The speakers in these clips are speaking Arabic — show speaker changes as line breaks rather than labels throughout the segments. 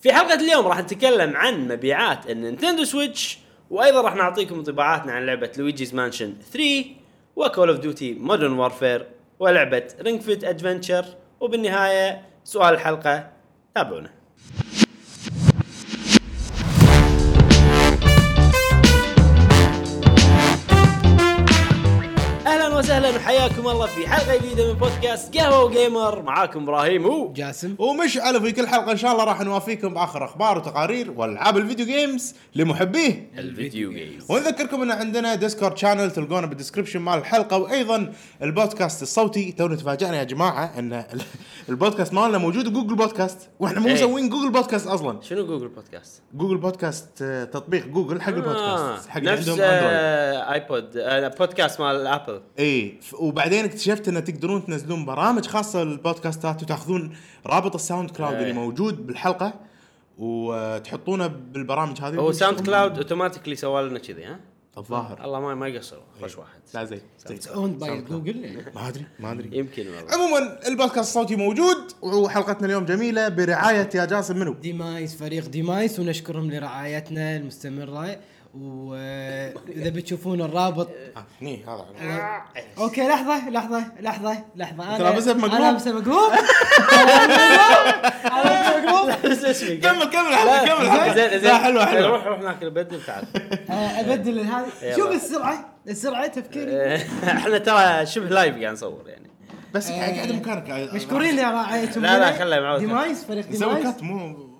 في حلقة اليوم راح نتكلم عن مبيعات النينتندو سويتش وايضا راح نعطيكم انطباعاتنا عن لعبة لويجيز مانشن 3 وكول اوف ديوتي مودرن وارفير ولعبة رينج فيت ادفنتشر وبالنهاية سؤال الحلقة تابعونا اهلا وسهلا وحياكم الله في حلقة جديدة من بودكاست قهوة وجيمر معاكم ابراهيم و
جاسم
ومشعل في كل حلقه ان شاء الله راح نوافيكم باخر اخبار وتقارير والعاب الفيديو جيمز لمحبيه
الفيديو جيمز
ونذكركم ان عندنا ديسكورد شانل تلقونه بالدسكربشن مال الحلقه وايضا البودكاست الصوتي تونا تفاجئنا يا جماعه ان ال- البودكاست مالنا موجود بجوجل بودكاست واحنا مو
إيه.
مسوين جوجل بودكاست اصلا
شنو جوجل بودكاست؟
جوجل بودكاست آه، تطبيق جوجل حق البودكاست
آه،
Ah, حق اللي
نفس
عندهم اندرويد
آه، ايبود آه، بودكاست مال ابل
اي ف- وبعدين اكتشفت ان تقدرون تنزلون برامج خاصه للبودكاستات وتاخذون رابط الساوند كلاود
إيه.
اللي موجود بالحلقه وتحطونه بالبرامج هذه
هو ساوند كلاود اوتوماتيكلي سوى لنا كذي ها؟
الظاهر
الله ما ما يقصروا
طيب.
خوش واحد
لا زين
اوند باي جوجل يعني.
ما ادري ما ادري
يمكن والله
عموما البودكاست الصوتي موجود وحلقتنا اليوم جميله برعايه يا جاسم منو؟
ديمايس فريق ديمايس ونشكرهم لرعايتنا المستمره واذا بتشوفون الرابط
آه، هني هذا
اوكي لحظه لحظه لحظه لحظه انا
أنت لابسها بمقلوب؟
انا لابسها مقلوب أنا لابسها مقلوب؟ أنا لابسها مقلوب
كمل كمل حلقه كمل
لا،
حلقه
زين زين
لا حلوه حلوه
روح روح ناكل بيض وتعال
آه، ابدل هذا
يلا. آه،
شوف السرعه السرعه تفكيري
احنا ترى شبه لايف قاعد نصور يعني
بس قاعد قاعد
آه،
مكانك
مشكورين لرعايتهم
لا، لا،
لنا.
خله معود.
ديمايس فريق
نسوي
ديمايس
كات مو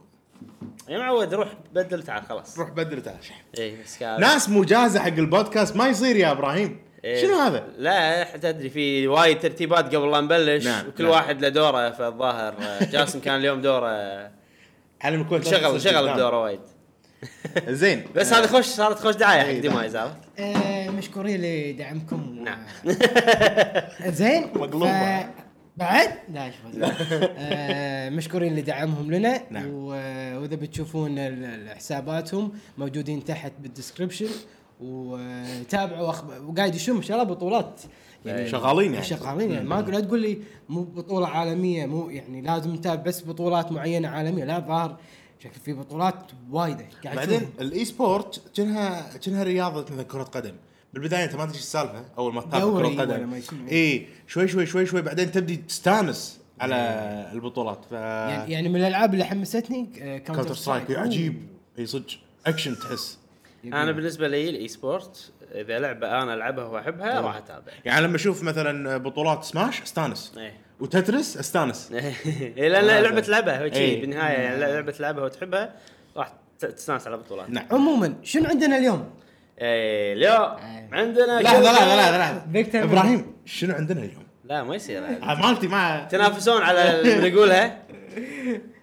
يا معود روح بدل تعال خلاص
روح بدل تعال
اي بس قاعد-
ناس مجازه حق البودكاست ما يصير يا ابراهيم
إيه.
شنو هذا؟
لا إحنا تدري في وايد ترتيبات قبل لا نبلش
نعم،
وكل
نعم.
واحد له دوره فالظاهر آه، جاسم كان اليوم دوره
عالم الكويت لا
شغل
تصير
شغل
قدام.
بدوره وايد
زين
بس
آه،
هذه خوش صارت خوش دعايه
إيه،
حق ديمايز عرفت؟
آه، مشكورين لدعمكم
نعم.
زين
مقلوبة.
ف- بعد لا شوف آه، مشكورين لدعمهم لنا
نعم.
و- واذا بتشوفون ال- ال- حساباتهم موجودين تحت بالدسكربشن وتابعوا أخب- وقاعد يشوم ان شاء الله بطولات يعني
شغالين يعني.
شغالين يعني ما لا تقول لي مو بطوله عالميه مو يعني لازم نتابع بس بطولات معينه عالميه لا ظاهر شكل في بطولات وايده قاعد
بعدين
أشوفهم.
الاي سبورت كأنها كأنها رياضه مثل كره قدم بالبدايه انت ما تدري ايش السالفه اول ما تتابع
دوري
كره
ولا ما
قدم
يسمى.
اي شوي شوي شوي شوي بعدين تبدي تستانس على البطولات ف
نعم. يعني يعني من الالعاب اللي حمستني آه،
كاونتر سترايك عجيب اي صدق اكشن تحس
انا بالنسبه لي الاي سبورت اذا لعبه انا العبها واحبها راح اتابع
يعني لما اشوف مثلا بطولات سماش استانس
إيه.
وتترس استانس
إيه، لان
هذا.
لعبه تلعبها هو شي
إيه.
بالنهايه يعني لعبه تلعبها وتحبها راح ت- تستانس على البطولات
نعم
عموما شنو عندنا اليوم؟
ايه لا
إيه.
عندنا
لحظه
شغل-
لحظه لحظه لحظه
فيكتور
ابراهيم شنو عندنا اليوم؟
لا ما يصير هذا.
مالتي مع
تنافسون على اللي نقولها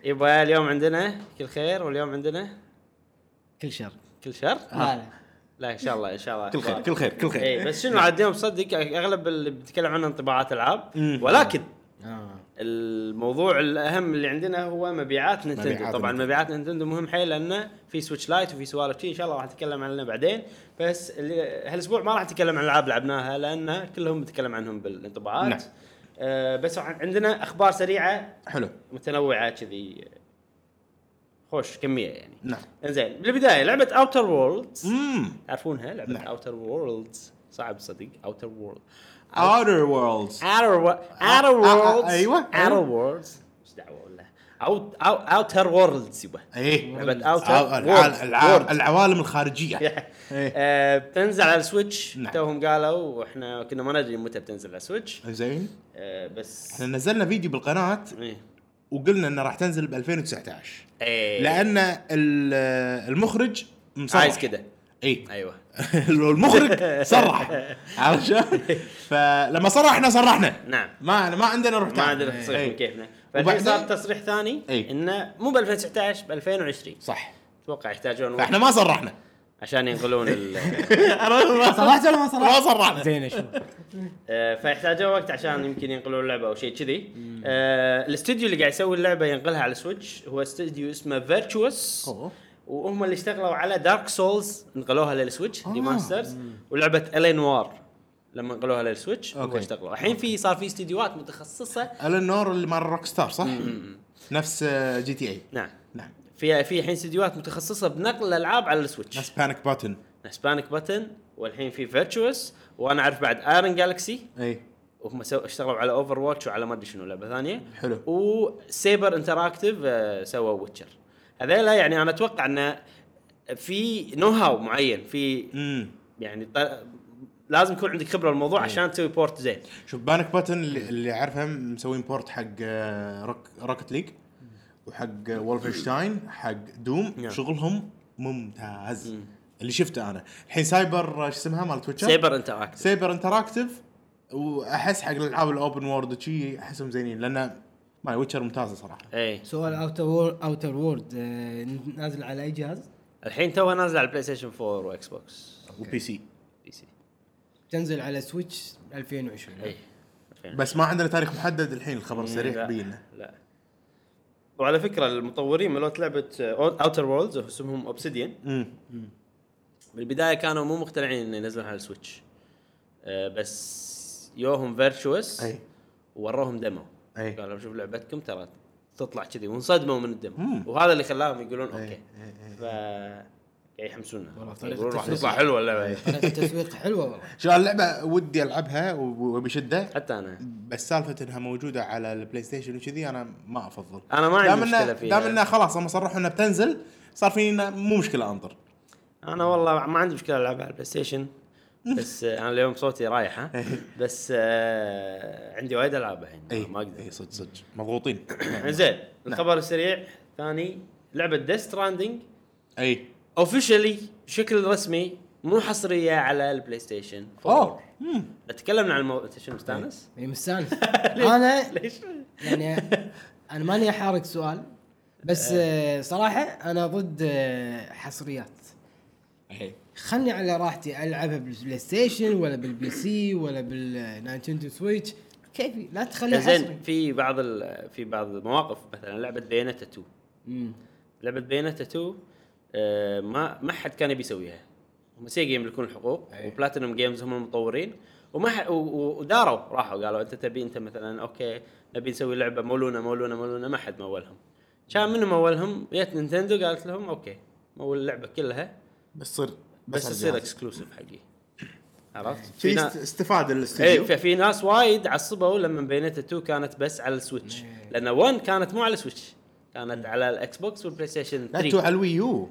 يبا اليوم عندنا كل خير واليوم عندنا
كل شر
كل شر
لا لا
لا ان شاء الله ان شاء الله
آه. كل خير كل خير كل خير
اي بس شنو عاد اليوم صدق اغلب اللي بيتكلم عنه انطباعات العاب ولكن
آه.
الموضوع الاهم اللي عندنا هو مبيعات نينتندو
مبيعات
طبعا
نينتندو.
مبيعات نينتندو مهم حيل لانه في سويتش لايت وفي سوالف شي ان شاء الله راح نتكلم عنها بعدين بس اللي- هالاسبوع ما راح نتكلم عن العاب لعبناها لان كلهم نتكلم عنهم بالانطباعات
نعم.
آه بس راح- عندنا اخبار سريعه
حلو
متنوعه كذي خوش كميه يعني
نعم
انزين بالبدايه لعبه اوتر وورلدز
امم
تعرفونها لعبه
نعم.
اوتر وورلدز صعب صدق اوتر وورلد
اوتر وورلدز
اوتر اوتر وورلدز
آه، أيوة،
اوتر
أيوة.
وورلدز ايش دعوه ولا اوتر وورلدز يبا
ايه
لعبه
الع-
اوتر
الع- الع-
وورلدز
العوالم الخارجيه إيه.
آه، بتنزل على السويتش
نعم.
توهم قالوا واحنا كنا ما ندري متى بتنزل على السويتش
زين
آه، بس
احنا نزلنا فيديو بالقناه
إيه.
وقلنا انه راح تنزل ب 2019
إيه.
لان ال- المخرج مصرح
عايز كده
اي
ايوه
المخرج صرح عرفت شلون؟ فلما صرح احنا صرحنا
نعم.
ما ما عندنا رحت
ما عندنا تصريح من كيفنا فالحين
إيه. وبعدين- إيه.
صار تصريح ثاني
إي.
انه مو ب 2019 ب 2020
صح
اتوقع يحتاجون وقت
فاحنا ما صرحنا
عشان ينقلون ال
صرحت ولا ما صرحت؟
ما صرحنا.
زين اشوف
آه، فيحتاجون وقت عشان يمكن ينقلون اللعبه او شيء كذي آه، الاستوديو اللي قاعد يسوي اللعبه ينقلها على السويتش هو استوديو اسمه فيرتشوس
أوه.
وهم اللي اشتغلوا على دارك سولز نقلوها للسويتش
آه.
ريماسترز ولعبه الينوار لما نقلوها للسويتش هم
أوكي.
اشتغلوا الحين في صار في استديوهات متخصصه
النور اللي مال روك ستار صح؟ نفس جي تي اي
نعم
نعم
في في الحين استديوهات متخصصه بنقل الالعاب على السويتش
ناس بانيك باتن
اسبانك باتن والحين في فيرتشوس وانا اعرف بعد ايرن جالكسي
اي
وهم سو- اشتغلوا على اوفر واتش وعلى ما ادري شنو لعبه ثانيه
حلو.
وسيبر انتراكتيف آه، سوى ويتشر هذيلا يعني انا اتوقع انه في نو هاو معين في
امم
يعني ط- لازم يكون عندك خبره بالموضوع عشان تسوي بورت زين
شوف بانيك باتن اللي اللي اعرفها مسوين بورت حق آه، روك روكت ليج وحق وولفنشتاين حق دوم
نعم.
شغلهم ممتاز اللي شفته انا الحين سايبر آه، شو اسمها مال تويتشر
سيبر انتراكتيف
سايبر انتراكتيف واحس حق الالعاب الاوبن وورد شي احسهم زينين لان ما ويتشر ممتازه صراحه
اي
سؤال اوتر وورد اوتر وورد آه، نازل على اي جهاز؟
الحين توها نازله على البلاي ستيشن 4 واكس بوكس
وبي سي
بي سي
تنزل على سويتش 2020
اي
بس ما عندنا تاريخ محدد الحين الخبر سريع
لا،
بينا
لا وعلى فكره المطورين مالت لعبه اوتر وولدز اسمهم اوبسيديان
امم
بالبدايه كانوا مو مقتنعين انه ينزلون على السويتش آه، بس يوهم فيرتشوس
اي
وروهم دمو
أي.
قالوا لهم شوف لعبتكم ترى تطلع كذي وانصدموا من الدمو
مم.
وهذا اللي خلاهم يقولون
أي،
اوكي ف يحمسونا
طريقة
يقولون راح
التسويق.
تطلع حلوه اللعبه
طريقة التسويق حلوه والله
شو اللعبه ودي العبها وب- وبشده
حتى انا
بس سالفه انها موجوده على البلاي ستيشن وكذي انا ما افضل
أنا آه، ما عندي
دام
مشكلة
إنه-
فيها.
دام انه خلاص هم صرحوا انها بتنزل صار فيني انه مو مشكله انطر
انا والله ما عندي مشكله العب على البلاي ستيشن بس آه، انا اليوم صوتي رايح ها بس آه، عندي وايد العاب الحين ما اقدر
اي صدق صدق مضغوطين
يعني زين الخبر السريع ثاني لعبه ديث ستراندنج
اي
اوفشلي بشكل رسمي مو حصريه على البلاي ستيشن
اوه
4 تكلمنا عن الموضوع انت شنو مستانس؟
يعني مستانس انا
ليش؟
يعني انا ماني احارك سؤال بس آه، صراحه انا ضد آه، حصريات
اي
خلني على راحتي العبها بالبلاي ستيشن ولا بالبي سي ولا بالنينتندو سويتش كيفي لا تخليها حصري
زين في بعض ال- في بعض المواقف مثلا لعبه بياناتا 2
مم.
لعبه بياناتا 2 آه، ما ما حد كان يبي يسويها هم سيجا يملكون الحقوق
أي.
وبلاتينوم جيمز هم المطورين وما ح... و... و... وداروا راحوا قالوا انت تبي انت مثلا اوكي نبي نسوي لعبه مولونه مولونه مولونه ما حد مولهم كان منو مولهم جت نينتندو قالت لهم اوكي مول اللعبه كلها
بس تصير
بس
على
تصير
الجهاز.
اكسكلوسيف حقي عرفت؟ في
شي
نا...
است- استفاد
اي
الاستوديو
في, في ناس وايد عصبوا لما بينتا 2 كانت بس على السويتش لان 1 كانت مو على السويتش كانت على الاكس بوكس والبلاي ستيشن
لا تو
3
على الويو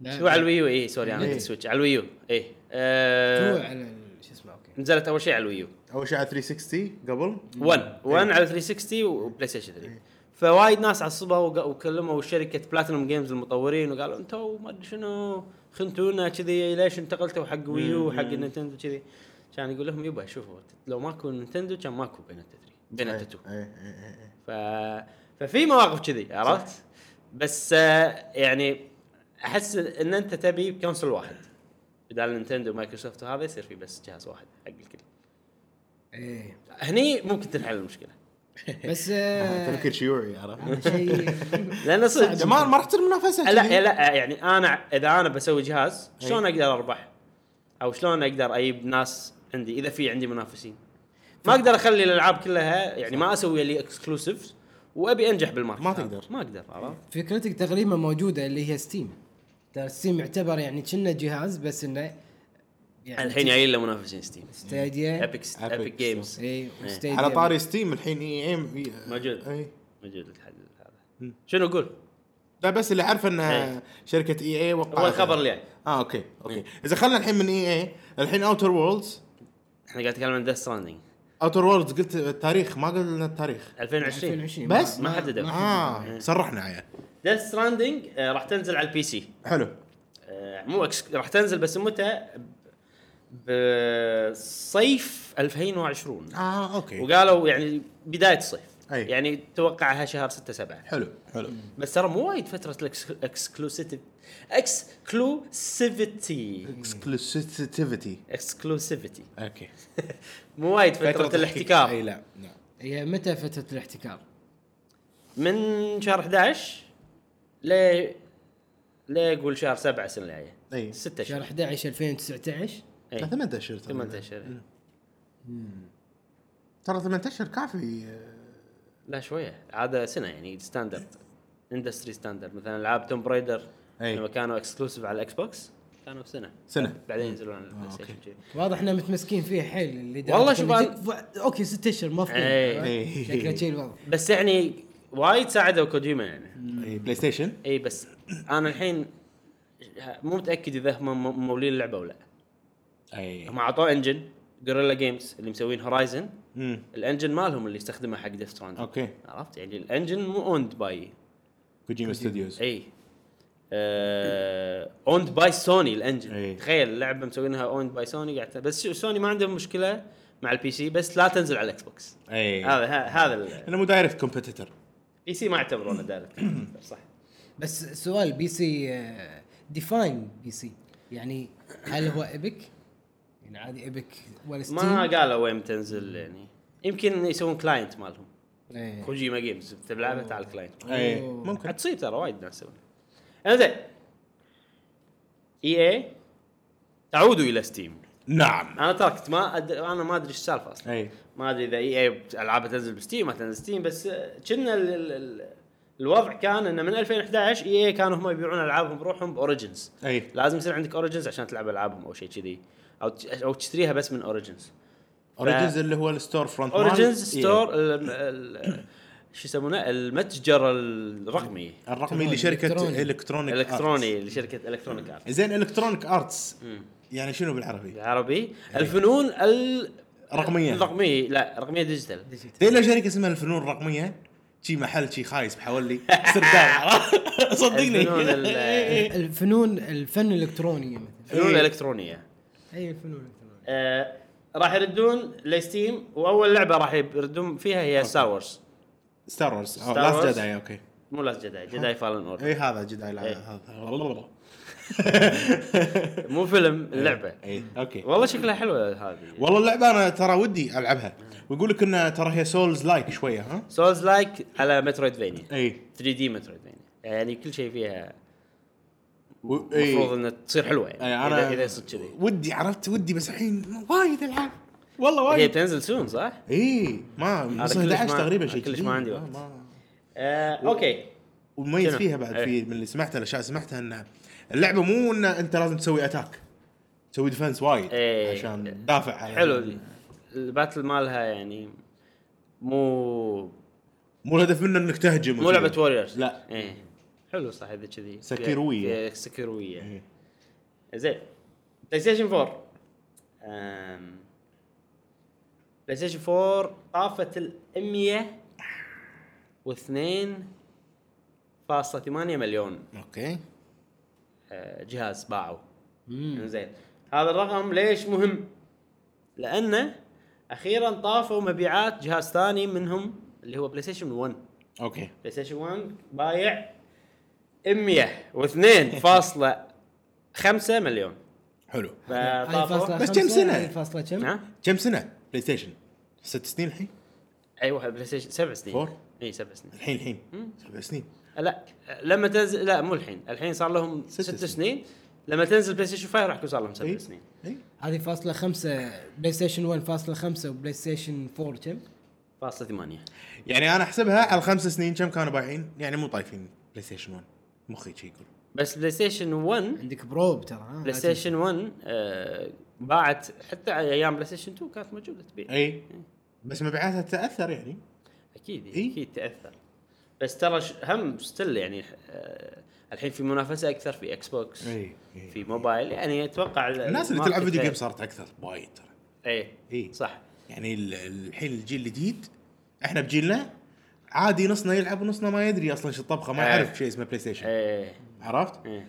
لا،
شو على الويو اي سوري انا
إيه.
قلت سويتش على الويو اي
تو
آه
على ال- شو اسمه اوكي
نزلت اول شيء على الويو
اول شيء على 360 قبل
إيه.
1 1 على 360 وبلاي ستيشن 3 فوايد ناس عصبوا وق- وكلموا شركه بلاتينوم جيمز المطورين وقالوا انتوا ما ادري شنو خنتونا كذي ليش انتقلتوا حق ويو حق نينتندو كذي كان يقول لهم يبا شوفوا لو ماكو نينتندو كان ماكو بينتا 3 بينتا 2
اي اي اي
ف... ففي مواقف كذي عرفت بس آه، يعني احس ان انت تبي كونسول واحد بدال نينتندو ومايكروسوفت وهذا يصير في بس جهاز واحد حق الكل
ايه
هني ممكن تنحل المشكله
بس آه،
تفكير شيوعي عرفت
شيء
لان صدق
جمال ما راح تصير منافسه
لا
كذي.
لا يعني انا اذا انا بسوي جهاز
إيه.
شلون اقدر اربح؟ او شلون اقدر اجيب ناس عندي اذا في عندي منافسين؟ ما اقدر اخلي الالعاب كلها يعني ما اسوي لي اكسكلوسيفز وابي انجح بالماركت
ما
هذا.
تقدر.
ما اقدر عرفت؟
فكرتك تقريبا موجوده اللي هي ستيم ترى ستيم يعتبر يعني كنا جهاز بس انه يعني
الحين جايين له منافسين ستيم
ستاديا
ابيك
Epic
ابيك جيمز
اي وستاديا
على طاري ستيم الحين اي اي
موجود.
اي
موجود الحل هذا شنو قول؟
لا بس اللي اعرفه انها
إيه.
شركه اي اي وقعت
هو الخبر اللي يعني.
اه اوكي اوكي اذا خلنا الحين من اي اي الحين اوتر وورلدز
احنا قاعد نتكلم عن ديث ستراندنج
اوتر وورلدز قلت التاريخ ما قلنا التاريخ
2020
2020
بس؟
ما حددوا.
اه صرحنا عيال
ديث ستراندنج آه، راح تنزل على البي سي
حلو
آه، مو أكس... راح تنزل بس متى ب- بصيف 2020
اه اوكي
وقالوا يعني بدايه الصيف
أي.
يعني توقعها شهر 6 7
حلو حلو
بس ترى مو وايد فتره الاكسكلوسيتي اكسكلوسيفيتي
اكسكلوسيفيتي
اكسكلوسيفيتي
اوكي
مو وايد فتره
اي
الاحتكار
لا لا.
هي متى فتره الاحتكار؟
من شهر 11 ل لا يقول شهر 7 السنه الجايه
اي
6
شهر
شهر
11 2019
أي.
لا، ثمانية اشهر ترى.
8 شهر
ترى ثمانية اشهر كافي آه،
لا شويه عاده سنه يعني ستاندرد اندستري ستاندرد مثلا العاب توم برايدر
أي.
لما كانوا اكسكلوسيف على الاكس بوكس كانوا بسنه
سنة.
بعدين ينزلون على البلاي
آه، أوكي.
ستيشن جي.
واضح احنا متمسكين فيه حيل اللي دا-
والله شوف
اللي
أنا-
جت- اوكي ست اشهر ما
إيه.
في شكله شيء الوضع
بس يعني وايد ساعدوا كوجيما يعني
إيه، بلاي ستيشن
اي بس انا الحين مو متاكد اذا هم مو- مولين اللعبه ولا لا
اي
هم اعطوه انجن جوريلا جيمز اللي مسوين هورايزن
مم.
الانجن مالهم اللي استخدمه حق ديث
اوكي
عرفت يعني الانجن مو إيه. اوند باي
كوجيما ستوديوز
اي اوند باي سوني الانجن
إي.
تخيل اللعبه مسوينها اوند باي سوني قاعد بس شو- سوني ما عندهم مشكله مع البي سي بس لا تنزل على الاكس بوكس
اي
هذا ه- هذا
انا مو دايركت كومبيتيتور
البي سي ما يعتبرونه دايركت صح
بس سؤال بي سي ديفاين بي سي يعني هل هو ايبك؟ يعني عادي ايبك ولا ستيم؟
ما قالوا وين تنزل يعني يمكن يسوون كلاينت مالهم
إيه.
كوجيما جيمز تلعبها تعال الكلاينت
اي
أوه.
ممكن
حتصير ترى وايد ناس يسوونها انزين اي اي تعودوا الى ستيم
نعم
انا تركت ما أد... انا ما ادري ايش السالفه اصلا
اي
ما ادري اذا اي اي العابها تنزل بستيم ما تنزل ستيم بس آه، كنا ال... ال... ال... الوضع كان انه من 2011 اي اي كانوا هم يبيعون العابهم بروحهم باوريجنز
اي
لازم يصير عندك اوريجنز عشان تلعب العابهم او شيء كذي او ت... او تشتريها بس من اوريجنز
اوريجنز اللي هو الستور فرونت مال
اوريجنز
EA.
ستور ال... ال... شو يسمونه المتجر الرقمي
الرقمي اللي
إلكتروني.
شركه الكترونيك
الالكتروني لشركه الكترونيك ارت
Arts. زين الكترونيك ارتس يعني شنو بالعربي؟
بالعربي الفنون ال
رقمية.
الرقمية لا رقمية ديجيتال
تدري لو شركه اسمها الفنون الرقميه شي محل شي خايس بحوالي سرداب صدقني
الفنون ال-
الفنون الفن الالكتروني مثلا
الفنون
إيه.
الالكترونية
اي الفنون الالكترونيه
آه، راح يردون لستيم واول لعبه راح يردون فيها هي ستار وورز
ستار وورز
Star
لاست
Wars.
جداي اوكي
مو لاست جداي جداي فالن اوردر
اي هذا جداي لا-
إي.
هذا
مو فيلم اللعبه
اي اوكي
والله شكلها حلوه هذه
والله اللعبه انا ترى ودي العبها ويقول لك انها ترى هي سولز لايك شويه ها
سولز لايك على مترويدفينيا
اي
3 دي مترويدفينيا يعني كل شيء فيها
و- إي.
المفروض انها تصير حلوه يعني
أي،
اذا اذا صدق كذي
ودي عرفت ودي بس الحين وايد العاب والله
هي
وايد
بتنزل سون صح؟
اي ما نص
كلش
11
ما-
تقريبا شيء
كلش
كذي.
ما عندي
آه،
وقت.
ما-
آه، اوكي
ومميز
شنو؟
فيها بعد
إيه.
في من اللي سمعته الاشياء اللي سمعتها ان اللعبه مو ان انت لازم تسوي اتاك تسوي ديفنس وايد
إيه.
عشان تدافع على
حلو دي الباتل مالها يعني مو
مو الهدف منه انك تهجم
مو لعبه ووريرز
لا.
ايه حلو صح اذا كذي
سكيروية.
فيها- فيها سكيرويه
إيه.
زين بلاي ستيشن 4 أم. بلاي ستيشن 4 طافت ال 102.8 مليون
اوكي
آه، جهاز باعوا زين هذا الرقم ليش مهم؟ لانه اخيرا طافوا مبيعات جهاز ثاني منهم اللي هو بلاي ستيشن 1
اوكي
بلاي ستيشن 1 بايع 102.5 مليون
حلو
آه،
آه،
فطافوا
بس كم سنة؟
فاصلة كم؟
ها؟
كم سنه بلاي ستيشن ست سنين الحين
اي واحد بلاي ستيشن أيوة، سبع سنين
فور؟
اي سبع سنين
الحين الحين سبع سنين
لا لما تنزل لا مو الحين الحين صار لهم
ست
ست
سنين.
سنين لما تنزل بلاي ستيشن 5 راح يكون صار لهم سبع
إي.
سنين
اي
هذه فاصلة خمسة بلاي ستيشن 1 فاصلة خمسة وبلاي ستيشن 4 كم؟
فاصلة ثمانية
يعني انا احسبها على خمس سنين كم كانوا بايعين يعني مو طايفين بلاي ستيشن 1 مخي شي يقول
بس بلاي ستيشن 1
عندك بروب ترى ها؟
بلاي ستيشن 1 آه، باعت حتى على ايام بلاي ستيشن 2 كانت موجوده تبيع
اي بس مبيعاتها تاثر يعني
اكيد
إي.
اكيد تاثر بس ترى ش- هم ستيل يعني آه، الحين في منافسه اكثر في اكس بوكس
إي، إي.
في موبايل يعني اتوقع ال-
إيه، الناس اللي
الماركت
تلعب فيديو
لا-
جيم صارت اكثر وايد ترى
اي
إي.
صح
يعني ال- الحين الجيل الجديد احنا بجيلنا عادي نصنا يلعب ونصنا ما يدري اصلا شو الطبخه ما
إيه.
يعرف شيء اسمه بلاي ستيشن
اي
عرفت؟
إيه.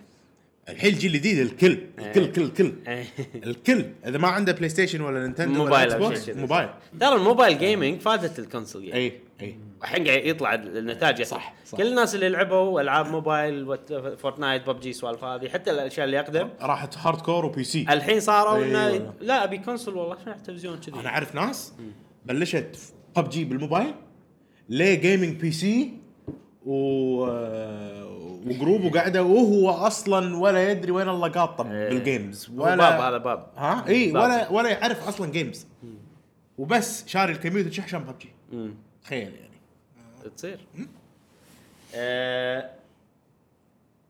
الحين الجيل الجديد الكل الكل الكل الكل
إيه.
الكل اذا ما عنده بلاي ستيشن ولا نينتندو ولا
موبايل
اكس
أو
بوكس
شيء كذي.
موبايل
ترى الموبايل جيمنج فادت الكونسول جيمنج
اي اي
الحين قاعد يطلع النتائج
إيه. صح، صح.
كل الناس اللي لعبوا العاب موبايل وات- فورتنايت ببجي سوالف هذه حتى الاشياء اللي اقدم
راحت هارد كور وبي سي
الحين صاروا
أي
انه
والله.
لا ابي كونسول والله شنو على التلفزيون كذي
انا اعرف ناس بلشت ببجي بالموبايل ليه جيمنج بي سي و آه، وجروب وقاعده وهو اصلا ولا يدري وين الله قاطه
إيه.
بالجيمز
ولا
ولا
باب هذا باب
ها اي
باب.
ولا ولا يعرف اصلا جيمز وبس شاري الكمبيوتر شحشم ببجي
مم.
تخيل يعني
تصير آه،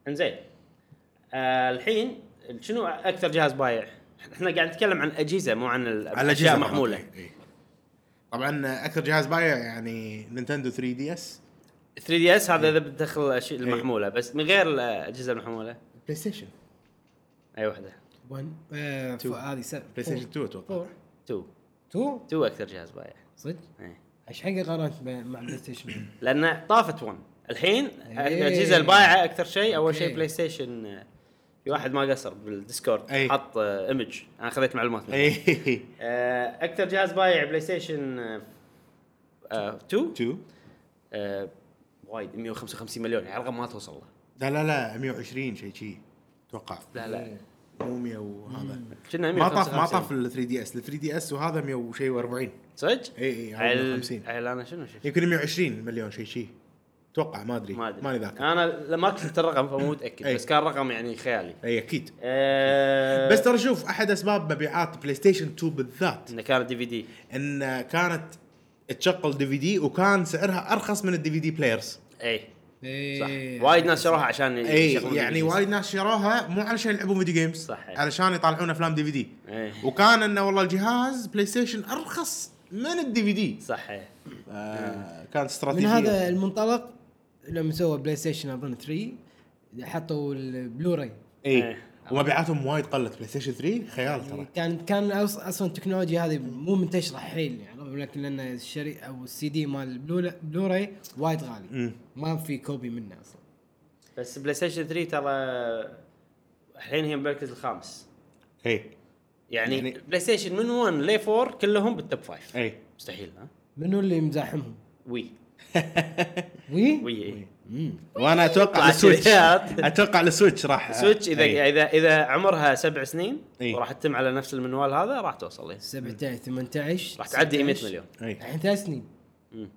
انزين آه، الحين شنو اكثر جهاز بايع؟ احنا قاعد نتكلم عن الاجهزه مو عن
على
الاشياء
الاجهزه
محموله
مرات. إي. طبعا اكثر جهاز بايع يعني نينتندو 3 دي اس
3 دي اس هذا اذا بتدخل الاشياء المحموله بس من غير الاجهزه المحموله
بلاي ستيشن
اي واحده
1 آه،
Two.
ف- هذه سبعة
بلاي ستيشن 2 اتوقع
4
2
2
2 اكثر جهاز بايع
صدق
إيه.
ايش حق قارنت ب- مع بلاي ستيشن
لان طافت 1 الحين
إيه.
الاجهزه البايعه اكثر شيء اول شيء
أوكي.
بلاي ستيشن آه، في واحد ما قصر بالديسكورد
أي.
حط ايمج انا خذيت معلومات
إيه.
منه
اي
آه، اكثر جهاز بايع آه، بلاي ستيشن 2
2
آه، وايد 155 مليون يعني رقم ما توصل له
لا لا لا 120 شيء شيء اتوقع
لا لا
مو 100 وهذا
كنا
ما طاف ما
155.
طاف ال 3 دي اس ال 3 دي اس وهذا 100 وشيء و40
صدق؟
إي إي، على
على
150.
على انا شنو شفت؟
يمكن 120 مليون شيء شيء اتوقع ما إيه. ادري
ما ادري
ماني ذاكر
انا لا- ما كتبت الرقم فمو متاكد
أي.
بس كان رقم يعني خيالي
اي اكيد
آه،
بس ترى شوف احد اسباب مبيعات بلاي ستيشن 2 بالذات
انه كان دي في دي
ان كانت تشغل دي في دي وكان سعرها ارخص من الدي في دي بلايرز
اي
إيه.
صح وايد ناس شروها عشان
اي
يشغلون
يعني
DVD.
وايد ناس شروها مو علشان يلعبون فيديو جيمز
صح.
علشان يطالعون افلام دي في دي
إي.
وكان انه والله الجهاز بلاي ستيشن ارخص من الدي في دي
صح إيه. إي.
آه، كانت
من
استراتيجيه
هذا المنطلق لما سووا بلاي ستيشن اظن 3 حطوا البلوراي
اي
إيه.
ومبيعاتهم وايد قلت بلاي ستيشن 3 خيال ترى
كان كان أص- اصلا التكنولوجيا هذه مو منتشره حيل يعني ولكن لان الشري او السي دي مال البلو- بلوراي وايد غالي ما في كوبي منه اصلا
بس بلاي ستيشن 3 ترى الحين هي المركز الخامس
إيه.
اي
يعني,
يعني- إيه.
بلاي ستيشن من 1 ل 4 كلهم بالتوب 5
اي
مستحيل ها
منو اللي مزاحمهم؟
وي
وي؟
وي إي.
وانا اتوقع
إيه. طلعت
السويتش
شريات.
اتوقع السويتش راح إيه.
سويتش اذا
إي.
اذا اذا عمرها سبع سنين
إي.
وراح تتم على نفس المنوال هذا راح توصل إيه.
17 18
راح تعدي 100
19.
مليون
اي
الحين ثلاث سنين
مم.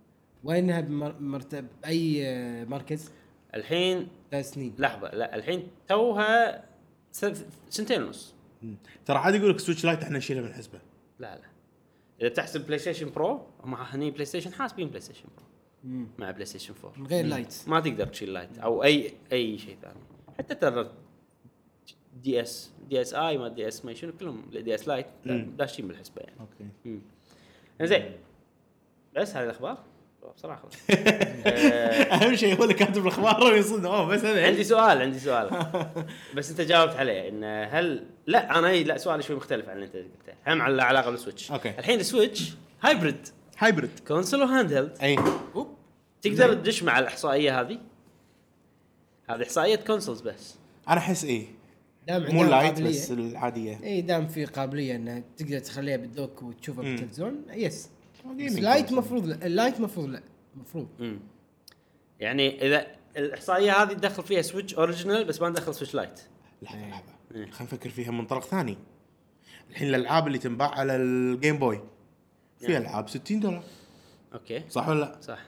وينها بمرتب اي آه، مركز؟
الحين
ثلاث سنين
لحظه لا الحين توها سنت- سنتين ونص
مم. ترى عادي يقول لك سويتش لايت احنا نشيلها من حسبه
لا لا اذا بتحسب بلاي ستيشن برو هم هني بلاي ستيشن حاسبين بلاي ستيشن برو
مم.
مع بلاي ستيشن 4
من غير لايتس
ما تقدر تشيل لايت او اي اي شيء ثاني حتى ترى دي اس دي اس اي ما دي اس ما شنو كلهم دي اس لايت داشين بالحسبه يعني
اوكي
زين بس هذه الاخبار بصراحه خلاص
اهم شيء هو اللي كاتب الاخبار ويصدم اوه بس انا
عندي سؤال عندي سؤال بس انت جاوبت عليه ان هل لا انا لا سؤالي شوي مختلف عن اللي انت قلته هم على العلاقه بالسويتش
أوكي.
الحين السويتش هايبرد
هايبرد
كونسول وهاند هيلد
اي
تقدر تدش مع الاحصائيه هذه هذه احصائيه كونسولز بس
انا احس اي
دام
إيه. مو
عندهم
لايت
قابلية.
بس العاديه
اي دام في قابليه انك تقدر تخليها بالدوك وتشوفها بالتلفزيون يس بس
جيمنج
لايت
كونسول.
مفروض لا اللايت مفروض لا مفروض
يعني اذا الاحصائيه هذه تدخل فيها سويتش اوريجينال بس ما ندخل سويتش لايت
لحظه
إيه.
لحظه خلينا نفكر فيها من منطلق ثاني الحين الالعاب اللي تنباع على الجيم بوي في
يعني.
العاب 60 دولار
اوكي
صح ولا لا؟
صح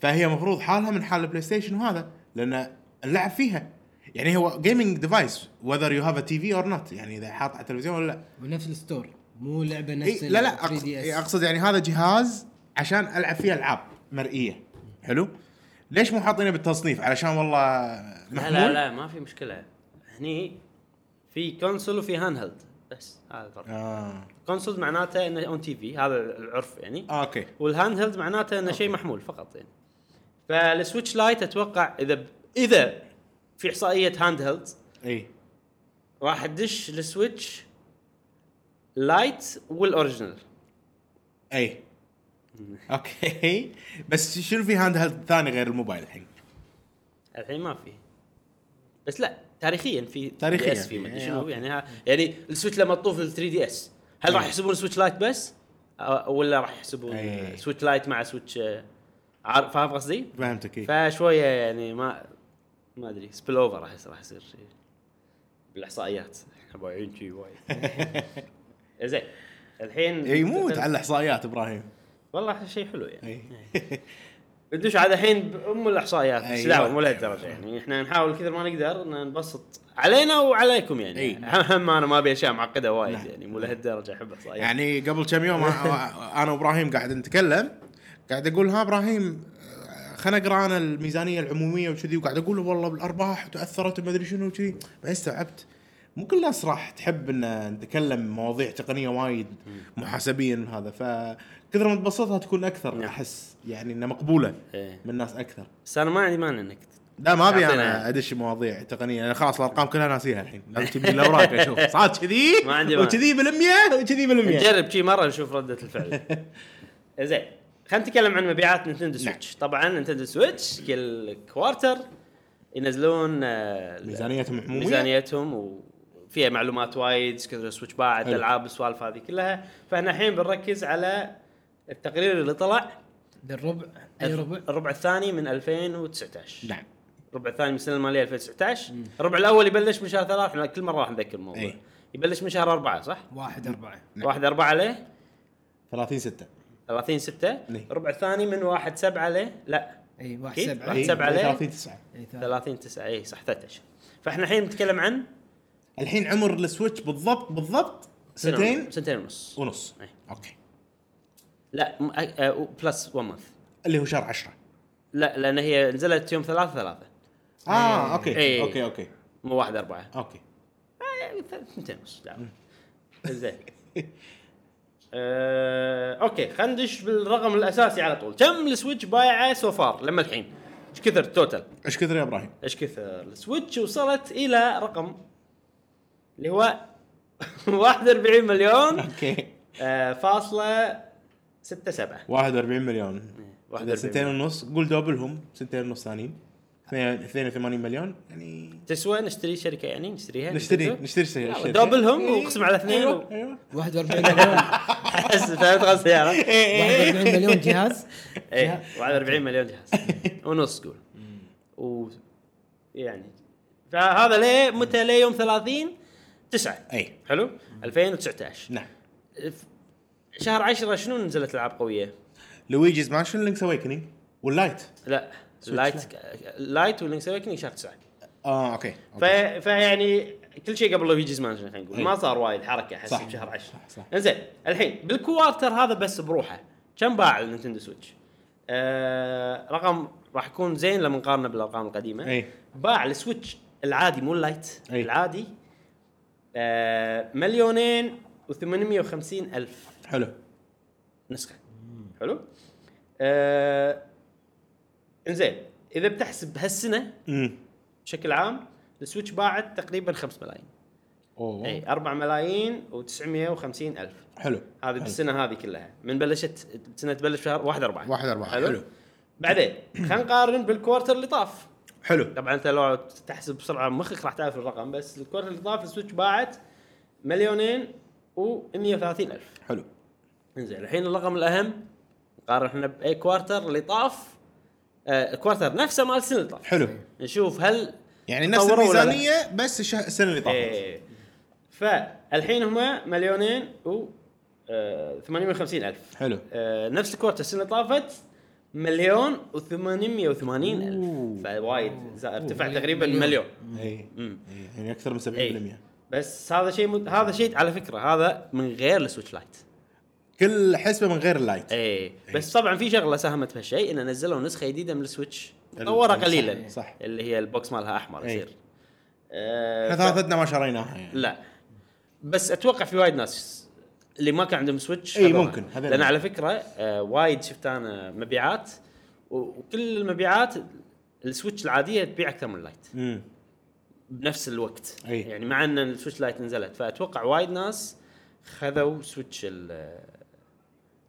فهي مفروض حالها من حال البلاي ستيشن وهذا لان اللعب فيها يعني هو جيمنج ديفايس وذر يو هاف ا تي في اور نوت يعني اذا حاط على التلفزيون ولا لا
ونفس الستور مو لعبه
إيه
نفس
لا لا
3
أقصد,
دي
إيه
اس
اقصد يعني هذا جهاز عشان العب فيه العاب مرئيه حلو ليش مو حاطينه بالتصنيف علشان والله
لا
محمول
لا لا ما في مشكله هني في كونسول وفي هاند هيلد بس هذا الفرق
آه.
كونسول معناته انه اون تي في هذا العرف يعني
آه اوكي
والهاند هيلد معناته انه شيء محمول فقط يعني فالسويتش لايت اتوقع اذا ب... اذا في احصائيه هاند هيلد
اي
راح تدش السويتش لايت والاوريجنال
اي اوكي بس شنو في هاند هيلد ثاني غير الموبايل الحين؟
الحين ما في بس لا تاريخيا في
تاريخياً.
DS في مدري
إيه،
شنو
أوكي.
يعني ها يعني السويتش لما تطوف لل 3 دي اس هل راح يحسبون سويتش لايت بس أو- ولا راح يحسبون
إيه.
سويتش لايت مع سويتش آه، عارف- فاهم قصدي؟
فهمتك اي
فشويه يعني ما ما ادري سبيل اوفر راح يصير- راح يصير شيء بالاحصائيات احنا بايعين شيء وايد إيه، زين الحين
اي مو إيه، على الاحصائيات ابراهيم
والله شيء حلو يعني
اي
ندش على الحين بام الاحصائيات بس
أيوة.
لا مو لهالدرجه يعني احنا نحاول كثر ما نقدر ان نبسط علينا وعليكم يعني
أي.
هم انا ما ابي اشياء معقده وايد
نعم.
يعني مو لهالدرجه احب احصائيات يعني
يعني قبل كم يوم أنا- انا وابراهيم قاعد نتكلم قاعد اقول ها ابراهيم آه، خلينا خليني اقرا انا الميزانيه العموميه وكذي وقاعد اقول والله بالارباح تاثرت وما ادري شنو وكذي بعدين استوعبت مو كل الناس راح تحب ان نتكلم مواضيع تقنيه وايد محاسبيا من هذا فكثر ما تبسطها تكون اكثر
نعم.
احس يعني انها مقبوله
إيه.
من الناس اكثر
بس انا ما عندي مانع انك
لا ما ابي
أعطينا.
انا ادش مواضيع تقنيه انا خلاص الارقام كلها ناسيها الحين لازم تجيب لي الاوراق اشوف صارت كذي
ما عندي مانع.
وكذي بالمية وكذي بالمية
نجرب شي مره نشوف رده الفعل زين خلينا نتكلم عن مبيعات
نعم.
نينتندو سويتش طبعا نينتندو سويتش كل كوارتر ينزلون آه،
ميزانيتهم عموميه
ميزانيتهم وفيها معلومات وايد إيش كثر السويتش باعت
حلو.
العاب السوالف هذه كلها فاحنا الحين بنركز على التقرير اللي طلع
للربع اي ربع
الربع الثاني من 2019
نعم
الربع الثاني من السنه الماليه 2019 الربع الاول يبلش من شهر ثلاث احنا كل مره راح نذكر الموضوع
إي.
يبلش من شهر اربعه صح؟
واحد أربعة
إيه. نعم.
واحد اربعه عليه
30 6
30 6
إيه.
الربع الثاني من 1 7 له لا
اي واحد
أكيد.
سبعة
واحد سبعة. عليه.
30 9
إي ثلاثة.
30 9 اي إيه، صح 13 فاحنا الحين نتكلم عن
الحين عمر السويتش بالضبط بالضبط
سنة
سنتين
ونص- سنتين ونص
ونص
إيه.
اوكي
لا م- أ- أ- بلس 1 مانث
اللي هو شهر 10
لا لان هي نزلت يوم 3 3
اه اوكي
إيه.
اوكي اوكي
مو 1 4
اوكي
يعني سنتين ونص دعوة. زين آه، اوكي خلينا ندش بالرقم الاساسي على طول كم السويتش بايعه سو فار لما الحين ايش كثر التوتال
ايش كثر يا ابراهيم؟
ايش كثر السويتش وصلت الى رقم اللي هو 41 مليون
اوكي
آه، فاصلة ستة سبعة
41 مليون
إيه. واحد
اذا
وأربعين
سنتين ونص قول دوبلهم سنتين ونص ثانيين اثنين- 82 مليون يعني
تسوى نشتري شركة يعني نشتريها
نشتري
نشتري.
نشتري شيء-
يلا،
شيء.
دوبلهم
إيه.
واقسم على اثنين
ايوه
و-
ايوه
41 مليون
احس فهمت قصدي انا
إيه.
41 مليون جهاز
ايه 41 مليون جهاز ونص قول و يعني فهذا ليه متى ليه يوم 30 9
اي
حلو 2019
نعم
ف- شهر 10 شنو نزلت العاب قوية؟
لويجيز مانشن لينكس اويكننج واللايت
لا لايت لايت ولينكس اويكننج شهر 9
اه اوكي
ف...
أوكي.
فيعني كل شيء قبل لويجيز مانشن خلينا نقول
أي.
ما صار وايد حركه احس
إيه. صح.
بشهر 10
صح، صح.
انزين الحين بالكوارتر هذا بس بروحه كم باع النينتندو سويتش؟ آه رقم راح يكون زين لما نقارنه بالارقام القديمه
أي.
باع السويتش العادي مو اللايت
أي.
العادي آه مليونين و850 الف
حلو
نسخه حلو؟ آه انزين اذا بتحسب هالسنه
امم
بشكل عام السويتش باعت تقريبا 5 ملايين
اوه
اي 4 ملايين و950 الف
حلو
هذه
حلو.
بالسنه هذه كلها من بلشت السنه تبلش شهر 1 4
واحد أربعة، حلو.
بعدين خلينا نقارن بالكوارتر اللي طاف
حلو
طبعا انت لو تحسب بسرعه مخك راح تعرف الرقم بس الكوارتر اللي طاف السويتش باعت مليونين و130 الف
حلو
انزين الحين الرقم الاهم نقارن احنا باي كوارتر اللي طاف آه الكوارتر نفسه مال السنه اللي طاف
حلو
نشوف هل
يعني نفس
طوروا ولا لا؟
الميزانيه بس الشه- السنه اللي طافت
ايه فالحين هما مليونين و آه، 850 الف
حلو.
آه، نفس الكوارتر السنه طافت مليون و880 الف
أوه.
فوايد زا- ارتفع
مليون-
تقريبا
مليون.
مليون
اي
مم. إيه.
إي، يعني اكثر من 70%
اي بس هذا شيء مد... هذا شيء على فكره هذا من غير السويتش لايت
كل حسبه من غير اللايت
اي
إيه.
بس طبعا في شغله ساهمت في هالشيء انه نزلوا نسخه جديده من السويتش مطوره
صح،
قليلا
صح. إيه.
اللي هي البوكس مالها احمر
إي.
يصير آه،
احنا ثلاثتنا ما شريناها يعني
لا بس اتوقع في وايد ناس اللي ما كان عندهم سويتش
إي،
خذوها.
ممكن، هذول.
لان على فكره آه وايد شفت انا مبيعات و- وكل المبيعات السويتش العاديه تبيع اكثر من اللايت
امم
بنفس الوقت
إي.
يعني مع ان السويتش لايت نزلت فاتوقع وايد ناس خذوا سويتش ال-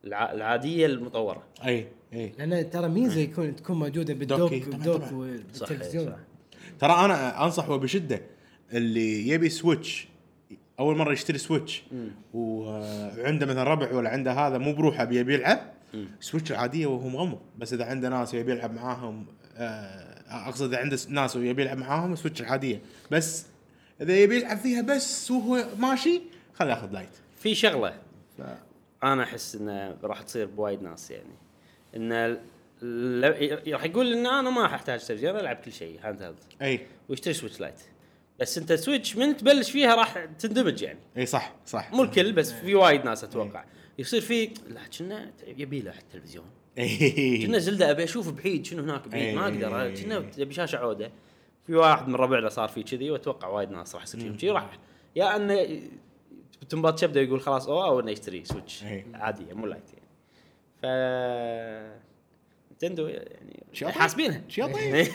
الع- العاديه المطوره
اي اي
لان ترى ميزه يكون تكون موجوده بالدوك
دوكي. طبعاً،
بالدوك
طبعاً.
صح، صح.
والتلفزيون
ترى انا انصح وبشده اللي يبي سويتش اول مره يشتري سويتش وعنده مثلا ربع ولا عنده هذا مو بروحه أبي- يبي يلعب سويتش العاديه وهو مغمض بس اذا عنده ناس يبي يلعب معاهم آه، اقصد اذا عنده س- ناس ويبي يلعب معاهم سويتش العاديه بس اذا يبي يلعب فيها بس وهو ماشي خليه ياخذ لايت
في شغله
ف...
انا احس انه راح تصير بوايد ناس يعني ان ال- ال- راح يقول ان انا ما راح احتاج تلفزيون العب كل شيء هاند هيلد
اي
ويشتري سويتش لايت بس انت سويتش من تبلش فيها راح تندمج يعني
اي صح صح
مو الكل بس في وايد ناس اتوقع يصير في لا كنا يبي له التلفزيون كنا زلدة ابي اشوف بعيد شنو هناك بعيد ما
إيه.
اقدر كنا ابي شاشه عوده في واحد من ربعنا صار فيه كذي واتوقع وايد ناس راح يصير فيهم كذي راح يا انه تنبط شبده يقول خلاص او او انه يشتري سويتش
إيه.
عاديه مو لايت يعني ف نتندو يعني
شاطر.
حاسبينها
شيطين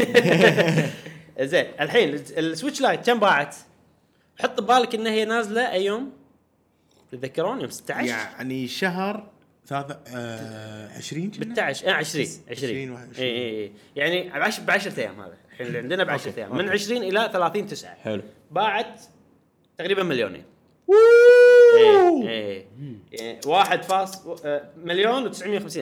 زين الحين السويتش لايت كم باعت؟ حط ببالك ان هي نازله اي يوم؟ تتذكرون يوم 16
يعني شهر ثلاثة آه 20 كنا؟
16 آه 20
20
20
21.
اي اي اي يعني ب 10 ب 10 ايام هذا الحين اللي عندنا ب 10 ايام من 20 الى 30 9
حلو.
باعت تقريبا مليونين
ووو!
اي اي واحد فاص آه، مليون و950 الف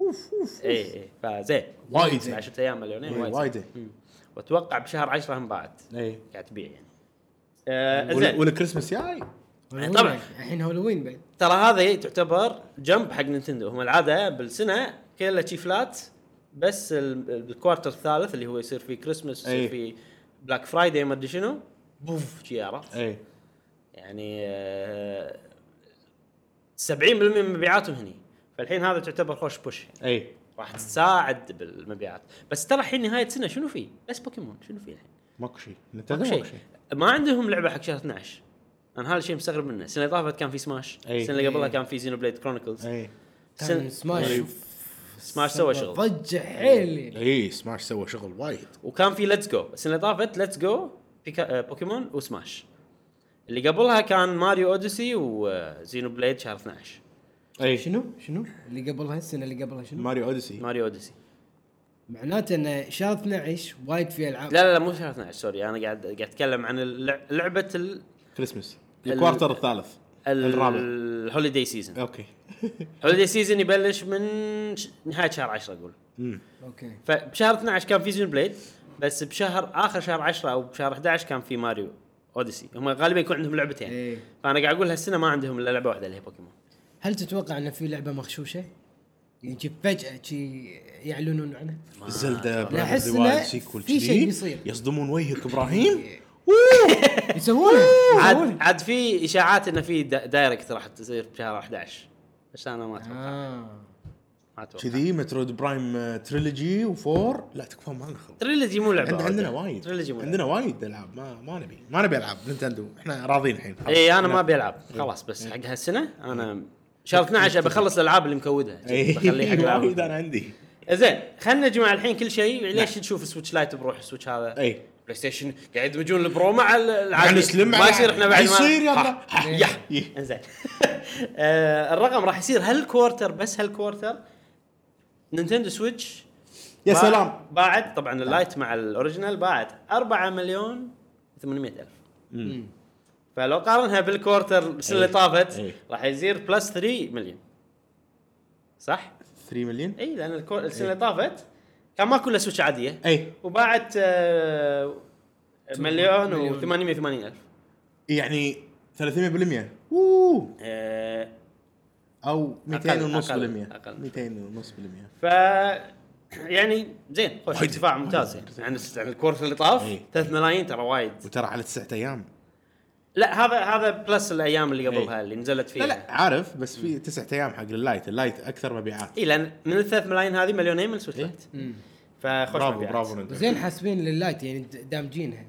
اوف اوف
اي اي إيه، فزين
وايد
ب
زين.
10 ايام مليونين
إيه،
وايد
وايد
زين.
زين.
Hmm.
مم. واتوقع بشهر 10 هم باعت
اي
قاعد تبيع يعني آه
وال-
زين
والكريسماس جاي
هالوين
يعني طبعاً.
بعد. الحين هالوين بعد
ترى هذا تعتبر جنب حق نينتندو هم العاده بالسنه كلها شي فلات بس ال- الكوارتر الثالث اللي هو يصير فيه كريسمس يصير
أي.
فيه بلاك فرايداي ما ادري شنو بوف شي عرفت
اي
يعني آه، 70% من مبيعاتهم هني فالحين هذا تعتبر خوش بوش
اي
راح تساعد بالمبيعات بس ترى الحين نهايه سنه شنو فيه بس بوكيمون شنو فيه الحين
ماكو شيء نتندو
ماكو
ماكو
شيء
شيء
ما عندهم لعبه حق شهر 12 انا هذا الشيء مستغرب منه السنه اللي طافت كان في سماش
أي.
السنه اللي قبلها
أي.
كان في زينو بليد كرونيكلز
اي
كان سماش
إيه. سماش سوى شغل.
ضجه حيل
اي سماش سوى شغل وايد
وكان في ليتس جو السنه اللي طافت ليتس جو بيكا... آه، بوكيمون وسماش اللي قبلها كان ماريو اوديسي وزينو بليد آه، شهر 12
اي
شنو شنو اللي قبلها السنه اللي قبلها شنو
ماريو اوديسي
ماريو اوديسي
معناته ان شهر 12 وايد في العاب
لا لا لا مو شهر 12 سوري انا قاعد قاعد اتكلم عن اللع- لعبه ال...
كريسمس
ال-
الكوارتر الثالث
ال...
الرابع
الهوليدي سيزون
اوكي
الهوليدي سيزون يبلش من ش... نهايه شهر 10 اقول
أمم.
اوكي
فبشهر 12 كان في زين بليد بس بشهر اخر شهر 10 او بشهر 11 كان في ماريو اوديسي هم غالبا يكون عندهم لعبتين
إيه.
فانا قاعد اقول هالسنه ما عندهم الا لعبه واحده اللي هي بوكيمون
هل تتوقع ان في لعبه مغشوشه؟ يجي فجاه شي يعلنون عنها
زلدا
لا، أحس إنه في شيء بيصير.
يصدمون وجهك ابراهيم
يسوونها
عاد
يسوونها
عاد في اشاعات انه في دا- دايركت راح تصير بشهر 11 بس انا ما اتوقع
آه.
ما اتوقع
كذي آه، مترود برايم تريلوجي وفور لا تكفى ما نخلص
تريلوجي مو لعبه
عند عندنا
عودة.
وايد
تريلوجي مو
عندنا وايد العاب ما ما نبي ما نبي العاب نينتندو احنا راضيين الحين خلاص.
اي انا إيه، ما ابي العب
إيه.
خلاص بس حق هالسنه انا شهر 12 ابي اخلص الالعاب اللي مكودها
إيه،
بخليه حق
وايد نعم.
العاب
انا عندي
زين خلينا نجمع الحين كل شيء ليش نشوف سويتش لايت بروح سويتش هذا
اي
بلاي ستيشن قاعد يدمجون البرو مع ال- العادي
يعني سلم
ما
على-
يصير احنا بعد ما
يصير يلا.
ها، ها،
إيه.
يح. انزين آه، الرقم راح يصير هالكوارتر بس هالكوارتر نينتندو سويتش
يا
باع-
سلام آه.
باعت طبعا اللايت مع الاوريجينال باعت 4 مليون و800 الف فلو قارنها بالكوارتر السنه اللي
إيه.
طافت
إيه.
راح يصير بلس 3 مليون صح؟
3 مليون
اي لان
إيه.
الكو- السنه اللي طافت كان ماكو الا سويتش عاديه
اي
وباعت آه، مليون و 880 الف
يعني 300% اوه
آه،
او 200 ونص
أقل،
بالمية
أقل.
200 ونص بالمية
ف يعني زين خوش
وايد.
ارتفاع ممتاز يعني عن عن الكورس اللي طاف
إيه.
3 ملايين ترى وايد
وترى على تسعة ايام
لا هذا هذا بلس الايام اللي قبلها
إيه.
اللي نزلت فيها
لا لا عارف بس في تسعة ايام حق اللايت اللايت اكثر مبيعات
اي لان إيه، من ال 3 ملايين هذه مليونين من سويتش لايت فخوش
إيه؟ برافو
مبيعات.
برافو نينتندو.
زين حاسبين لللايت يعني د- دامجينها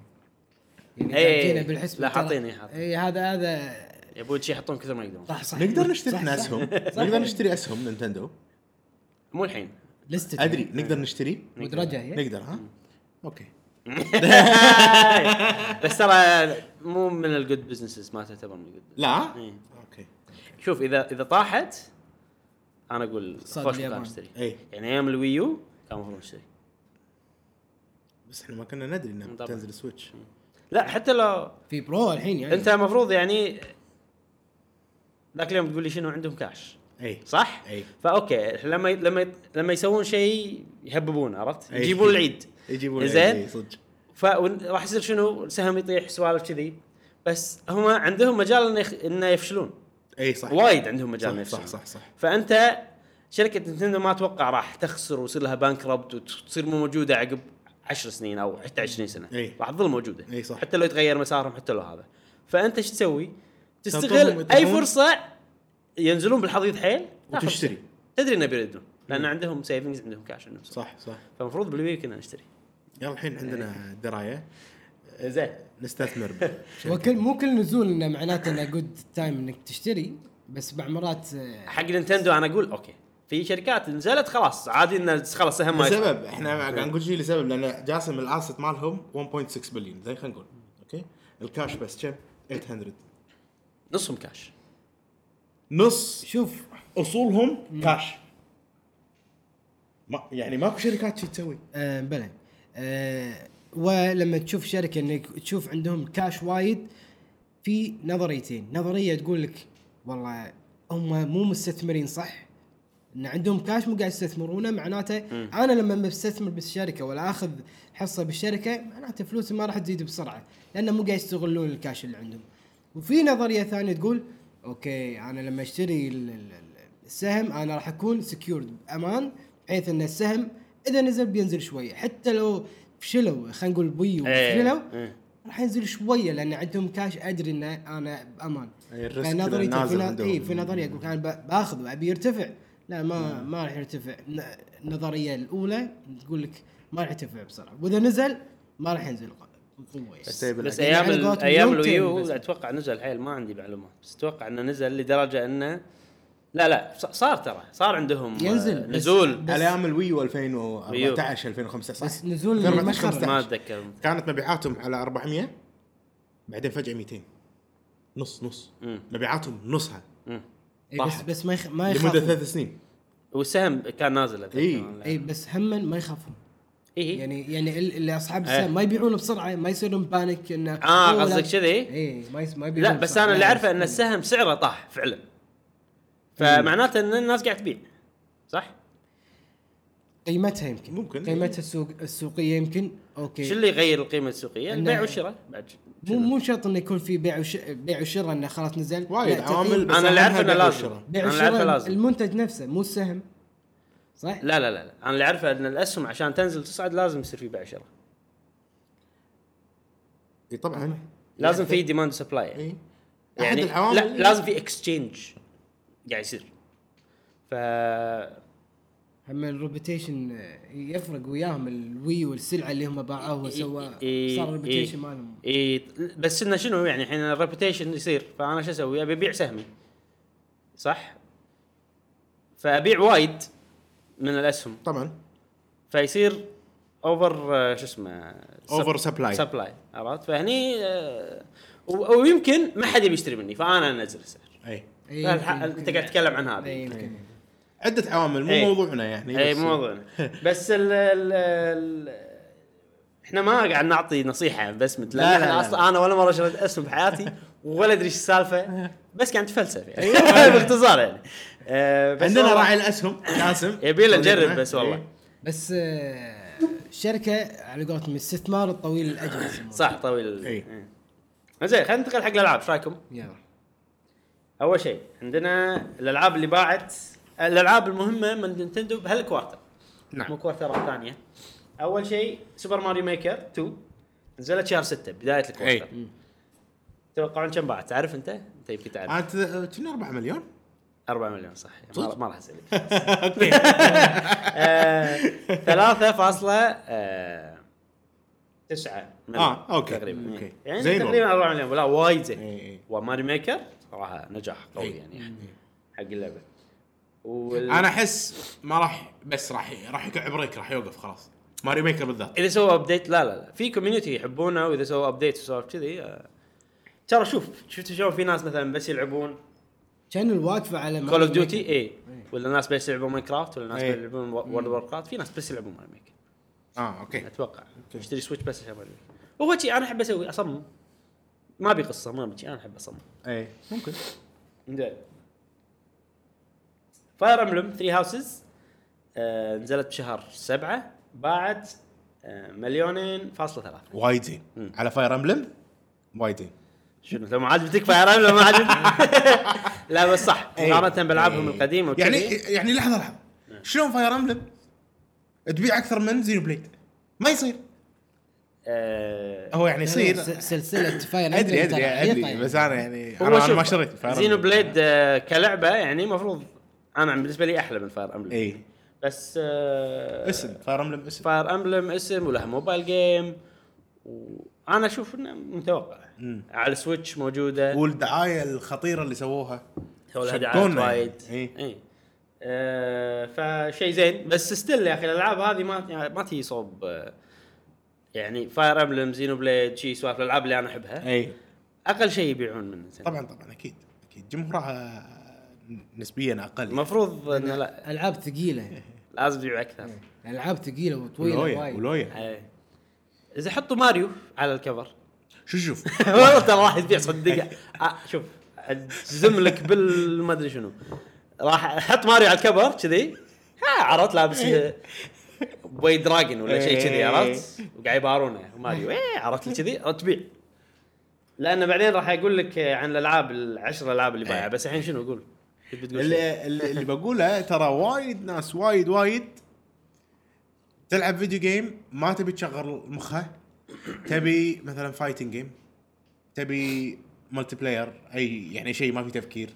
يعني
إيه.
دامجينها بالحسبه
لا،
ترى-
حاطين- إيه، حاطين.
اي هذا هذا
يا ابوي شي يحطون كثر ما يقدرون
طيب.
صح صح
نقدر
صح،
نشتري
صح،
احنا
صح.
اسهم
صح.
نقدر نشتري اسهم نينتندو
مو الحين
لستة يعني.
ادري نقدر نشتري
مدرجة جايه
نقدر ها اوكي
بس ترى مو من الجود بزنسز ما تعتبر من الجود
لا
إيه.
اوكي
شوف اذا اذا طاحت انا اقول
اقتصاد
خوش
اليابان.
مكان اشتري
اي
يعني ايام الويو كان المفروض اشتري
بس احنا ما كنا ندري انها
طبعاً.
بتنزل سويتش
لا حتى لو
في برو الحين
إيه.
يعني
انت المفروض يعني ذاك اليوم تقول لي شنو عندهم كاش
اي
صح؟
أي.
فاوكي لما لما لما يسوون شيء يهببون عرفت؟
أي.
يجيبون العيد
يجيبون
زين؟
إي، إيه، صدق
فراح يصير شنو؟ سهم يطيح سوالف كذي بس هم عندهم مجال انه يخ... انه يفشلون
اي إيه، صح
وايد عندهم مجال إنه
صح
يفشلون
صح صح, صح.
فانت شركه نينتندو ما اتوقع راح تخسر ويصير لها بانكربت وتصير مو موجوده عقب 10 سنين او حتى 20 سنه
إي.
راح تظل موجوده
إي صح.
حتى لو يتغير مسارهم حتى لو هذا فانت ايش تسوي؟
تنطرهم
تستغل
ويتركون.
اي فرصه ينزلون بالحضيض حيل تاخذ
وتشتري.
شيء. تدري انه بيردون لان عندهم سيفنجز عندهم كاش عندهم صح
صح صح
فالمفروض بالويو كنا نشتري
يلا الحين عندنا درايه
إيه. زين
نستثمر بشركة.
وكل مو كل نزول انه معناته انه جود تايم انك تشتري بس بعض مرات آه،
حق نينتندو انا اقول اوكي في شركات نزلت خلاص عادي ان خلاص سهم ما يشتغل.
لسبب احنا قاعد نقول شيء لسبب لان جاسم الاسيت مالهم 1.6 بليون زين خلينا نقول اوكي الكاش بس كم 800
نصهم كاش
نص
شوف
اصولهم كاش ما يعني ماكو شركات شي تسوي
آه بلى آه ولما تشوف شركه انك تشوف عندهم كاش وايد في نظريتين نظريه تقول لك والله هم مو مستثمرين صح ان عندهم كاش مو قاعد يستثمرونه معناته انا لما بستثمر بالشركه ولا اخذ حصه بالشركه معناته فلوسي ما راح تزيد بسرعه لان مو قاعد يستغلون الكاش اللي عندهم وفي نظريه ثانيه تقول اوكي انا لما اشتري ال- ال- ال- السهم انا راح اكون سكيورد بامان بحيث ان السهم اذا نزل بينزل شويه حتى لو فشلوا خلينا نقول بي
إيه.
وفشلوا
إيه.
راح ينزل شويه لان عندهم كاش ادري ان انا بامان
أي الريسك نازل
فنظريتي يعني في, ن...
عندهم.
إيه في نظريه اقول لك انا ب- باخذ وابي يرتفع لا ما ما راح يرتفع ن- النظريه الاولى تقول لك ما راح يرتفع بسرعه واذا نزل ما راح ينزل بقوه يعني.
بس
بس بالعكس.
ايام
يعني
ال-
قوت
ايام
مليون
الويو
تيم بس.
اتوقع نزل حيل ما عندي معلومات بس اتوقع انه نزل لدرجه انه لا لا ص- صار ترى صار عندهم
ينزل،
آه،
بس-
نزول
بس-
على ايام الويو 2014 2015
بس
صح؟
نزول
2014
ما خرب.
15.
ما اتذكر
كانت مبيعاتهم على 400 بعدين فجاه 200 نص نص
مم.
مبيعاتهم نصها
إيه بس
طاحت.
بس ما يخ... ما
لمده
يخافون
ثلاث سنين
والسهم كان نازل أتذكر. إيه.
إي.
لا.
اي بس هما ما يخافون
اي إي.
إيه، يعني يعني ال- اللي اصحاب
إيه.
السهم ما يبيعون بسرعه ما يصيرون بانيك انه
آه،
أوه، لا.
قصدك كذي؟
اي ما يس... ما يبيعون
لا بس
بسرعة.
انا اللي
لا،
اعرفه ان السهم سعره طاح
إيه.
فعلا فمعناته ان الناس قاعد تبيع صح؟
قيمتها يمكن
ممكن.
قيمتها السوق السوقيه يمكن اوكي
شو اللي يغير القيمه السوقيه؟
إنه-
البيع والشراء بعد شو-
مو مو شرط انه يكون في بيع وش... بيع وشراء انه خلاص نزل
وايد
لا،
عوامل
تقييم-
بس
أنا اللي
أهمها
أعرفه إنه
البيع
لازم.
والشراء.
بيع
أنا اللي أعرفه
وشراء
لازم.
المنتج نفسه مو السهم صح؟
لا لا لا لا انا اللي اعرفه ان الاسهم عشان تنزل تصعد لازم يصير في بيع وشراء
اي طبعا
لازم في ديماند
إيه.
سبلاي
اي
يعني
احد العوامل
لا لازم في اكسشينج قاعد يصير ف
اما الروبيتيشن آه، يفرق وياهم الوي والسلعه اللي هم باعوها وسوى
إي-
صار
إي-
الروبيتيشن مالهم
اي بس انه شنو يعني الحين الريبوتيشن يصير فانا شو اسوي؟ ابي ابيع سهمي صح؟ فابيع وايد من الاسهم
طبعا
فيصير اوفر آه، شو اسمه
Over supply.
سبلاي عرفت؟ فهني آه، و- ويمكن ما حد يبي يشتري مني فانا انزل السعر
اي
إي،
فالح-
إيه، يمكن- إيه.
أنت قاعد تتكلم عن هذا.
إي، يمكن.
عده عوامل مو
إي.
موضوعنا يعني
اي
بس-
إيه، مو موضوعنا بس ال ال ال احنا ما قاعد نعطي نصيحه بس مثل
لا، لا،
احنا
لا.
اصلا انا ولا مره شريت اسهم بحياتي ولا ادري ايش السالفه بس قاعد نتفلسف يعني باختصار يعني آه، بس
إيه. عندنا
والله-
راعي الاسهم جاسم
يبي له
صديقنا.
نجرب بس والله.
إي.
بس آه، الشركه على قولتهم الاستثمار الطويل الاجل يسمونه.
صح طويل
إي.
إي. زين خلينا ننتقل حق الالعاب ايش رايكم؟
يلا
اول شيء عندنا الالعاب اللي باعت الالعاب المهمه من نينتندو بهالكوارتر
نعم.
مو كوارترات ثانيه اول شيء سوبر ماريو ميكر 2 نزلت شهر 6 بدايه الكوارتر
أي.
تتوقعون كم باعت تعرف انت؟ انت يمكن تعرف
عاد كنا 4 مليون
4 مليون صح يعني ما-
صدق؟
ما راح اسالك آه، ثلاثة فاصلة آه، تسعة مليون
آه، أوكي،
تقريبا
أوكي.
يعني
زين
تقريبا 4 مليون ولا وايد
إي،
زين
إي.
وماري ميكر صراحة نجاح قوي
إي.
يعني حق اللعبة وال...
انا احس ما راح بس راح راح يقع بريك راح يوقف خلاص ماري ميكر بالذات
اذا سووا ابديت لا لا لا في كوميونتي يحبونه واذا سووا ابديت وسوالف كذي آه. ترى شوف شفت شلون في ناس مثلا بس يلعبون
كان الواقفه على
كول اوف
ماريو
ديوتي
ميكر.
اي ولا ناس بس يلعبون ماين كرافت ولا ناس
إيه.
يلعبون وورد اوف كرافت في ناس بس يلعبون ماري ميكر
اه اوكي
اتوقع اشتري سويتش بس عشان ماري ميكر وهو شي انا احب اسوي اصمم ما ابي قصه ما ابي شي، انا احب اصمم
اي ممكن
زين فاير امبلم 3 هاوسز آه، نزلت بشهر سبعة باعت آه، مليونين فاصلة ثلاثة
وايد زين على فاير امبلم وايد زين
شنو لو ما عاد بتكفى يا رجل، لو ما عاد بت- لا بس صح مقارنة بالعابهم
إي.
القديمة وكذي.
إيه. يعني يعني لحظه لحظه شلون فاير امبلم تبيع اكثر من زينو بليد ما يصير
آه،
هو يعني يصير
س- سلسله فاير
ادري
أمبلم
ادري
ترى عريضة
ادري
يعني.
بس انا يعني
هو
انا, أنا
شوف،
ما شريت Fire Emblem. إيه.
زينو بليد آه، كلعبه يعني المفروض انا بالنسبه لي احلى من فاير امبلم
اي
بس آه
اسم فاير امبلم اسم
فاير امبلم اسم ولها موبايل جيم وانا اشوف انه متوقع على السويتش موجوده
والدعايه الخطيره اللي سووها
حولها دعايات
شقونا
وايد
يعني. إي.
اي آه فشيء زين بس ستيل يا اخي الالعاب هذه ما يعني ما تي صوب آه، يعني فاير امبلم زينو بليد شي سوالف الالعاب اللي انا احبها
اي
اقل شيء يبيعون من نينتندو
طبعا طبعا اكيد اكيد جمهورها نسبيا اقل
المفروض انه لا
العاب ثقيله
لازم يبيعوا اكثر
العاب ثقيله وطويله
ولويا
وايد
ولويا
إي. اذا حطوا ماريو على الكفر
شو شوف
والله ترى راح تبيع صدق آه، شوف اجزم لك بال ما ادري شنو راح حط ماريو على الكبر كذي ها عرفت لابس بوي دراجون ولا شيء كذي عرفت وقاعد يبارونه ماريو ايه عرفت لي كذي تبيع لانه بعدين راح اقول لك عن الالعاب العشر الالعاب اللي بايعه بس الحين شنو اقول؟ بتقول شيء.
اللي, اللي اللي بقوله ترى وايد ناس وايد وايد تلعب فيديو جيم ما تبي تشغل مخها تبي مثلا فايتنج جيم تبي ملتي بلاير اي يعني شيء ما في تفكير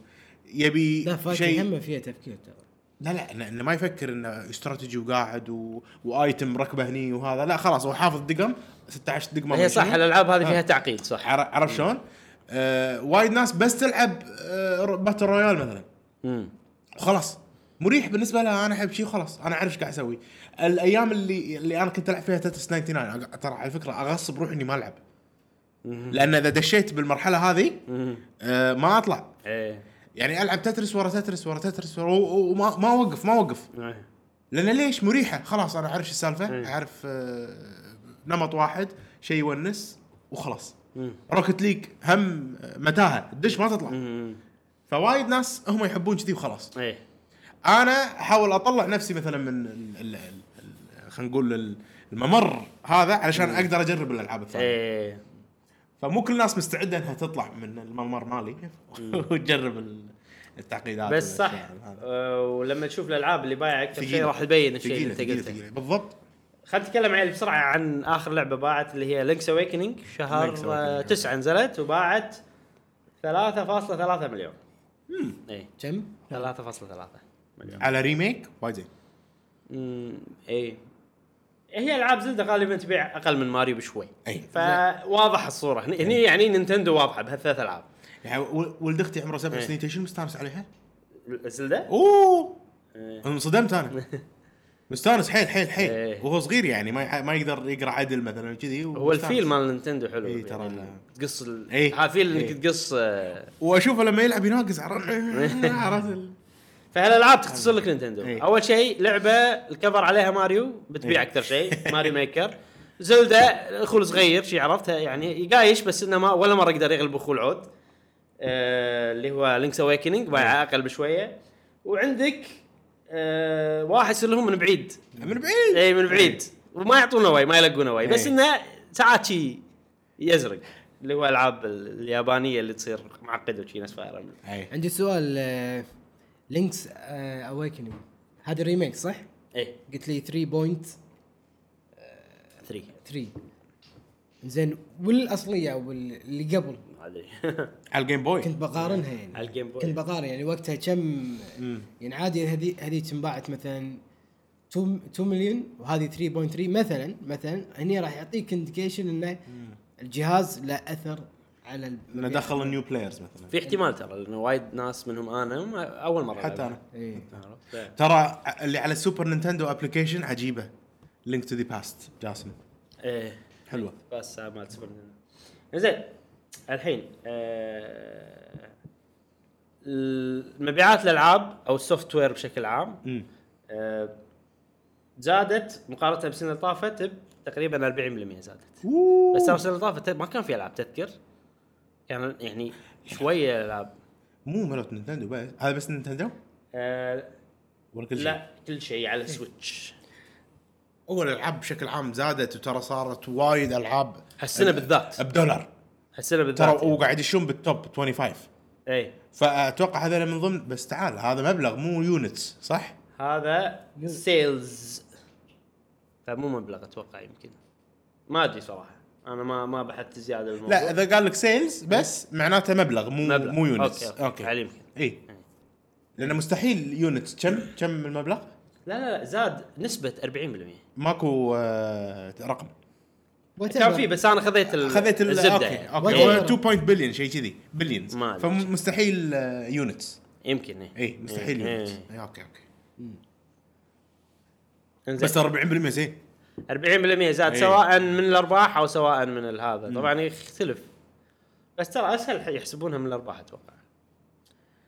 يبي
لا فايتنج
شيء
هم فيها تفكير ترى
لا لا انه إنه ما يفكر انه استراتيجي وقاعد و... وايتم ركبه هني وهذا لا خلاص هو حافظ دقم 16 دقمه
هي صح الالعاب هذه
آه.
فيها تعقيد صح
عر- عرف شلون؟ آه وايد ناس بس تلعب آه رو- باتل رويال مثلا
مم.
وخلاص مريح بالنسبه لها انا احب شيء خلاص انا اعرف ايش قاعد اسوي الايام اللي اللي انا كنت العب فيها تتس 99 أق- ترى على فكره اغصب روحي اني ما العب لان اذا دشيت بالمرحله هذه آه ما اطلع
ايه
يعني العب تترس ورا تترس ورا تترس ورا و- و- وما ما اوقف ما اوقف
إيه.
لان ليش مريحه خلاص انا اعرف شو
إيه.
السالفه اعرف آه، نمط واحد شيء يونس وخلاص
مم.
روكت ليج هم آه، متاهه الدش ما تطلع
مم.
فوايد ناس هم يحبون كذي وخلاص
ايه
انا احاول اطلع نفسي مثلا من ال- ال- ال- ال- خلينا نقول ال- الممر هذا علشان
إيه.
اقدر اجرب الالعاب الثانيه
ايه
فمو كل الناس مستعده انها تطلع من الممر مالي وتجرب ال- التعقيدات
إيه. بس صح
والأشياء هذا.
آه، ولما تشوف الالعاب اللي بايعه اكثر شيء
ثقيلة.
راح تبين الشيء اللي
ثقيله
انت
ثقيله
قلته
ثقيله بالضبط
خلينا نتكلم عيل بسرعه عن اخر لعبه باعت اللي هي لينكس اويكننج شهر
Link's Awakening.
آه، تسعة نزلت وباعت 3.3 مليون إيه، اي
كم؟
3.3 مليون
على ريميك وايد زين
أمم، اي هي العاب زلده غالبا تبيع اقل من ماريو بشوي
اي
فواضح الصوره هني
إيه.
هني يعني نينتندو واضحه بهالثلاث العاب
يعني ول- ولد اختي عمره سبع
إيه.
سنين تدري شنو مستانس عليها؟
زلده
اوه
إيه.
انصدمت انا مستانس حيل حيل
إيه.
حيل وهو صغير يعني ما يح- ما يقدر يقرا عدل مثلا كذي
هو الفيل مال نينتندو حلو
إي، إيه، ترى
يعني
لا. إيه.
تقص ال...
إي.
ها فيل انك
إي.
تقص آه،
واشوفه لما يلعب يناقص عرفت
إيه.
عرفت ال-
فهالالعاب تختصر لك نينتندو
إيه.
اول شيء لعبه الكفر عليها ماريو بتبيع
إيه.
اكثر شيء ماريو ميكر زلدة اخو صغير شي عرفتها يعني يقايش بس انه ما ولا مره قدر يغلب اخو العود آه اللي هو لينكس اويكننج بايعه
إيه.
اقل بشويه وعندك آه واحد يصير لهم من بعيد
من بعيد
اي من بعيد وما يعطونا واي ما يلقونا واي بس
إيه.
انه ساعات شي يزرق اللي هو العاب اليابانيه اللي تصير معقده وشي ناس فاير أمبلم.
إيه.
عندي سؤال آه، لينكس اويكننج هذا ريميك صح؟
إيه،
ايه
قلت لي
3
3.3 زين والاصليه او اللي قبل
ما ادري
على الجيم بوي
كنت بقارنها يعني
على الجيم بوي.
كنت بقارن يعني وقتها كم يعني عادي هذي هذيك انباعت مثلا 2 2 مليون وهذه 3.3 مثلا مثلا هني راح يعطيك انديكيشن انه الجهاز له اثر على المبيعات.
انه دخل النيو بلايرز مثلا
في احتمال ترى لانه وايد ناس منهم انا ما- اول مره
حتى
ألعبها.
انا
ايه
عرفت؟ إيه.
ترى اللي على السوبر نينتندو ابلكيشن عجيبه لينك تو ذا باست جاسم
ايه
حلوه
بس مال سوبر نينتندو. زين الحين آه، المبيعات الالعاب او السوفت وير بشكل عام
مم.
آه، زادت مقارنه بالسنه اللي طافت تقريبا 40% زادت
أوه.
بس ترى السنه اللي طافت ما كان في العاب تذكر كان يعني شويه العاب
مو مالت نينتندو بس هذا بس نينتندو
آه،
ولا كل شيء؟ إيه.
لا كل شيء على سويتش
اول الالعاب بشكل عام زادت وترى صارت وايد العاب
هالسنه بالذات
بدولار
هالسنه بالذات
ترى
يعني.
وقاعد يشون بالتوب 25
اي
فاتوقع هذا من ضمن بس تعال هذا مبلغ مو يونتس صح؟
هذا سيلز فمو مبلغ اتوقع يمكن ما ادري صراحه انا ما ما بحثت زياده بالموضوع
لا اذا قال لك سيلز بس معناته مبلغ مو
مبلغ
مبلغ. مو يونتس
اوكي اوكي, أوكي. على يمكن
اي لانه مستحيل يونتس كم كم المبلغ؟
لا لا لا زاد نسبه 40%
ماكو آه، رقم
كان في بس انا خذيت ال-
خذيت ال-
الزبده
اوكي
يعني.
اوكي
ولا
هو
رقم.
2 بوينت بليون شيء كذي بليونز
ما أدري.
فمستحيل يونتس
يمكن إيه.
اي مستحيل
إيه،
يونتس
إيه.
اي اوكي اوكي
إنزين.
بس 40% زين
40% زاد
إيه.
سواء من الارباح او سواء من ال- هذا طبعا يختلف بس ترى اسهل يحسبونها من الارباح اتوقع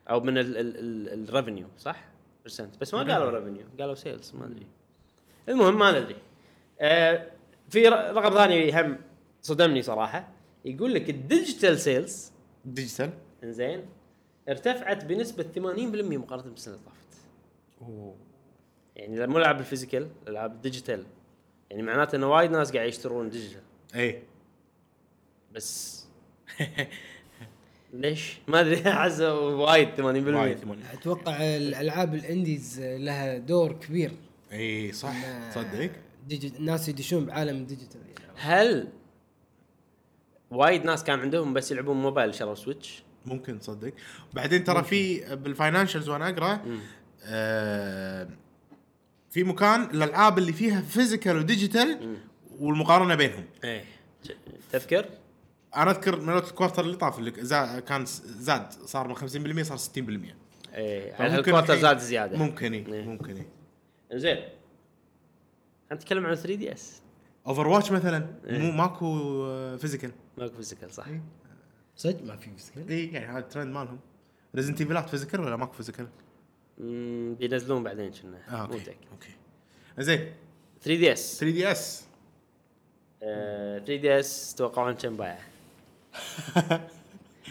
او من الريفنيو صح؟ برسنت بس ما قالوا ريفنيو قالوا سيلز ما ادري المهم ما ندري آه في ر- رقم ثاني هم صدمني صراحه يقول لك الديجيتال سيلز
ديجيتال
انزين ارتفعت بنسبه 80% مقارنه بالسنه اللي طافت يعني لما مو العاب الفيزيكال العاب الديجيتال يعني معناته ان وايد ناس قاعد يشترون ديجيتال
اي
بس ليش؟ ما ادري احس وايد 80%
وايد
وايد
80.
اتوقع الالعاب الانديز لها دور كبير
اي إيه، صح تصدق
ديجي- الناس يدشون بعالم الديجيتال يعني.
هل وايد ناس كان عندهم بس يلعبون موبايل شروا سويتش
ممكن تصدق بعدين ترى في بالفاينانشلز وانا اقرا آه، في مكان الالعاب اللي فيها فيزيكال وديجيتال والمقارنه بينهم
ايه تذكر؟
انا اذكر مالت الكوارتر اللي طاف اللي زا- كان س- زاد صار من 50% صار 60%
ايه على
فممكن
هالكوارتر
الحين-
زاد زياده
ممكن اي
إيه.
ممكن اي
زين خلينا نتكلم عن 3 دي اس
اوفر واتش مثلا
إيه.
مو ماكو آه، فيزيكال
ماكو فيزيكال صح؟
إيه.
صدق ما في مشكله
اي يعني هذا الترند مالهم ريزنت ايفلات فيزيكال ولا ماكو فيزيكال؟
مم، بينزلون بعدين كنا
اه
مو
اوكي
متاكد
اوكي زين
3 دي اس
3 دي اس
3 دي اس توقعون كم بايعه؟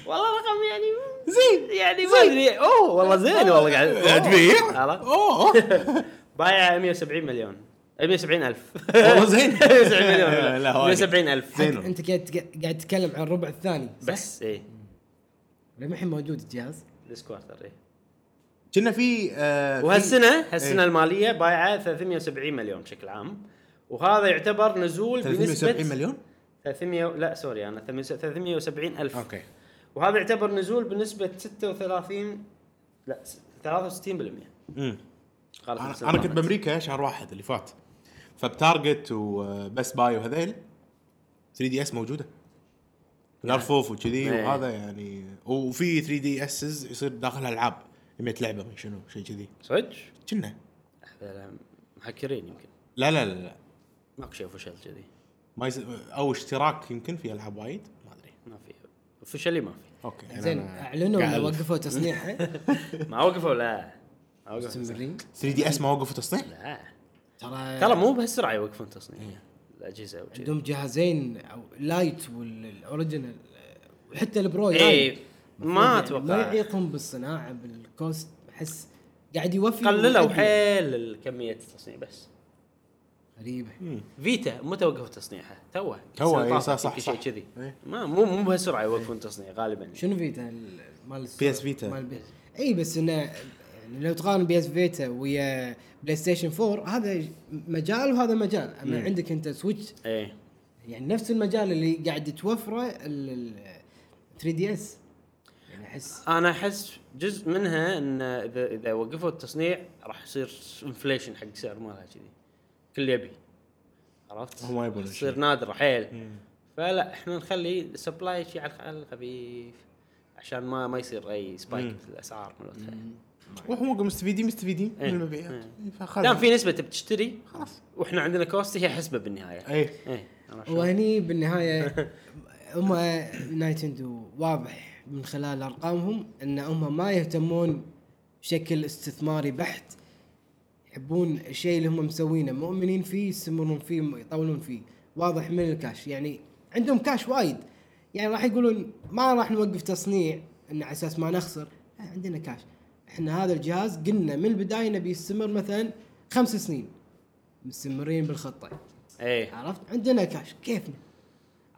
والله رقم يعني زين يعني ما ادري اوه والله زين والله قاعد أوه.
Oh.
عرفت؟
اوه
بايعه 170 مليون إيه، 170 الف
والله زين
170 مليون
لا،
لا
وايد.
170 الف
زين.
انت قاعد تق- قاعد تتكلم عن الربع الثاني صح؟
بس إيه، اي
للحين موجود الجهاز
ذس كوارتر اي
كنا في آه، في-
وهالسنه هالسنه
إيه.
الماليه بايعه 370 مليون بشكل عام وهذا يعتبر نزول بنسبه
370 مليون
300 لا سوري انا 370 الف
اوكي
وهذا يعتبر نزول بنسبه 36 لا 63%
أمم.
قالت
انا
نفس
أنا كنت
المعلومات.
بامريكا شهر واحد اللي فات فبتارجت وبس باي وهذيل 3 دي اس موجوده الارفوف وكذي
إيه.
وهذا يعني وفي 3 دي اس يصير داخلها العاب 100 لعبه من شنو شيء كذي
صدق؟
كنا
هذول محكرين يمكن
لا لا لا, لا.
ماكو شيء اوفشل كذي
ما يس... او اشتراك يمكن في العاب وايد ما ادري
ما في اوفشلي ما في
اوكي يعني
زين
أنا
اعلنوا
قاعد
ولا
ألف.
وقفوا تصنيعه
ما وقفوا لا ما وقفوا
مستمرين
3 دي اس ما وقفوا تصنيع؟
لا
ترى
ترى مو بهالسرعه يوقفون تصنيع
إيه.
الاجهزه وكذي
عندهم جهازين او لايت والاوريجنال وحتى البرو
اي
يعني
إيه، ما
يعني ما
اتوقع
يعيقهم بالصناعه بالكوست احس قاعد يوفي
قللوا
ويعدل.
حيل كميه التصنيع بس
غريبه
فيتا متى وقفوا تصنيعها؟ توه
توه،
السنة
إيه،
طافت
صح،
يمكن
صح.
شيء كذي
إيه.
ما مو مو بهالسرعه يوقفون تصنيع غالبا
شنو فيتا ال- مال
بي إس فيتا.
مال بي- اي بس انه يعني لو تقارن بي اس فيتا ويا بلاي ستيشن 4 هذا مجال وهذا مجال اما عندك انت سويتش
ايه
يعني نفس المجال اللي قاعد توفره ال 3 دي اس يعني احس
انا احس جزء منها ان اذا اذا وقفوا التصنيع راح يصير انفليشن حق سعر مالها كذي كل يبي عرفت؟
هم ما يبون
راح يصير
شيء.
نادره حيل فلا احنا نخلي السبلاي شيء على الخ- على الخفيف عشان ما ما يصير اي سبايك في الاسعار مالتها
وهم قاموا مستفيدين مستفيدين من
إيه.
المبيعات فخذ
دام في نسبه بتشتري
خلاص
واحنا عندنا كوست هي حسبه بالنهايه
اي
ايه عرفت شلون؟
وهني بالنهايه هم نايتندو واضح من خلال ارقامهم ان هم ما يهتمون بشكل استثماري بحت يحبون الشيء اللي هم مسوينه مؤمنين فيه يستمرون فيه يطولون فيه واضح من الكاش يعني عندهم كاش وايد يعني راح يقولون ما راح نوقف تصنيع ان على اساس ما نخسر لا، عندنا كاش احنا هذا الجهاز قلنا من البدايه نبي يستمر مثلا خمس سنين مستمرين بالخطه
ايه
عرفت عندنا كاش كيفنا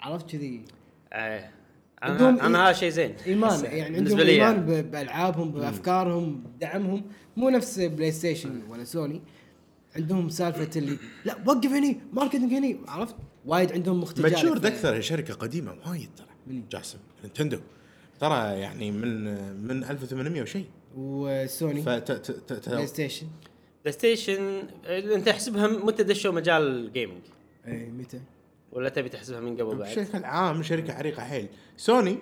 عرفت كذي
ايه
عندهم
انا انا هذا شيء زين
ايمان
أحسه.
يعني عندهم
بالنسبه لي
ايمان
يعني.
ب- بالعابهم بافكارهم بدعمهم مو نفس بلاي ستيشن ولا سوني عندهم سالفه اللي لا وقف هني ماركتنج هني عرفت وايد عندهم مختلف
ماتشورد اكثر هي شركه قديمه وايد ترى
مين؟
جاسم نينتندو ترى يعني من من 1800 وشيء
وسوني
فت ت- ت- ت-
بلاي ستيشن
بلاي ستيشن آه، انت احسبها متى دشوا مجال الجيمنج
اي متى؟
ولا تبي تحسبها من قبل بعد؟
بشكل عام شركه عريقه حيل سوني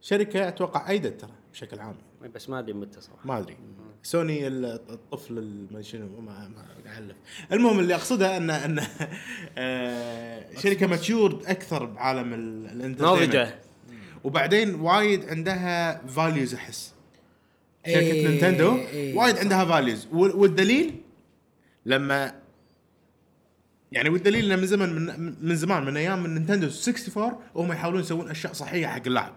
شركه اتوقع ايدت ترى بشكل عام
بس ما ادري متى صراحه
ما ادري سوني ال- الطفل ال- ما شنو ما ما قاعد اعلف المهم اللي اقصده ان ان آه، شركه ماتيورد اكثر بعالم ال- الانترتينمنت.
ناضجه
وبعدين وايد عندها فاليوز احس شركه
إيه،
نينتندو
إيه،
وايد
صح.
عندها فاليوز والدليل لما يعني والدليل انه من زمن من, من زمان من ايام من نينتندو 64 وهم يحاولون يسوون اشياء صحيه حق اللاعب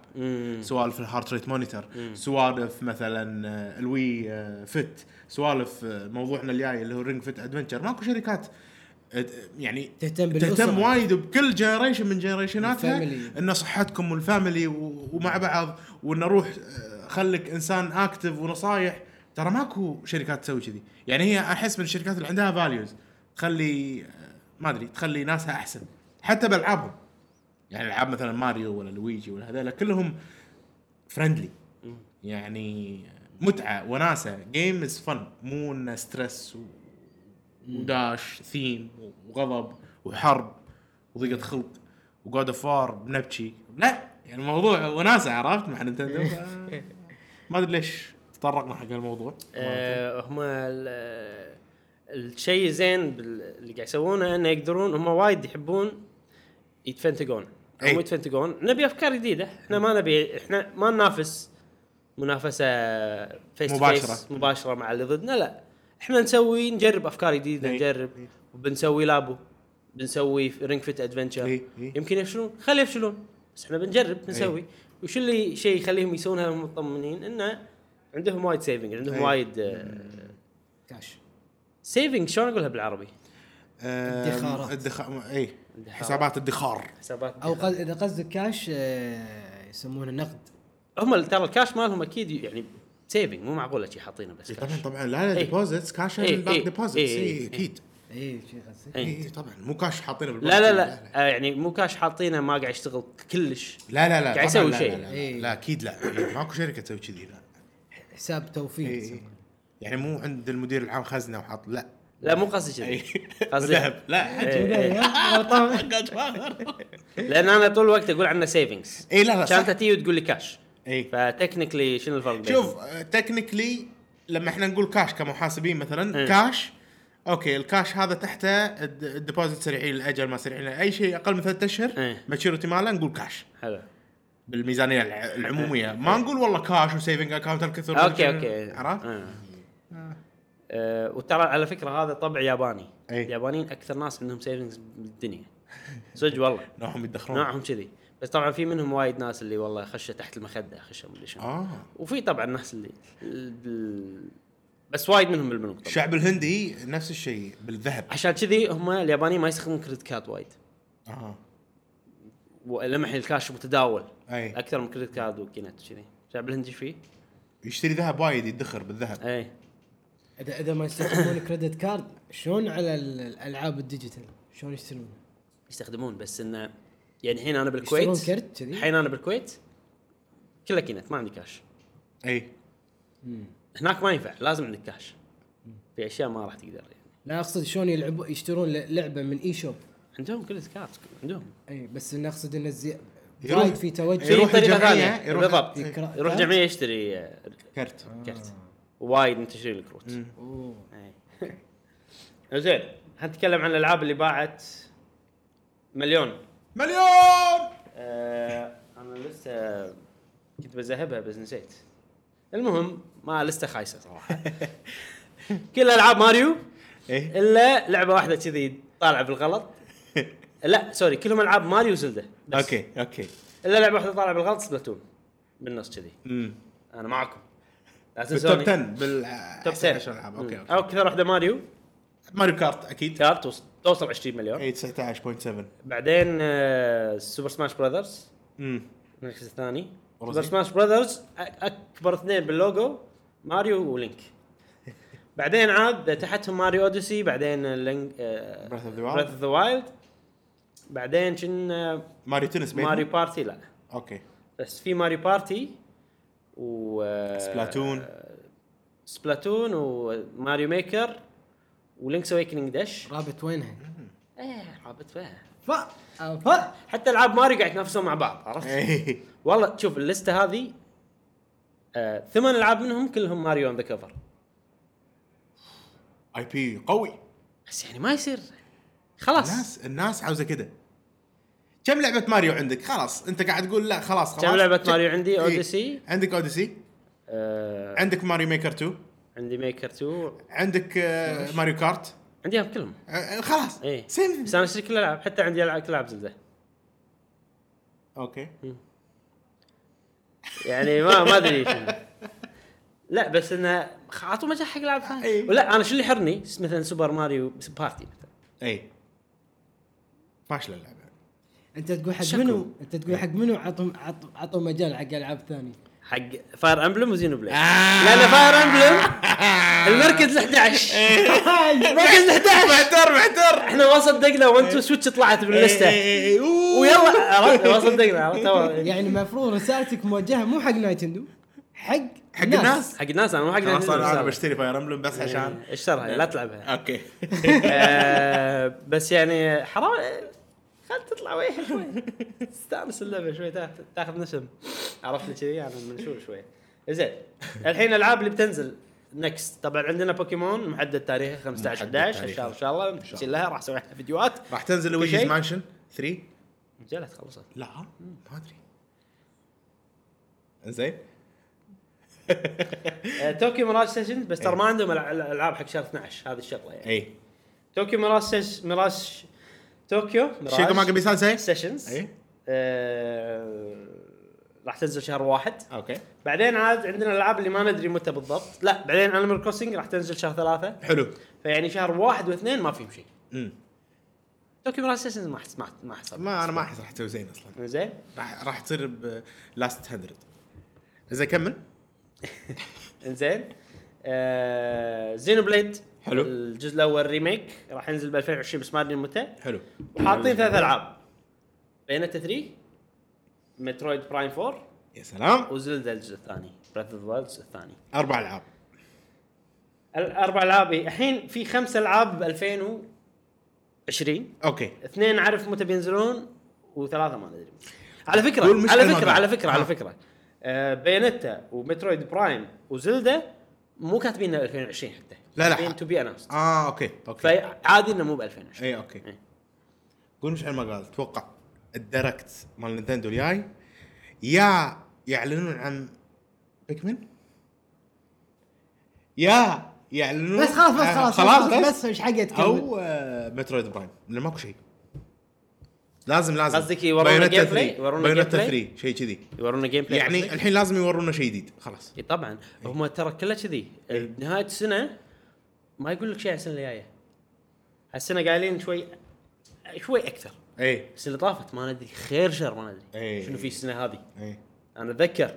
سوالف الهارت ريت مونيتور سوالف مثلا آه، الوي آه، فت سوالف آه، موضوعنا الجاي اللي هو رينج فت ادفنتشر ماكو شركات آه، يعني
تهتم بالأسرة.
تهتم وايد بكل جنريشن من جنريشناتها
الفاميلي.
ان صحتكم والفاميلي و- ومع بعض وان روح آه، خلك انسان اكتف ونصايح ترى ماكو شركات تسوي كذي يعني هي احس من الشركات اللي عندها فاليوز تخلي آه، ما ادري تخلي ناسها احسن حتى بالعابهم يعني العاب مثلا ماريو ولا لويجي ولا هذول كلهم فرندلي يعني متعه وناسه جيم از فن مو انه ستريس و... وداش ثيم وغضب وحرب وضيقه خلق وجود اوف وار بنبكي لا يعني الموضوع وناسه عرفت مع نينتندو ف- ما ادري ليش تطرقنا حق الموضوع
آه، هم ال- الشيء زين بال- اللي قاعد يسوونه انه يقدرون هم وايد يحبون يتفنتقون او
أي.
مو يتفنتقون نبي افكار جديده احنا ما نبي احنا ما ننافس منافسه فيس
مباشرة.
مباشره مباشره مع اللي ضدنا لا احنا نسوي نجرب افكار جديده
أي.
نجرب
أي.
وبنسوي لابو بنسوي رينج فيت ادفنتشر
أي، أي.
يمكن يفشلون خليه يفشلون بس احنا بنجرب
إيه.
بنسوي وش اللي شيء يخليهم يسوونها وهم مطمنين انه عندهم وايد سيفنج عندهم
أي.
وايد
كاش
سيفنج شلون اقولها بالعربي؟
آه،
ادخارات.
ادخار اي
ادخار.
إيه، حسابات ادخار
حسابات
او قص... اذا قصدك كاش آه، يسمونه نقد
هم ترى الكاش مالهم اكيد يعني سيفنج مو معقوله شي حاطينه بس
إي
كاش.
طبعا طبعا إيه، لا لا
إي.
ديبوزيتس كاش
إي، إي،
باك ديبوزيتس
إي، إي،
اي اكيد
اي شيء قصدك
إي.
اي إي، طبعا إيه، مو كاش حاطينه بالبوكس.
إيه. لا لا لا آه، يعني مو كاش حاطينه ما قاعد يشتغل كلش
لا لا لا
قاعد
طبعاً
يسوي
لا،
شيء.
لا، لا، لا
إي.
لا اكيد لا إي، ماكو شركه تسوي كذي لا
حساب توفيق
إي.
يسمونه.
يعني مو عند المدير العام خزنه وحاط لا
لا مو قصدي كذي قصدي
إيه.
آه،
ذهب لا
إي.
حجم
بداية، غلطان.
لان انا طول الوقت اقول عنه سيفنجز
اي إيه، لا لا
كانت
صح.
تي وتقول لي كاش
اي
فتكنيكلي شنو الفرق بينهم؟
شوف تكنيكلي لما احنا نقول كاش كمحاسبين مثلا
إيه.
كاش اوكي الكاش هذا تحته الد- الديبوزيت سريعين الاجل ما سريعين اي شيء اقل من ثلاثة اشهر
إيه.
ماتشورتي ماله نقول كاش
حلو
بالميزانيه الع-
إيه.
العموميه ما نقول والله كاش وسيفنج اكاونت الكثر
اوكي اوكي
عرفت؟
آه. آه، وترى على فكره هذا طبع ياباني
أي.
اليابانيين اكثر ناس عندهم سيفنجز بالدنيا صدق والله
نوعهم يدخرون
نوعهم كذي بس طبعا في منهم وايد ناس اللي والله خشه تحت المخده خشه مدري شنو
اه
وفي طبعا ناس اللي ال- بال- بس وايد منهم بالبنوك طبعا
الشعب الهندي نفس الشيء بالذهب
عشان كذي هم اليابانيين ما يستخدمون كريدت كارد وايد
اه
ولمح الكاش متداول
اي
اكثر من كريدت كارد وكينت كذي الشعب الهندي إيه. إيش فيه؟
يشتري ذهب وايد يدخر بالذهب
اي
اذا اذا ما يستخدمون كريدت كارد شلون على ال- الالعاب الديجيتال شلون يشترون؟
يستخدمون بس انه يعني الحين انا بالكويت
يشترون كرت كذي؟
الحين انا بالكويت كله كينت ما عندي كاش
اي
هناك ما ينفع لازم عندك كاش في اشياء ما راح تقدر يعني
لا اقصد شلون يلعبوا يشترون ل- لعبه من اي شوب
عندهم كريدت كارد عندهم
اي بس إن اقصد ان الزي...
يروح-
وايد في توجه
يروح
في طريقة
الجمعية،
ثانية.
يروح-
بالضبط
في كرا-
يروح
كارت؟
جمعيه يشتري آه،
كرت
كرت وايد منتشرين الكروت
أوه.
إيه. زين هنتكلم عن الالعاب اللي باعت مليون
مليون
آه انا لسه كنت بذهبها بس نسيت المهم ما لسه خايسه صراحه كل العاب ماريو
ايه
الا لعبه واحده كذي طالعه بالغلط لا سوري كلهم العاب ماريو وزلده بس
اوكي اوكي
الا لعبه واحده طالعه بالغلط سبلاتون بالنص كذي
امم
انا معكم لا
بالتوب
تنسوني
10 بال
توب
10
10
10 العاب اوكي
مم.
اوكي
او كثر واحده ماريو
ماريو كارت اكيد
كارت وص- توصل 20 مليون
اي 19.7
بعدين آه، سوبر سماش براذرز
امم
المركز الثاني
ورزي.
سوبر سماش براذرز أ- اكبر اثنين باللوجو ماريو ولينك بعدين عاد تحتهم ماريو اوديسي بعدين آه، لينك
Breath of the Wild.
براذ اوف ذا وايلد بعدين كنا
ماريو تنس بينهم؟
ماريو بارتي لا
اوكي
بس في ماريو بارتي آه، و
سبلاتون
سبلاتون وماريو آه، ميكر ولينكس اويكننج دش
رابط وينها؟
ايه رابط فيها
ف ف
حتى العاب ماريو قاعد يتنافسون مع بعض عرفت؟
إيه.
والله شوف اللسته هذه آه ثمان العاب منهم كلهم ماريو اون ذا كفر
اي بي قوي
بس يعني ما يصير خلاص
الناس الناس عاوزه كده كم لعبه ماريو عندك خلاص انت قاعد تقول لا خلاص خلاص
كم لعبة
كم-
ماريو عندي؟
إيه.
أوديسي؟
عندك اوديسي
آه
عندك ماريو ميكر 2
عندي ميكر 2 عندك
آه، ماريو كارت
عندي هم كلهم
آه، خلاص
ايه
سيم
بس انا اشتري كل الالعاب حتى عندي العاب كل العاب زلده
اوكي
يعني ما ما ادري شنو. لا بس انه خ- اعطوا مجال حق العاب ثانيه
إيه.
ولا انا شو اللي يحرني س- مثلا سوبر ماريو س- بارتي مثلا
اي فاشله اللعبه
انت تقول حق
شكو.
منو؟ انت تقول حق منو عطوا عطوا عطوا مجال حق العاب ثانيه
حق فاير امبلم وزينو
آه.
بلاي لان فاير امبلم المركز ال 11
إيه.
إيه.
المركز ال 11
محتار محتار
احنا ما صدقنا وان تو سويتش طلعت من
إيه.
اللسته ويلا آه، عرفت ما صدقنا عرفت هو-
يعني المفروض رسالتك موجهه مو حق نايتندو حق
حق الناس
حق الناس انا ما حق
خلاص انا أنا
الناس
بشتري إيه. فاير امبلم
إيه.
بس عشان
اشترها لا تلعبها
اوكي إيه.
آه، بس يعني حرام خل تطلع وجهه شوي استانس اللعبه شوي تاخذ تاخذ نسم عرفت لي كذي يعني منشور شوي زين الحين الالعاب اللي بتنزل نكست طبعا عندنا بوكيمون محدد تاريخه 15
محدد
11 ان
تاريخه.
شاء الله ان شاء الله نشيل لها راح اسوي لها فيديوهات
راح تنزل
كل
لويجيز
شيء؟
مانشن 3
مجال تخلصها
لا ما ادري زين
آه، توكيو ميراج سيشن بس
إيه.
ترى ما عندهم الع- الع- العاب حق شهر 12 هذه الشغله يعني
اي
توكيو ميراج سيش- ميراج توكيو
شيكو ما قبل سانساي
سيشنز
إيه.
آه، راح تنزل شهر واحد
اوكي
بعدين عاد عندنا الالعاب اللي ما ندري متى بالضبط لا بعدين انيمال كروسنج راح تنزل شهر ثلاثة
حلو
فيعني شهر واحد واثنين ما فيهم شيء
مم.
توكيو ميراج سيشنز ما حس ما ما حصل
ما انا ما احس راح تسوي زين اصلا
زين
راح راح تصير بلاست 100 زين كمل
زين آه زينو بليد
حلو.
الجزء الاول ريميك راح ينزل ب 2020 بس ما ادري متى
حلو
وحاطين ثلاث العاب بينتا 3 مترويد برايم 4
يا سلام
وزلدا الجزء الثاني بريث اوف الجزء الثاني
اربع العاب
الاربع العاب الحين في خمس العاب ب 2020
اوكي
اثنين عارف متى بينزلون وثلاثه ما ندري على فكره
قول مشكلة
على
ما
فكره
أدري.
على فكره
آه.
على فكره آه بيانتا ومترويد برايم وزلدا مو كاتبين 2020 حتى
لا، لا.
تو بي اناونست
اه اوكي اوكي
فعادي انه مو ب 2020
اي
إيه.
اوكي إيه، قول مش ما قال اتوقع الدايركت مال نينتندو الجاي يا يعلنون عن بيكمن يا يعلنون
بس خلاص بس
عن-
خلاص
آه، خلاص بس
بس ايش حقه تكمل
او آه، مترويد برايم لان ماكو شيء لازم لازم
قصدك يورونا
Bayonetta
gameplay؟
3.
يورونا
Bayonetta
gameplay؟
3 شيء كذي
يورونا جيم بلاي
يعني الحين لازم يورونا شيء جديد خلاص
اي طبعا هم ترى كله كذي
إيه.
نهايه السنه ما يقول لك شيء على السنه اللي جايه هالسنه قايلين شوي شوي اكثر
اي
بس اللي طافت ما ندري خير شر ما ندري
إيه.
شنو في السنه هذه
اي
انا اتذكر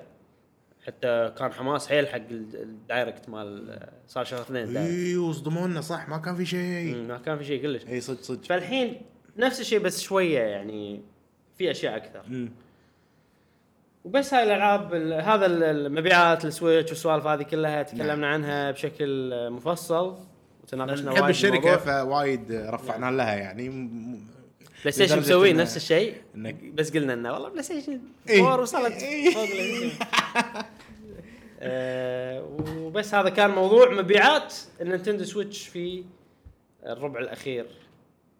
حتى كان حماس حيل حق ال- الدايركت مال صار شهر اثنين الدايركت.
ايوه صدمونا صح ما كان في شيء
مم، ما كان في شيء كلش
اي إيه، صدق صدق
فالحين نفس الشيء بس شويه يعني في اشياء اكثر
مم.
وبس هاي الالعاب ال- هذا ال- المبيعات السويتش والسوالف هذه كلها
نعم.
تكلمنا عنها بشكل مفصل وتناقشنا
نحب
وايد
الشركه
بالموضوع.
فوايد رفعنا لها يعني م- م-
بلاي ستيشن
لدرجة
مسوي
إنه-
نفس الشيء
إنك-
بس قلنا انه والله بلاي ستيشن
إيه.
فور وصلت
إيه.
فوق ال- آه، وبس هذا كان موضوع مبيعات النينتندو سويتش في الربع الاخير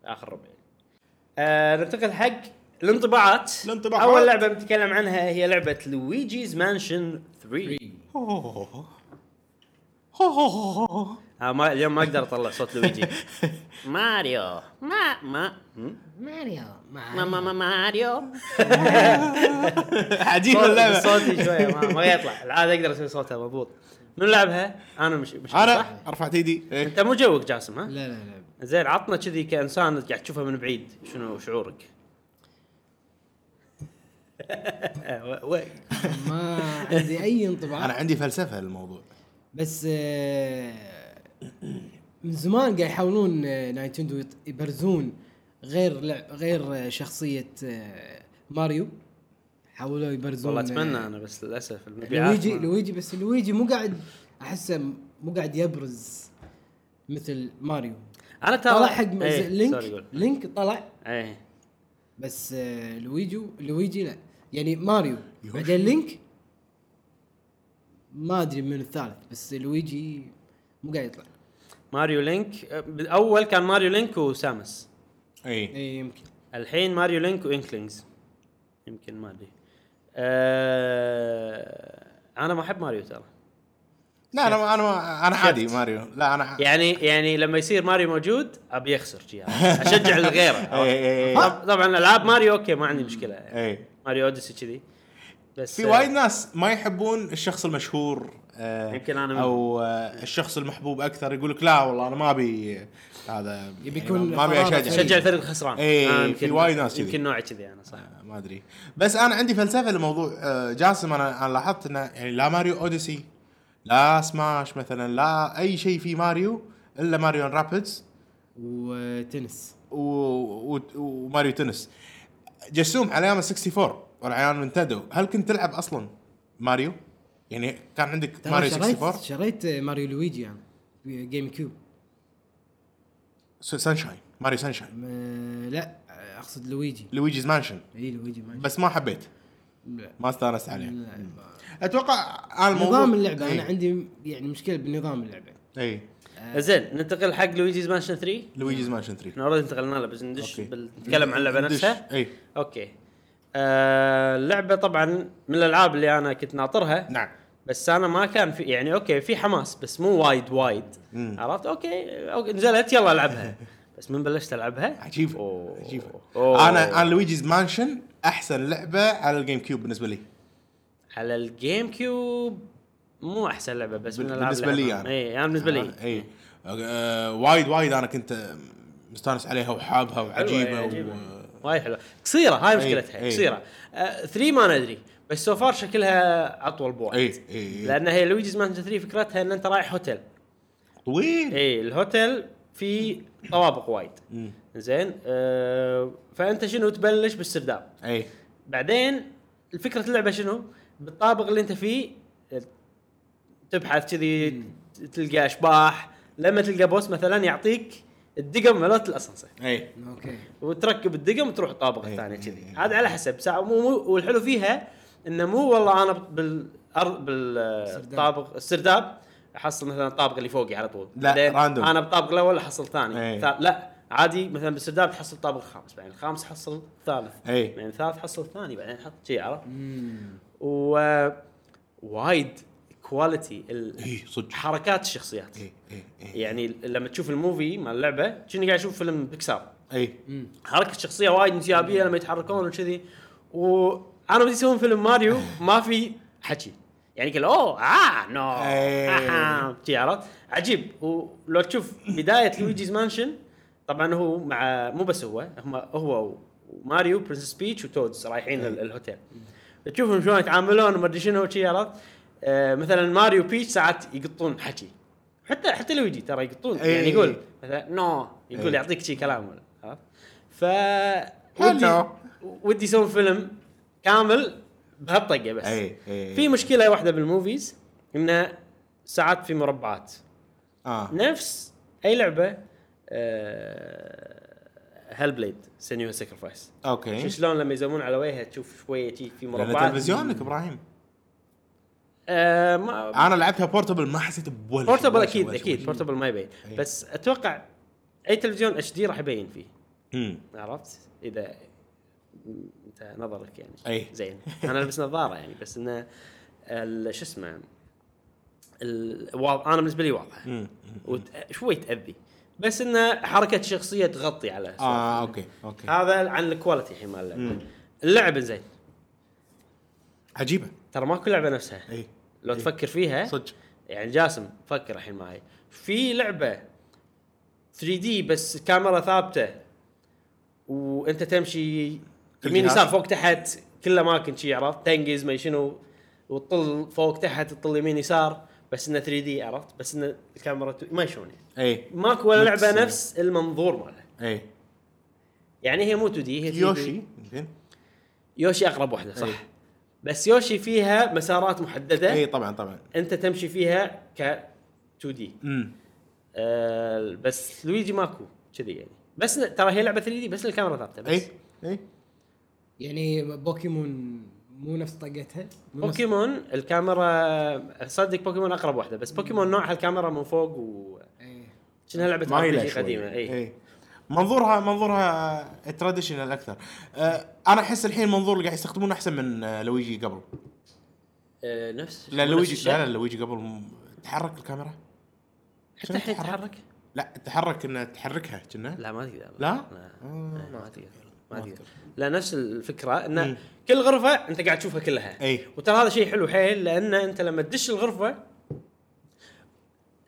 اخر ربع آه ننتقل حق الانطباعات
الانطباعات.
اول لعبه بنتكلم عنها هي لعبه لويجيز مانشن 3
أوه. أوه.
آه ما اليوم ما اقدر اطلع صوت لويجي ماريو ما ما
ماريو مع-
ما ما, ما ماريو
عجيبه
صوت-
اللعبه
صوتي شويه ما, ما يطلع العاده اقدر اسوي صوتها مضبوط من لعبها انا مش مش صح؟
انا رفعت ايدي إيه.
انت مو جوك جاسم ها
لا لا لا
زين عطنا كذي كانسان قاعد تشوفها من بعيد شنو شعورك
ما عندي اي
انا
انطباع
عندي فلسفه للموضوع
بس آه، من زمان قاعد يحاولون آه، نايتندو يط- يبرزون غير لع- غير آه، شخصيه آه، ماريو حاولوا يبرزون
والله اتمنى
آه،
انا بس للاسف المبيعات
لويجي
ما-
لويجي بس لويجي مو قاعد احسه م- مو قاعد يبرز مثل ماريو
انا ترى
طلع حق
إيه، سوري
لينك
قول.
لينك طلع
ايه
بس آه، لويجي لويجي لا يعني ماريو بعدين لينك ما ادري من الثالث بس لويجي مو قاعد يطلع
ماريو لينك أه، بالاول كان ماريو لينك وسامس
اي
اي يمكن
الحين ماريو لينك وانكلينجز يمكن ما ادري أه... انا ما احب ماريو ترى
لا انا ما انا ما انا عادي ماريو لا انا
يعني يعني لما يصير ماريو موجود ابي اخسر شي يعني. اشجع الغيره
إيه، إيه، إيه.
طب- طبعا العاب ماريو اوكي ما عندي مشكله يعني.
اي
ماريو اوديسي كذي بس
إيه. في وايد ناس ما يحبون الشخص المشهور آه،
يمكن أنا منهم.
او آه، الشخص المحبوب اكثر يقول لك لا والله انا ما ابي هذا
يبي
يعني
يكون
ما ابي
قرار
اشجع
فريق.
شجع آه، الفريق الخسران
إيه،
أنا
في
يمكن-
وايد ناس كذي.
يمكن نوعي كذي انا صح
ما ادري بس انا عندي فلسفه لموضوع آه، جاسم انا انا لاحظت انه يعني لا ماريو اوديسي لا سماش مثلا لا اي شيء في ماريو الا ماريو رابيدز
وتنس
و... و... وماريو تنس جسوم على ايام ال 64 وعلى ايام نينتندو هل كنت تلعب اصلا ماريو؟ يعني كان عندك
ترى
ماريو
شريت
64
شريت ماريو لويجي انا يعني. جيم كيوب
س- سانشاين ماريو سانشاين
ما- لا اقصد لويجي
لويجيز مانشن
اي لويجي ما
بس ما حبيت
لا.
ما استانست عليه
لا، ما-
اتوقع انا الموضوع إيه.
نظام اللعبه انا
انا
عندي يعني مشكله بنظام اللعبه
اي
زين ننتقل حق لويجيز مانشن 3
إيه، لويجيز مانشن 3
احنا اوريدي انتقلنا له بس ندش
أوكي. إيه.
بال- نتكلم عن اللعبه
ندش.
نفسها
اي
اوكي آه اللعبه طبعا من الالعاب اللي انا كنت ناطرها
نعم
بس انا ما كان في يعني اوكي في حماس بس مو وايد وايد
مم.
عرفت اوكي, أوكي نزلت يلا العبها بس من بلشت العبها
عجيب
أوه.
عجيب
أوه.
انا انا لويجيز مانشن احسن لعبه على الجيم كيوب بالنسبه لي
على الجيم كيوب مو احسن لعبه بس من الالعاب
بالنسبه
اللي
لي
أحبها.
انا
اي انا بالنسبه لي
آه، اي آه، وايد وايد انا كنت آه، مستانس عليها وحابها وعجيبه
حلوة،
و...
عجيبة. وايد حلوه قصيره هاي مشكلتها
إي، إي.
قصيره 3 ما ندري بس سو فار شكلها اطول بوايد
اي إي، اي
لان هي لويجيز مانشن 3 فكرتها ان انت رايح هوتيل
طويل
اي الهوتيل في طوابق وايد
مم.
زين آه فانت شنو تبلش بالسرداب
اي
بعدين فكره اللعبه شنو بالطابق اللي انت فيه آه، تبحث كذي تلقى اشباح لما تلقى بوس مثلا يعطيك الدقم مالت الاسانسير
اي
اوكي
وتركب الدقم وتروح الطابق
إيه،
الثاني
إيه،
كذي
إيه.
هذا على حسب ساعه مو مو- والحلو فيها انه مو والله انا بالارض
سرداب.
بالطابق السرداب احصل مثلا الطابق اللي فوقي على طول
لا،
بعدين
راندوم.
انا بالطابق الاول احصل ثاني
إيه.
ثا- لا عادي مثلا بالسرداب تحصل الطابق الخامس بعدين الخامس تحصل الثالث
إيه.
بعدين الثالث تحصل الثاني بعدين حط شي عرفت
مم.
و وايد كواليتي ال-
اي إيه، صدق إيه،
حركات الشخصيات
اي اي اي
يعني لما تشوف الموفي مال اللعبه كأني قاعد اشوف فيلم بيكسار
اي
مم.
حركه الشخصيه وايد انسيابيه لما يتحركون وكذي وانا بدي اسوي فيلم ماريو ما في حكي يعني كله اوه اه نو
إيه.
آه، جي عرفت عجيب ولو تشوف بدايه لويجيز مانشن طبعا هو مع مو بس هو هم هو وماريو برنسس بيتش وتودز
إيه.
رايحين ال- الهوتيل تشوفهم شلون يتعاملون وما ادري شنو وشي عرفت آه، مثلا ماريو بيتش ساعات يقطون حكي حتى حتى لويجي ترى يقطون
إيه.
يعني يقول مثلا نو يقول
إيه.
يعطيك شي كلام ولا عرفت ف ودي
Hello.
ودي يسوون فيلم كامل بهالطقه بس
اي اي
في مشكله واحده بالموفيز انه ساعات في مربعات
اه
نفس اي لعبه آه هل بليد سنيو ساكرفايس
اوكي
شلون لما يزومون على وجهها تشوف شويه شي في
لأن
مربعات
تلفزيونك ابراهيم
آه ما
انا لعبتها بورتبل ما حسيت بولا شيء،
بورتبل
ولا شيء،
اكيد
ولا شيء،
اكيد
ولا شيء.
بورتبل ما يبين
إيه.
بس اتوقع اي تلفزيون اتش دي راح يبين فيه
مم.
عرفت اذا انت نظرك يعني
أي.
زين انا البس نظاره يعني بس انه ال- شو اسمه ال- وا- انا بالنسبه لي واضحه
مم.
وشوي تاذي بس انه حركه شخصيه تغطي على
اه اوكي اوكي
هذا عن الكواليتي الحين مال اللعبه اللعب زين
عجيبه
ترى ماكو لعبه نفسها
اي
لو تفكر فيها
إيه. صدق
يعني جاسم فكر الحين معي في لعبه 3 دي بس كاميرا ثابته وانت تمشي يمين
الجهاز؟
يسار فوق تحت كل اماكن شي عرفت تنقز ما شنو وتطل فوق تحت تطل يمين يسار بس انه 3 دي عرفت بس انه الكاميرا تو- ما يشوني
اي
ماكو ولا
نفس-
لعبه نفس المنظور ماله
اي
يعني هي مو 2 دي هي 3D.
إيه. يوشي يمكن
يوشي اقرب واحده صح
أي.
بس يوشي فيها
إيه،
مسارات محدده
اي طبعا طبعا
انت تمشي فيها ك 2 دي
امم
آه، آه بس لويجي ماكو كذي يعني بس ن- ترى هي لعبه 3 دي بس الكاميرا ثابته بس
اي اي
يعني بوكيمون مو نفس طقتها مو نفس-
بوكيمون الكاميرا صدق بوكيمون اقرب واحده بس بوكيمون نوعها الكاميرا من فوق و
إيه.
شنها لعبه
مايله
RPG
شوي.
قديمه اي
إي. منظورها منظورها تراديشنال اكثر آه، انا احس الحين منظور اللي قاعد يستخدمونه احسن من آه، لويجي قبل
آه نفس
لا
نفس
لويجي
الشيء.
لا لا لويجي قبل م- تحرك الكاميرا
حتى
شنو
الحين
تحرك؟
تحرك
لا تحرك انها تحركها كنا
لا ما تقدر
لا؟ آه،
إيه،
ما
ما تقدر ما
ما
تقدر
أذكر.
لا نفس الفكره
مم.
ان كل غرفه انت قاعد تشوفها كلها
أي.
وترى هذا شيء حلو حيل لان انت لما تدش الغرفه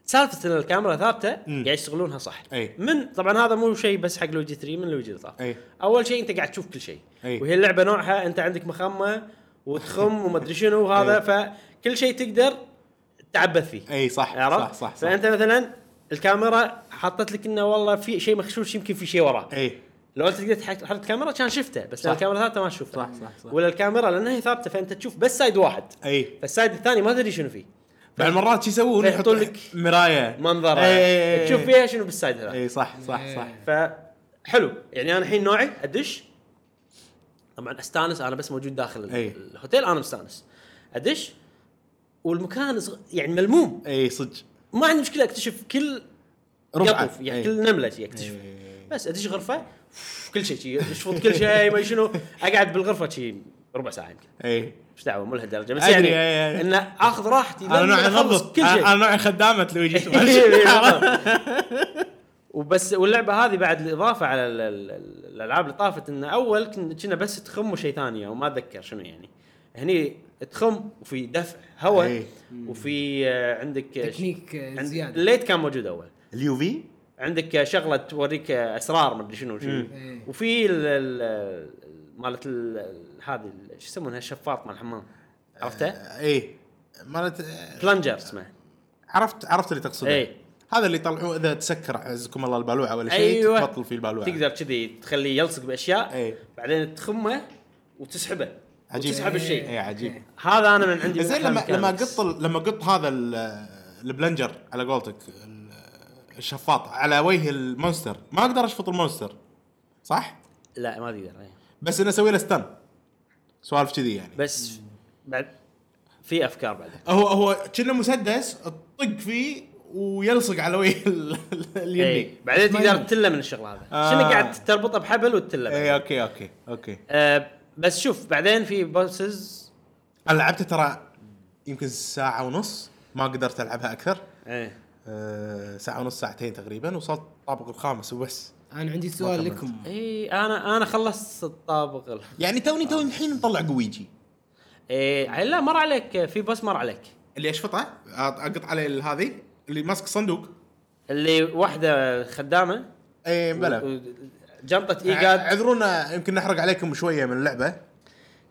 سالفه ان الكاميرا ثابته
مم.
قاعد يشتغلونها صح
أي.
من طبعا هذا مو شيء بس حق لوجي 3 من لوجي اللي طاف
أي.
اول شيء انت قاعد تشوف كل شيء
أي.
وهي اللعبه نوعها انت عندك مخمه وتخم وما ادري شنو وهذا فكل شيء تقدر تعبث فيه
اي إيه، صح صح
عرفت؟
صح صح
فانت مثلا الكاميرا حطت لك انه والله في شيء مخشوش يمكن في شيء وراه
اي
لو انت قدرت تحرك تحرك الكاميرا كان شفته بس لان
صح.
الكاميرا ثابته ما تشوفه
صح، صح، صح.
ولا الكاميرا لانها هي ثابته فانت تشوف بس سايد واحد
اي
فالسايد الثاني ما تدري شنو فيه
بعد إيه. إيه، مرات شو يسوون
فيحطوا
يحطون
لك
لك مرايه
منظر
أي.
تشوف فيها شنو بالسايد هذا
اي إيه، صح صح
إيه.
صح
فحلو يعني انا الحين نوعي ادش طبعا استانس انا بس موجود داخل ال-
أي.
الهوتيل انا مستانس ادش والمكان صغ- يعني ملموم
اي إيه، صدق
ما عندي مشكله اكتشف كل
ربعة. إيه،
قطف يعني
أي.
كل نمله شي اكتشف
إي.
بس ادش غرفه كل شيء شي يشفط كل شيء ما شنو اقعد بالغرفه شي ربع ساعه يمكن
اي
مش دعوه مو لهالدرجه بس
أدري،
يعني
أي- أي.
ان اخذ راحتي
انا
لما
نوعي
أخلص
نظف
كل شيء إيه،
انا نوعي خدامه لويجي
وبس واللعبه هذه بعد الاضافه على ال- ال- ال- الالعاب اللي طافت انه اول كن- كنا بس تخم وشيء ثاني او ما اتذكر شنو يعني هني تخم وفي دفع هواء
أي.
وفي آه، عندك آه،
تكنيك آه،
عند-
زياده
الليت كان موجود اول
اليو في
عندك شغله توريك اسرار مدري شنو شنو
إيه.
وفي ال- ال- ال- مالت ال- ال- هذه ال- شو يسمونها الشفاط مال الحمام
آه.
عرفته؟
اي إيه. مالت آه،
بلنجر اسمه
عرفت عرفت اللي تقصده
أي.
هذا اللي يطلعوه اذا تسكر عزكم الله البالوعه ولا شيء
ايوه
تبطل فيه البالوعه
تقدر كذي تخليه يلصق باشياء
أي.
بعدين تخمه وتسحبه
عجيب. إيه.
وتسحب الشيء إيه.
اي عجيب
هذا انا من عندي من
زين
أحلى
إيه، لما لما
الميكانيكس.
قط ال- لما قط هذا ال- البلنجر على قولتك ال- الشفاط على وجه المونستر ما اقدر اشفط المونستر صح؟
لا ما تقدر أي.
بس انا اسوي له ستان سوالف كذي يعني
بس بعد في افكار بعد
هو هو كنا مسدس تطق فيه ويلصق على وجه ال- ال-
اي
اليمين
إيه. بعدين
بس ما
تقدر
يموت.
تله من الشغل هذا
آه.
شنو قاعد تربطه بحبل وتله
اي
بعدين.
اوكي اوكي اوكي
آه، بس شوف بعدين في بوسز
انا لعبته ترى يمكن ساعه ونص ما قدرت العبها اكثر
ايه
أه ساعه ونص ساعتين تقريبا وصلت الطابق الخامس وبس
انا عندي سؤال لكم
اي انا انا إيه، خلصت الطابق ال-
يعني توني توني الحين مطلع قويجي
اي إيه، لا مر عليك في بوس مر عليك
اللي اشفطه أط- اقط عليه هذه اللي ماسك صندوق
اللي واحده خدامه
اي إيه، بلا إيه،
و- جنطه ايجاد
عذرونا يمكن نحرق عليكم شويه من اللعبه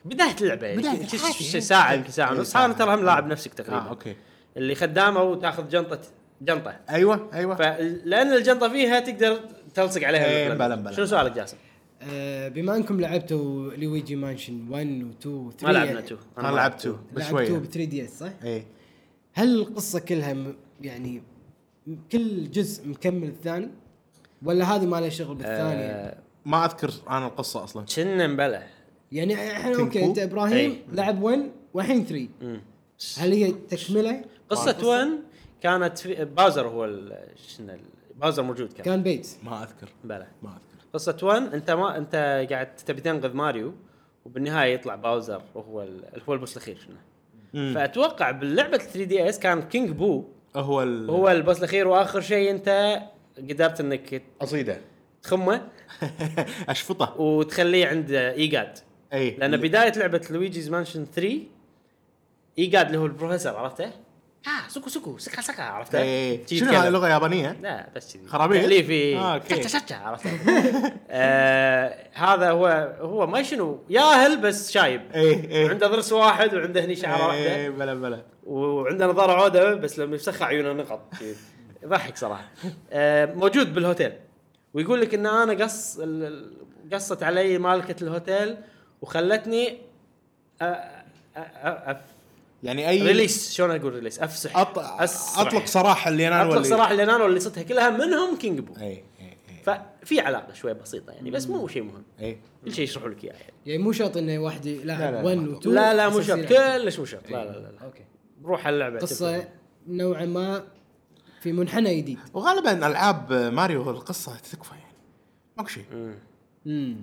بدايه اللعبه يعني
بداية
شي-
عادي.
شي- ساعه يمكن ساعه
إيه،
ونص
ساعة.
انا ترى هم لاعب نفسك تقريبا
اه اوكي
اللي خدامه وتاخذ جنطه جنطه
ايوه ايوه
فلان الجنطه فيها تقدر تلصق عليها
إيه،
بالبلد.
بلا- بلا.
شنو سؤالك جاسم؟
آه، بما انكم لعبتوا لويجي مانشن 1 و2 و 3
ما لعبنا تو
انا لعبته إيه. بس
لعبتوا ب
شويه
3 دي اس صح؟
اي
هل القصه كلها م- يعني م- كل جزء مكمل الثاني؟ ولا هذه ما لها شغل بالثاني؟ آه
ما اذكر انا القصه اصلا
كنا مبلى
يعني احنا
كونغ
اوكي
فو؟
انت ابراهيم
أي.
لعب 1 والحين 3 هل هي تكمله؟
آه،
قصه وين كانت في باوزر هو ال- شنو ال- باوزر موجود كان
كان بيت
ما اذكر
بلى
ما اذكر
قصه وين انت ما انت قاعد تبي تنقذ ماريو وبالنهايه يطلع باوزر وهو ال- هو البوس الاخير شنو
مم.
فاتوقع باللعبه 3 دي اس كان كينج بو
هو ال...
هو البوس الاخير واخر شيء انت قدرت انك
قصيده
تخمه
اشفطه
وتخليه عند ايجاد
اي
لان بدايه لعبه لويجيز مانشن 3 ايجاد اللي هو البروفيسور عرفته؟ ها سكو سكو آه، سكا سكا عرفته؟
إي.
شي
إيه. شنو
يتكلم.
هاي لغه يابانيه
لا بس كذي
خرابيط؟
اللي في
آه، أوكي.
شتشا شتشا عرفته؟ آه هذا هو هو ما شنو ياهل بس شايب
اي اي
عنده ضرس واحد وعنده هني شعره
إي،
واحده
إيه. بلا بلا
وعنده نظاره عوده بس لما يفسخها عيونه نقط ضحك صراحه آه موجود بالهوتيل ويقول لك ان انا قص ال- ال- قصت علي مالكه الهوتيل وخلتني أ- أ- أ- أف-
يعني اي
ريليس شلون اقول ريليس افسح
أط...
أسرع.
اطلق سراح اللي إيه. انا
اطلق
واللي-
صراحه لان انا لصتها كلها منهم كينج بو
اي اي اي
ففي علاقه شويه بسيطه يعني بس مو شيء مهم
اي
كل شيء يشرحوا لك اياه يعني
يعني مو شرط انه واحد
لا، لا،
يلاعب
لا.
1 و 2
لا لا مو
أساس
شرط
يلعب.
كلش مو شرط لا لا لا, لا.
اوكي
روح على اللعبه
قصه
تفهم.
نوعا ما في منحنى جديد
وغالبا العاب ماريو القصه تكفى يعني ماكو شيء
مم.
امم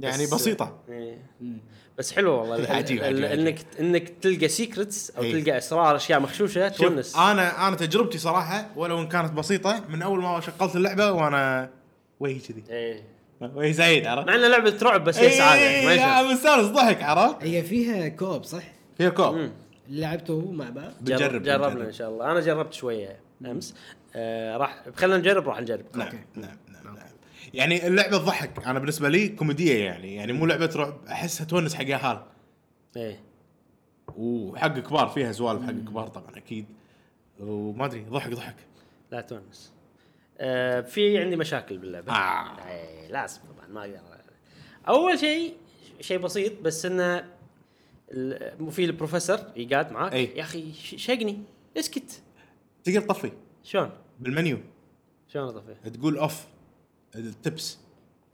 يعني
بس-
بسيطه
إيه.
أمم.
بس حلوه والله ال-
عجيب،
ال-
عجيب،
انك انك تلقى سيكرتس او
إيه.
تلقى اسرار اشياء مخشوشه
شوف، آه.
تونس
انا انا تجربتي صراحه ولو ان كانت بسيطه من اول ما شغلت اللعبه وانا وجهي كذي
إيه.
وجهي زايد
مع
عرفت؟
انها لعبه رعب بس هي
إي،
سعاده
إي،
يعني ما
إي،
يشوف.
لا، مستانس ضحك عرفت؟
هي فيها كوب صح؟
فيها كوب
مم.
لعبته مع بعض
بنجرب
جرب جربنا
بنجرب.
ان شاء الله انا جربت شويه امس آه راح خلينا نجرب راح نجرب
نعم نعم نعم نعم. يعني اللعبه تضحك انا بالنسبه لي كوميديه يعني يعني مو لعبه رعب احسها تونس حق اهال
ايه
وحق كبار فيها سوالف حق كبار طبعا اكيد وما ادري ضحك ضحك
لا تونس آه في عندي مشاكل باللعبه
آه.
إيه لازم طبعا ما اقدر اول شيء شيء بسيط بس انه ال- مو في البروفيسور يقعد معاك
إيه.
يا اخي ش- شقني اسكت
تقدر تطفي
شلون
بالمنيو
شلون اطفي
تقول اوف التبس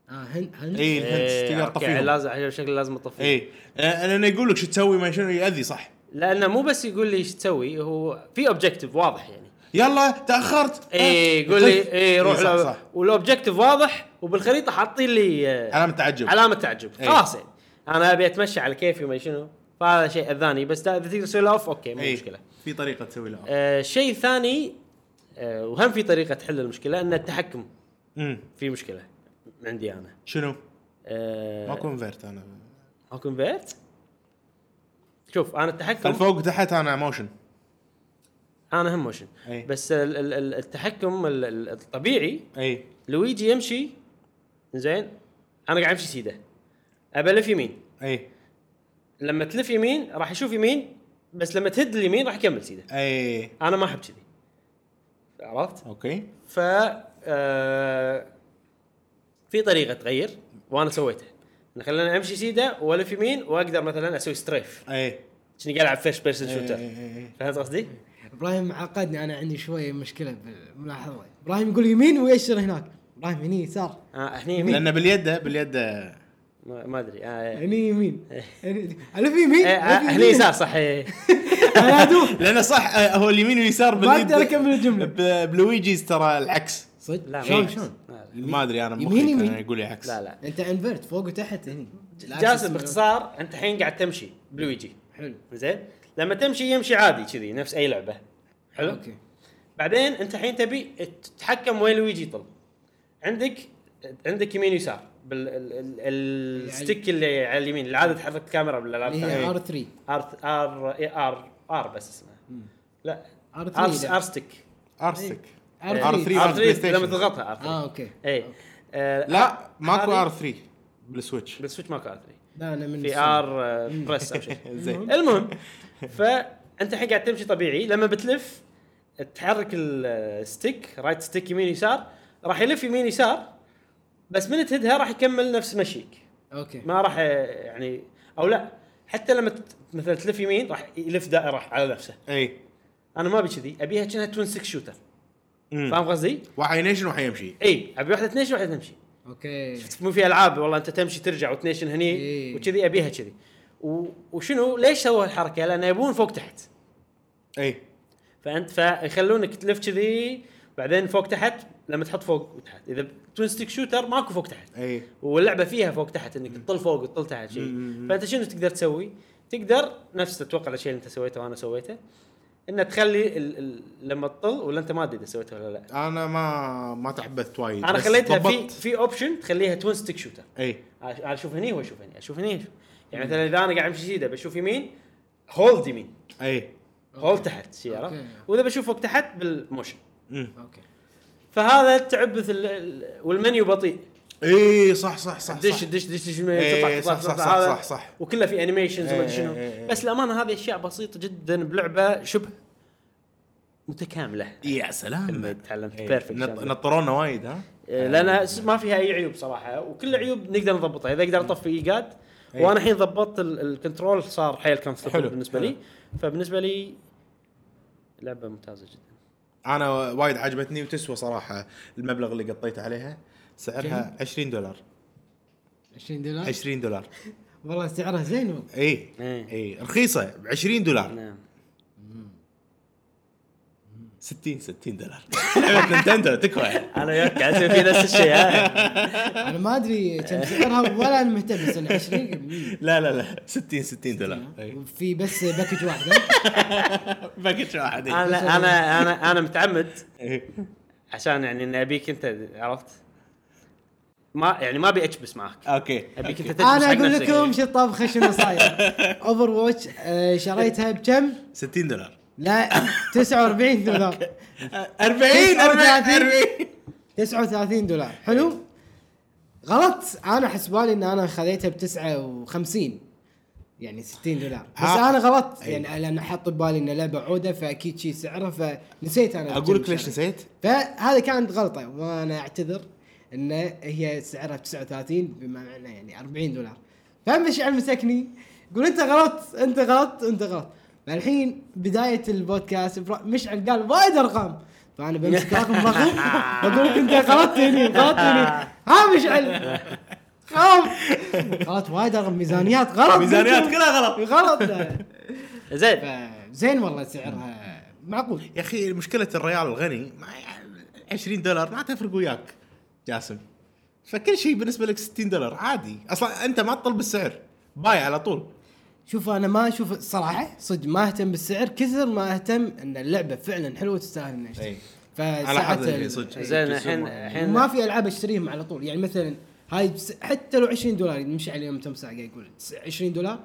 اه هن هن
اي الهندس
إيه
تقدر
اوكي
تطفيهم
لازم على شكل لازم اطفيه
اي آه، لانه يقول لك شو تسوي ما شنو ياذي صح
لانه مو بس يقول لي ايش تسوي هو في اوبجيكتيف واضح يعني
يلا تاخرت
اي
آه،
يقول لي
طف.
اي روح
إيه، صح
لو-
صح
والاوبجيكتيف واضح وبالخريطه حاطين لي آه،
علامه تعجب
علامه تعجب
إيه.
خلاص يعني انا ابي اتمشى على كيفي وما شنو فهذا شيء اذاني بس دا- اذا تقدر تسوي له اوف اوكي مو
إي،
مشكله
إيه. في طريقه تسوي لها
آه، الشيء الثاني آه، وهم في طريقه تحل المشكله ان التحكم
أمم.
في مشكله عندي انا
شنو؟
آه،
ماكو انفرت انا
ماكو انفيرت شوف انا التحكم
الفوق تحت انا موشن
انا هم موشن
إي.
بس ال- ال- ال- التحكم ال- ال- الطبيعي
اي
لويجي يمشي زين انا قاعد امشي سيده ابى الف يمين
اي
لما تلف يمين راح اشوف يمين بس لما تهد اليمين راح يكمل سيده
اي
انا ما احب كذي عرفت
اوكي
ف آه، في طريقه تغير وانا سويتها إن خلاني امشي سيده والف يمين واقدر مثلا اسوي ستريف
اي
كني قاعد العب فيرست بيرسون
إيه.
شوتر
اي
فهمت قصدي؟
ابراهيم عقدني انا عندي شويه مشكله بالملاحظه ابراهيم يقول يمين ويشر هناك ابراهيم هني يسار
آه هني يمين
لان باليد باليد
ما ما ادري آه
هني يمين هني- الف يمين
آه، آه،
ألف
هني
يمين.
يسار صح إيه.
انا ادوخ
لان صح آه، هو اليمين واليسار باليد
أقدر أكمل الجملة.
ب- بلويجيز ترى العكس
لا،
صدق
ما
شلون
يحس.
شلون
لا، لا.
ما ادري انا
يمين،
مخي كان
يمين.
يقول لي عكس
لا لا
انت انفرت فوق وتحت هني لا،
جاسم
بس-
باختصار انت الحين قاعد تمشي بلويجي
حلو
زين لما تمشي يمشي عادي كذي نفس اي لعبه حلو
اوكي
بعدين انت الحين تبي تتحكم وين لويجي يطل عندك عندك يمين ويسار بالستيك اللي على اليمين اللي عاده تحرك الكاميرا بالالعاب
اللي هي
الثانيه
إيه،
ار 3
ار ار إي ار ار إيه، بس اسمها لا
ار
ار ار
3
ستيك
ارسك
إيه.
ار 3
ار
مال بلاي
3 لما
ستيشن
تضغطها ار 3
اه اوكي
اي آه،
لا ماكو
هذه-
ار 3 بالسويتش
بالسويتش آه، ماكو ار 3
لا انا من
إيه. في
السنة.
ار آه، بريس او شيء
زين
المهم فانت الحين قاعد تمشي طبيعي لما بتلف تحرك الستيك رايت ستيك يمين يسار راح يلف يمين يسار بس من تهدها راح يكمل نفس مشيك
اوكي
ما راح آه، يعني او لا حتى لما ت- مثلا تلف يمين راح يلف دائره على نفسه
اي
انا ما ابي كذي ابيها كأنها توين 6 شوتر
أمم.
فاهم قصدي؟
واحد ينيشن واحد يمشي
اي ابي واحده تنيشن واحده تمشي
اوكي
مو في العاب والله انت تمشي ترجع وتنيشن هني
إيه.
وكذي ابيها كذي و- وشنو ليش سووا الحركه؟ لان يبون فوق تحت
اي
فانت فيخلونك تلف كذي بعدين فوق تحت لما تحط فوق وتحت اذا توين ستيك شوتر ماكو فوق تحت
اي
واللعبه فيها فوق تحت انك تطل فوق وتطل تحت شيء فانت شنو تقدر تسوي؟ تقدر نفس اتوقع الشيء اللي انت سويته وانا سويته انه تخلي ال ال لما تطل ولا انت ما ادري اذا سويته ولا لا
انا ما ما تعبت وايد
انا
بس
خليتها في
ضبطت.
في اوبشن تخليها توين ستيك شوتر
اي
أش- اشوف هني هو يشوف هني اشوف هني يشوف. يعني مثلا اذا انا قاعد امشي سيده بشوف يمين هولد يمين
اي
هولد تحت سياره
أوكي.
واذا بشوف فوق تحت بالموشن
أمم.
اوكي
فهذا تعبث ال- ال- والمنيو بطيء
اي إيه، صح صح صح
دش
صح.
دش دش دش
إيه،
تطلع- تطلع-
صح-
تطلع-
صح-
هذا.
صح- صح.
وكلها في انيميشنز وما
إيه،
أدري شنو
إيه، إيه، إيه.
بس الامانه هذه اشياء بسيطه جدا بلعبه شبه متكامله
يا سلام
كلمة تعلمت
إيه.
بيرفكت
نط-
شاملة.
نطرونا وايد ها
إيه، لان س- ما فيها اي عيوب صراحه وكل عيوب نقدر نضبطها اذا اقدر اطفي ايجاد وانا الحين ضبطت ال- الكنترول صار حيل كان
إيه. حلو،
بالنسبه لي
حلو.
فبالنسبه لي لعبه ممتازه جدا
انا وايد عجبتني وتسوى صراحه المبلغ اللي قطيت عليها سعرها 20 دولار
20 دولار
20 دولار
والله سعرها زين والله
اي
إيه.
اي رخيصه ب 20 دولار
نعم
60 60 دولار لعبه نينتندو تكفى
انا وياك قاعد اسوي في نفس الشيء ها
انا ما ادري كم سعرها ولا انا مهتم بس أنا 20 قبل.
لا لا لا 60 60 دولار إيه. إي.
في بس باكج واحده
باكج واحد إي.
انا انا انا انا متعمد
إي.
عشان يعني اني ابيك انت عرفت ما يعني ما ابي اكبس معاك
اوكي
ابيك انت تكبس
انا
حق
اقول
نفسك.
لكم شو الطبخه شنو صاير اوفر واتش آه، شريتها بكم؟
60 دولار
لا 49 دولار
40 40
39 دولار
إيه.
حلو؟ غلط انا حسبالي ان انا خذيتها ب 59 يعني 60 دولار بس
ها.
انا غلطت
أيوة.
يعني لان حط ببالي ان لعبه عوده فاكيد شي سعرها فنسيت انا
اقول لك
كم
ليش
شريت.
نسيت؟
فهذه كانت غلطه وانا اعتذر ان هي سعرها 39 بما معنى يعني 40 دولار فمشي على مسكني يقول انت غلطت انت غلطت انت غلطت فالحين بدايه البودكاست إبرا- مشعل قال وايد ارقام فانا بمسك رقم رقم اقول لك انت غلطت هني غلطت هني ها مشعل غلط غلط وايد ارقام ميزانيات غلط
ميزانيات كلها غلط
غلط
زين
فزين والله سعرها معقول
يا اخي مشكله الريال الغني ما 20 دولار ما تفرق وياك جاسم فكل شيء بالنسبه لك 60 دولار عادي اصلا انت ما تطلب السعر باي على طول
شوف انا ما اشوف الصراحه صدق ما اهتم بالسعر كثر ما اهتم ان اللعبه فعلا حلوه تستاهل اني اشتري
إي. على
فساعات
حظ
ال-
صدق
زين الحين الحين
وما في العاب اشتريهم على طول يعني مثلا هاي بس حتى لو 20 دولار نمشي على يوم تم ساعه قاعد يقول تس- 20 دولار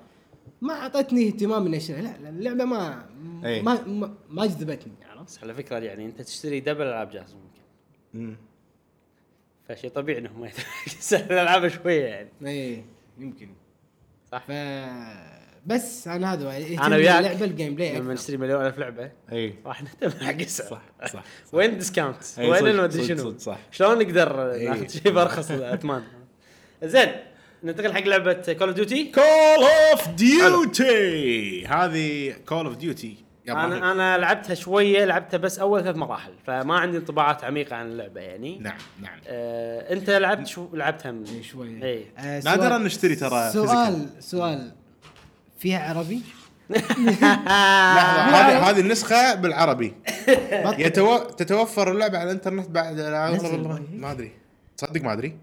ما اعطتني اهتمام اني اشتريها لا لا، اللعبه ما
إي.
ما ما- ما جذبتني عرفت؟
بس على فكره يعني انت تشتري دبل العاب جاهزه ممكن
مم.
فشيء طبيعي انهم يسهل الالعاب شويه يعني
اي يمكن
صح
ف بس انا هذا
إيه،
انا وياك
اللعبه الجيم بلاي
لما
أكثر.
نشتري مليون الف لعبه
اي
راح نهتم حق السعر
صح صح
وين الديسكاونت؟
إي،
وين
صدق،
المدري
صدق،
شنو؟
صدق، صح. إيه.
شلون نقدر
إي.
ناخذ شيء بارخص اثمان؟ زين ننتقل حق لعبه كول اوف ديوتي
كول اوف ديوتي هذه كول اوف ديوتي
انا انا لعبتها شويه لعبتها بس اول ثلاث مراحل فما عندي انطباعات عميقه عن اللعبه يعني
نعم نعم
آه، انت لعبت شو لعبتها من
إي شويه
اي
آه،
نادراً
سؤال-
نشتري ترى
سؤال سؤال فيها عربي؟
لحظه هذه
نعم.
هذه النسخه بالعربي
بطل.
يتو... تتوفر اللعبه على الانترنت بعد
نزل.
والله ما ادري تصدق ما ادري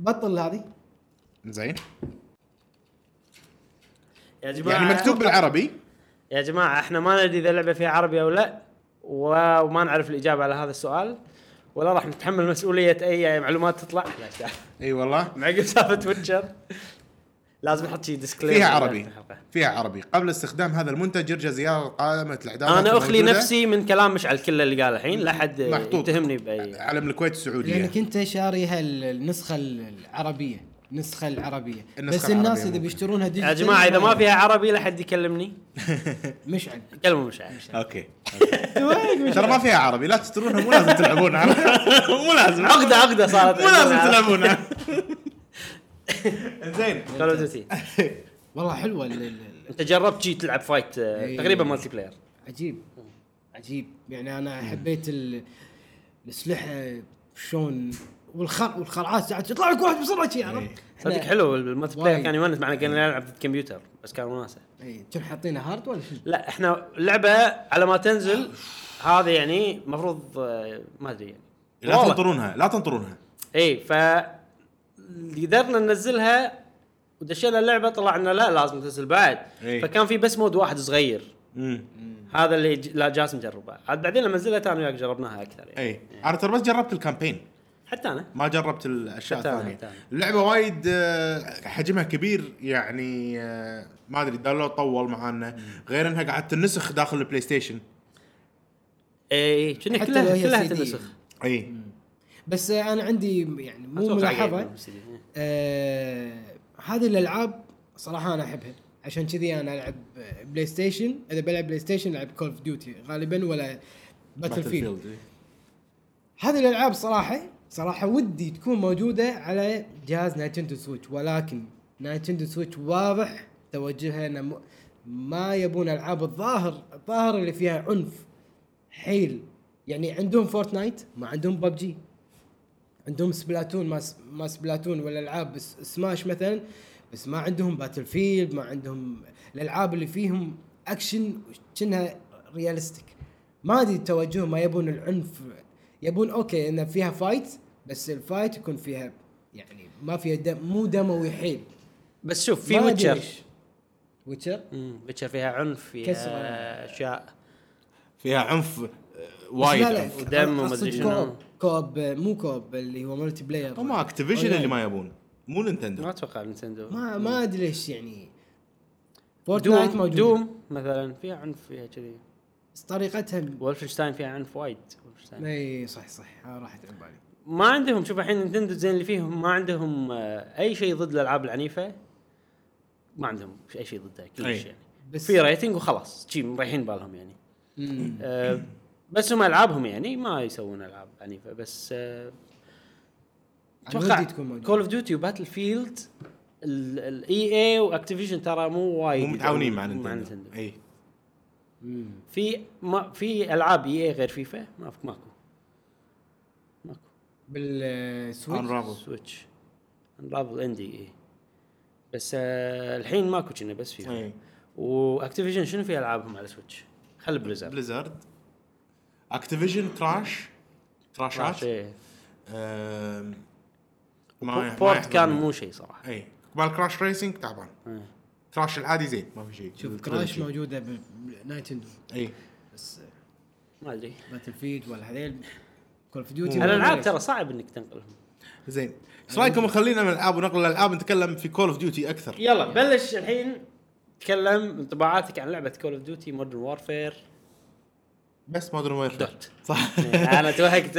بطل هذه
زين
يا جماعه
يعني مكتوب بالعربي
يا جماعه احنا ما ندري اذا اللعبه فيها عربي او لا و- وما نعرف الاجابه على هذا السؤال ولا راح نتحمل مسؤوليه اي معلومات تطلع لا إيش دعوة.
اي والله
معقب سالفه ويتشر لازم نحط شي ديسكليمر
فيها عربي فيها عربي قبل استخدام هذا المنتج يرجى زياره قائمه الاحداث
انا اخلي
الموجودة.
نفسي من كلام مشعل كله اللي قال الحين لا حد
محطوط.
يتهمني باي
علم الكويت السعوديه
لانك انت شاريها ال- النسخه العربيه النسخه العربيه
النسخة
بس الناس
العربية
اذا
ممكن.
بيشترونها ديجيتال
يا جماعه اذا ما
يعرف.
فيها عربي لا حد يكلمني
مشعل
كلموا مشعل
اوكي ترى ما فيها عربي لا تشترونها مو لازم تلعبونها مو لازم
عقده عقده صارت
مو لازم تلعبونها زين
كول اوف ديوتي
والله حلوه ال- ال- ال-
انت جربت شي تلعب فايت آه،
إيه.
تقريبا مالتي بلاير
عجيب عجيب يعني انا حبيت ال- الاسلحه شلون والخر والخرعات ساعات يطلع لك واحد بسرعه شي عرفت؟
إيه.
صدق حلو المالتي بلاير
وايد.
كان يونس معنا كنا نلعب ضد كمبيوتر بس كان وناسه
اي كم إيه، حاطينها هارد ولا شنو؟
لا احنا اللعبه على ما تنزل هذا يعني المفروض ما ادري يعني
لا
والله.
تنطرونها لا تنطرونها
اي ف قدرنا ننزلها ودشينا اللعبه طلع لنا لا لازم تنزل بعد
إيه.
إي.
فكان في بس مود واحد صغير
امم
هذا اللي ج... لا جاسم جربه عاد بعدين لما نزلت انا وياك جربناها اكثر
إيه.
يعني
اي انا ترى بس جربت الكامبين
حتى انا
ما جربت الاشياء
حتى أنا-
الثانيه
حتى أنا.
اللعبه وايد آه، حجمها كبير يعني آه، ما ادري داونلود طول معانا غير انها قاعد تنسخ داخل البلاي ستيشن
اي كنا
حتى لو
إيه، كلها
هي
كلها
CD.
تنسخ
اي
بس آه، انا عندي يعني مو
أتوقع
ملاحظه
قاعد يقول CD.
آه هذه الالعاب صراحه انا احبها عشان كذي انا العب بلاي ستيشن اذا بلعب بلاي ستيشن العب كول اوف ديوتي غالبا ولا باتل فيلد
Battlefield، إي.
هذه الالعاب صراحه صراحه ودي تكون موجوده على جهاز نايتندو سويتش ولكن نايتندو سويتش واضح توجهها انه م- ما يبون العاب الظاهر الظاهر اللي فيها عنف حيل يعني عندهم فورتنايت ما عندهم ببجي عندهم سبلاتون ما س- ما سبلاتون ولا العاب س- سماش مثلا بس ما عندهم باتل فيلد ما عندهم الالعاب اللي فيهم اكشن كأنها رياليستيك ما ادري توجه ما يبون العنف يبون اوكي ان فيها فايت بس الفايت يكون فيها يعني ما فيها دم مو دموي حيل
بس شوف في
ما أدري
ويتشر
ليش. ويتشر
ويتشر فيها عنف
كسر.
فيها اشياء
فيها عنف آه،
بس
وايد
لا لا،
عنف
ودم وما
أقصد
أدري شنو.
كوب- كوب مو كوب اللي هو ملتي بلاير
هم اكتيفيشن
أونلاين.
اللي ما يبون مو نينتندو
ما اتوقع نتندو
ما ما ادري ليش يعني فورتنايت
دوم
موجود
دوم مثلا فيها عنف فيها كذي
بس طريقتها
وولفنشتاين فيها عنف وايد Wolfenstein.
اي صح صح آه، راحت عن بالي
ما عندهم شوف الحين نتندو زين اللي فيهم ما عندهم آه، اي شيء ضد الالعاب العنيفه ما عندهم اي شيء ضدها كلش
أي.
يعني
بس-
في ريتنج وخلاص شي مريحين بالهم يعني
أمم.
آه، بس هم العابهم يعني ما يسوون العاب عنيفه بس آه،
أنا
اتوقع
ودي تكون موجودة.
كول اوف ديوتي وباتل فيلد الاي اي واكتيفيشن E ترى مو وايد
مو متعاونين مع
مو
نينتندو اي
أمم.
في ما في العاب اي اي غير فيفا ما في- ماكو ماكو
بالسويتش
انرافل
سويتش انرافل اندي اي E. بس آه الحين ماكو كنا بس فيفا
إيه.
واكتيفيشن شنو في العابهم على سويتش؟ خل بليزر
بليزرد اكتيفيشن كراش كراشات
إيه.
آم، ما- ما
بورت
يحضرني.
كان مو شيء صراحه
اي مال كراش ريسنج تعبان
إيه.
كراش العادي زين ما في شيء إيه.
شوف كراش موجوده بنايتندو
اي
بس آه،
ما ادري
باتل فيلد ولا هذيل كول اوف ديوتي
الالعاب ترى صعب انك تنقلهم
زين ايش رايكم نخلينا من الالعاب ونقل الالعاب نتكلم في كول اوف ديوتي اكثر
يلا بلش الحين تكلم انطباعاتك عن لعبه كول اوف ديوتي مودرن وارفير
بس مودرن وير
دوت
صح
انا يعني توهقت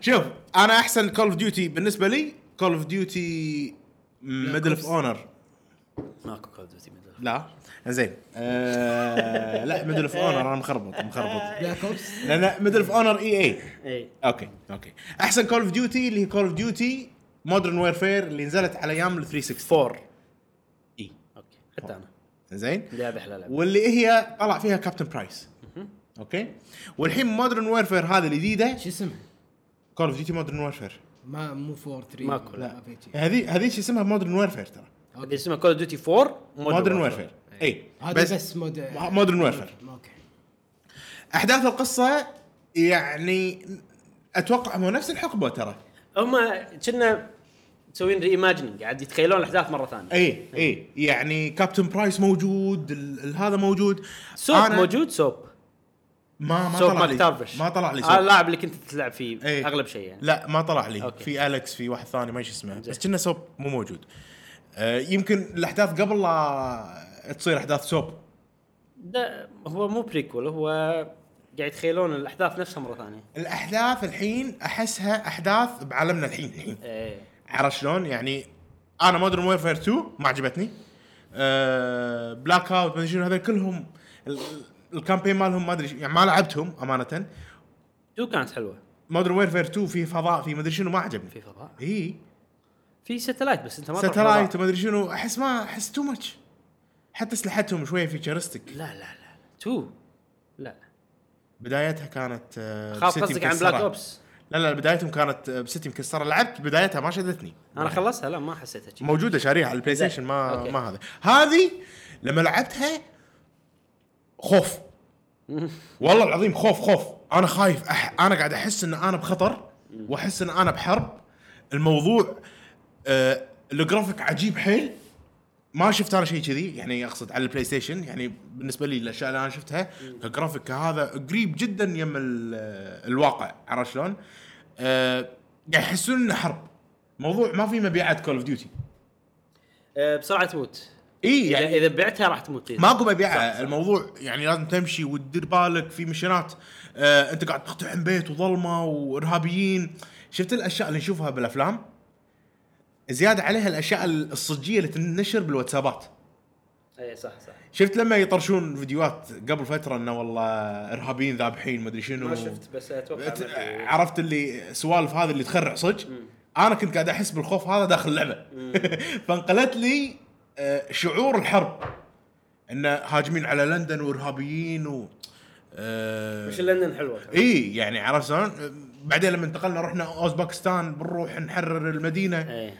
شوف انا احسن كول اوف ديوتي بالنسبه لي كول اوف ديوتي ميدل اوف اونر
ماكو كول اوف ديوتي ميدل
لا زين آه لا ميدل اوف اونر انا مخربط مخربط
بلاك اوبس
لان ميدل اوف اونر اي اي
اي
اوكي اوكي احسن كول اوف ديوتي اللي هي كول اوف ديوتي مودرن ويرفير اللي نزلت على ايام ال 364
فور
اي
اوكي حتى انا
زين
لعبه احلى لعبه
واللي هي طلع فيها كابتن برايس اوكي والحين مودرن ويرفير هذه الجديده
شو اسمها؟
كول اوف ديوتي مودرن ويرفير
ما مو 4 3
ماكو،
لا
لا.
ما في شيء
هذه هذه شو اسمها مودرن ويرفير ترى
اللي اسمها كول اوف ديوتي 4
مودرن ويرفير اي
هذا إيه. بس, بس مود
مودرن ويرفير
اوكي
احداث القصه يعني اتوقع هو نفس الحقبه ترى
هم كنا مسوين ري ايماجيننج قاعد يتخيلون الاحداث مره ثانيه
اي اي يعني كابتن برايس موجود ال- ال- هذا موجود
سوب
أنا
موجود سوب
ما ما
سوب
طلع
ماك
لي
تارفش
ما طلع لي
آه
سوب
اللاعب اللي كنت تلعب فيه
إيه.
اغلب شيء يعني
لا ما طلع لي
أوكي.
في الكس في واحد ثاني ما ايش اسمه
زين.
بس كنا سوب مو موجود آه يمكن الاحداث قبل لا تصير احداث سوب
ده هو مو بريكول هو قاعد يتخيلون الاحداث نفسها مره ثانيه
الاحداث الحين احسها احداث بعالمنا الحين الحين
ايه
عرفت شلون يعني انا مودرن ويرفير 2 ما عجبتني أه بلاك اوت ما ادري شنو هذول كلهم ال- ال- الكامبين مالهم ما ادري شو- يعني ما لعبتهم امانه
تو كانت حلوه
مودرن ويرفير 2 في فضاء في ما ادري شنو ما عجبني
في
إيه.
فضاء
اي
في ساتلايت بس انت ما تروح
ساتلايت
فضاء.
وما ادري شنو احس ما احس تو ماتش حتى اسلحتهم شويه فيتشرستك
لا لا لا تو لا
بدايتها كانت آه،
خاف
بسيتي
قصدك عن
مكسرة.
بلاك اوبس
لا لا بدايتهم كانت آه، بسيتي مكسره لعبت بدايتها ما شدتني
انا خلصها لا ما حسيتها شي.
موجوده شاريها على البلاي
زين.
ستيشن ما
أوكي.
ما هذا هذه لما لعبتها خوف والله العظيم خوف خوف انا خايف أح... انا قاعد احس ان انا بخطر واحس ان انا بحرب الموضوع آه... الجرافيك عجيب حيل ما شفت انا شيء كذي يعني اقصد على البلاي ستيشن يعني بالنسبه لي الاشياء اللي انا شفتها الجرافيك هذا قريب جدا يم ال- الواقع عرفت شلون؟ آه... قاعد يحسون انه حرب موضوع ما في مبيعات كول اوف ديوتي
آه، بسرعه تموت
اي
يعني
يعني
اذا بعتها راح تموت
ماكو مبيعه الموضوع يعني لازم تمشي وتدير بالك في مشينات آه انت قاعد تقتحم بيت وظلمه وارهابيين شفت الاشياء اللي نشوفها بالافلام زياده عليها الاشياء الصجيه اللي تنشر بالواتسابات
اي إيه، صح صح
شفت لما يطرشون فيديوهات قبل فتره انه والله ارهابيين ذابحين مدري شنو
ما شفت بس اتوقع ما
ت-
في-
عرفت اللي سوالف هذه اللي تخرع صدق انا كنت قاعد احس بالخوف هذا داخل اللعبه فانقلت لي آه، شعور الحرب انه هاجمين على لندن وارهابيين و آه،
مش لندن حلوه ترى.
اي يعني عرفت شلون؟ بعدين لما انتقلنا رحنا اوزباكستان بنروح نحرر المدينه
ايه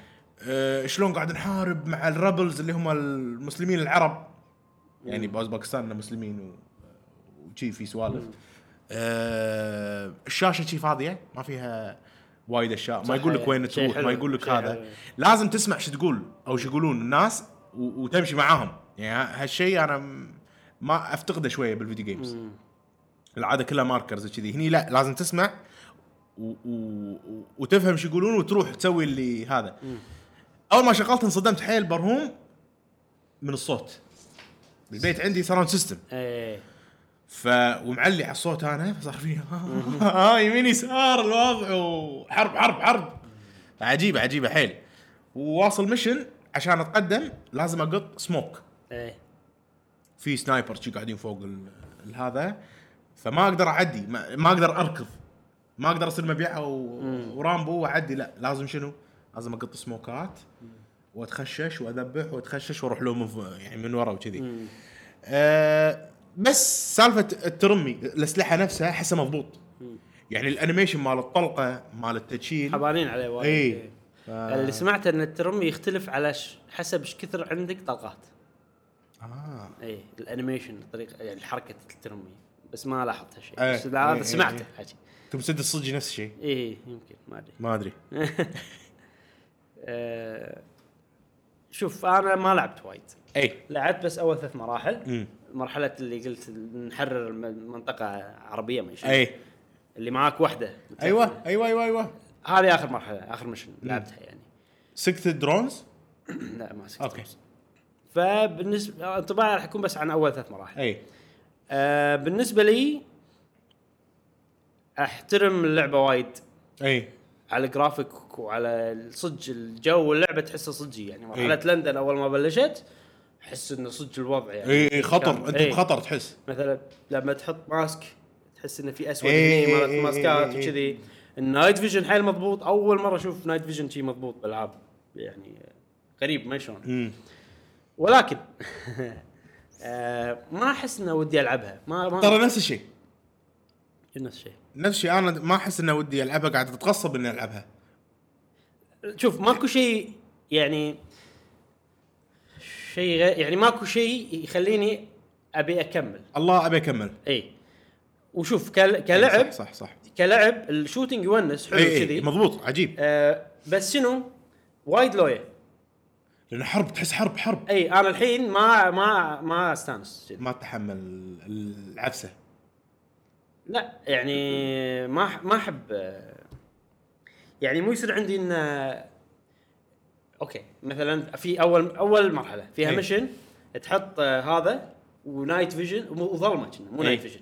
آه، شلون قاعد نحارب مع الربلز اللي هم المسلمين العرب يعني باوزباكستان إنه مسلمين و... وشي في سوالف آه، الشاشه شي فاضيه ما فيها وايد اشياء ما
صح،
يقول لك وين
شي
تروح
حلو،
ما يقول لك
شي حلو.
هذا لازم تسمع شو تقول او شو يقولون الناس و... وتمشي معاهم يعني هالشيء انا م- ما افتقده شويه بالفيديو جيمز العاده كلها ماركرز كذي هني لا لازم تسمع و... و... و- وتفهم شو يقولون وتروح تسوي اللي هذا اول ما شغلت انصدمت حيل برهوم من الصوت بالبيت عندي سراوند سيستم
ايه
ف ومعلي على الصوت انا فصار في ها يمين يسار الوضع وحرب حرب حرب عجيبه عجيبه حيل وواصل مشن عشان اتقدم لازم اقط سموك
ايه
في سنايبر شي قاعدين فوق ال- ال- هذا فما اقدر اعدي ما, ما اقدر اركض ما اقدر اصير مبيعه و... ورامبو واعدي لا لازم شنو؟ لازم اقط سموكات واتخشش واذبح واتخشش واروح له من ف- يعني من ورا وكذي. آه بس سالفه الترمي الاسلحه نفسها احسها مضبوط. يعني الانيميشن مال الطلقه مال التشيل
حبانين عليه وايد
إيه.
إيه.
ف-
اللي سمعته ان الترمي يختلف على ش... حسب ايش كثر عندك طلقات
آه.
اي الانيميشن الطريقه يعني حركه الترمي بس ما لاحظت هالشيء
إيه.
بس لا،
إيه،
هذا
إيه،
سمعته
إيه.
حكي
تم سد الصج نفس الشيء
اي يمكن ما ادري
ما ادري
آه، شوف انا ما لعبت وايد
اي
لعبت بس اول ثلاث مراحل
مم.
مرحلة اللي قلت نحرر من- منطقة عربية ما شنو.
اي
اللي معاك وحدة
ايوه ايوه ايوه ايوه
هذه اخر مرحلة اخر مشن لعبتها يعني
سكت الدرونز
لا ما سكت
اوكي
فبالنسبة انطباعي راح يكون بس عن اول ثلاث مراحل
اي
آه بالنسبة لي احترم اللعبة وايد
اي
على الجرافيك وعلى صج الجو واللعبة تحسها صجي يعني مرحلة
إيه.
لندن اول ما بلشت احس انه صج الوضع يعني
اي اي خطر انت
إيه.
بخطر تحس
مثلا لما تحط ماسك تحس انه في اسود
إيه،
هني
إيه،
مالت
إيه،
ماسكات
إيه، إيه.
وكذي النايت فيجن حيل مضبوط اول مره اشوف نايت فيجن شي مضبوط بالالعاب يعني غريب ما شلون
امم
ولكن آه، ما احس انه ودي العبها ما ما
ترى نفس الشيء
نفس الشيء
نفس الشيء انا ما احس انه ودي العبها قاعد اتغصب اني العبها
شوف ماكو شيء يعني شيء غير يعني ماكو شيء يخليني ابي اكمل
الله ابي اكمل يعني
اي وشوف كل- كلعب
صح صح, صح.
كلعب الشوتنج يونس حلو
اي اي
كذي
مضبوط عجيب
آه، بس شنو وايد لوية
لان حرب تحس حرب حرب
اي انا الحين ما ما ما استانس جد.
ما تحمل العفسه
لا يعني ما أح- ما احب آه، يعني مو يصير عندي ان آه، اوكي مثلا في اول اول مرحله فيها
إي.
ميشن تحط آه، هذا ونايت فيجن وم- وظلمه كنا مو
إي.
نايت فيجن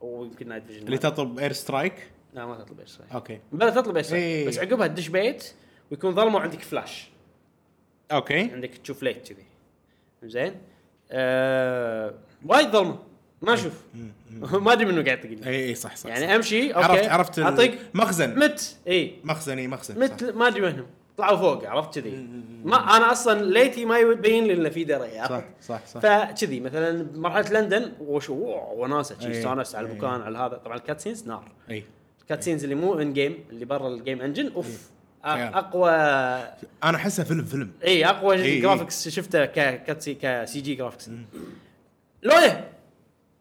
ويمكن نايت فيجن
إيه. اللي تطلب اير سترايك
لا ما تطلب ايش
اوكي
بلا تطلب ايش
إي.
بس عقبها تدش بيت ويكون ظلمه وعندك فلاش
اوكي
عندك تشوف ليت كذي زين آه... وايد ظلمه ما اشوف ما ادري منو قاعد يطقني
اي اي إيه، صح صح
يعني
صح.
امشي اوكي
إيه. عرفت عرفت ال-
اطق
مخزن
مت اي
مخزن اي مخزن صح.
مت ما ادري وينهم طلعوا فوق عرفت كذي ما انا اصلا ليتي ما يبين لي انه في دري عرفت؟
صح صح صح
فكذي مثلا مرحله لندن وش واو، وناسه شي
إي.
استانست على
إي.
المكان على هذا طبعا الكاتسينز نار
اي
الكاتسينز اللي مو ان جيم اللي برا الجيم انجن اوف أ-
خيال.
اقوى
انا احسها فيلم فيلم
اي اقوى
إي.
جرافكس إيه، شفته ك كاتسي كسي جي جرافكس لويه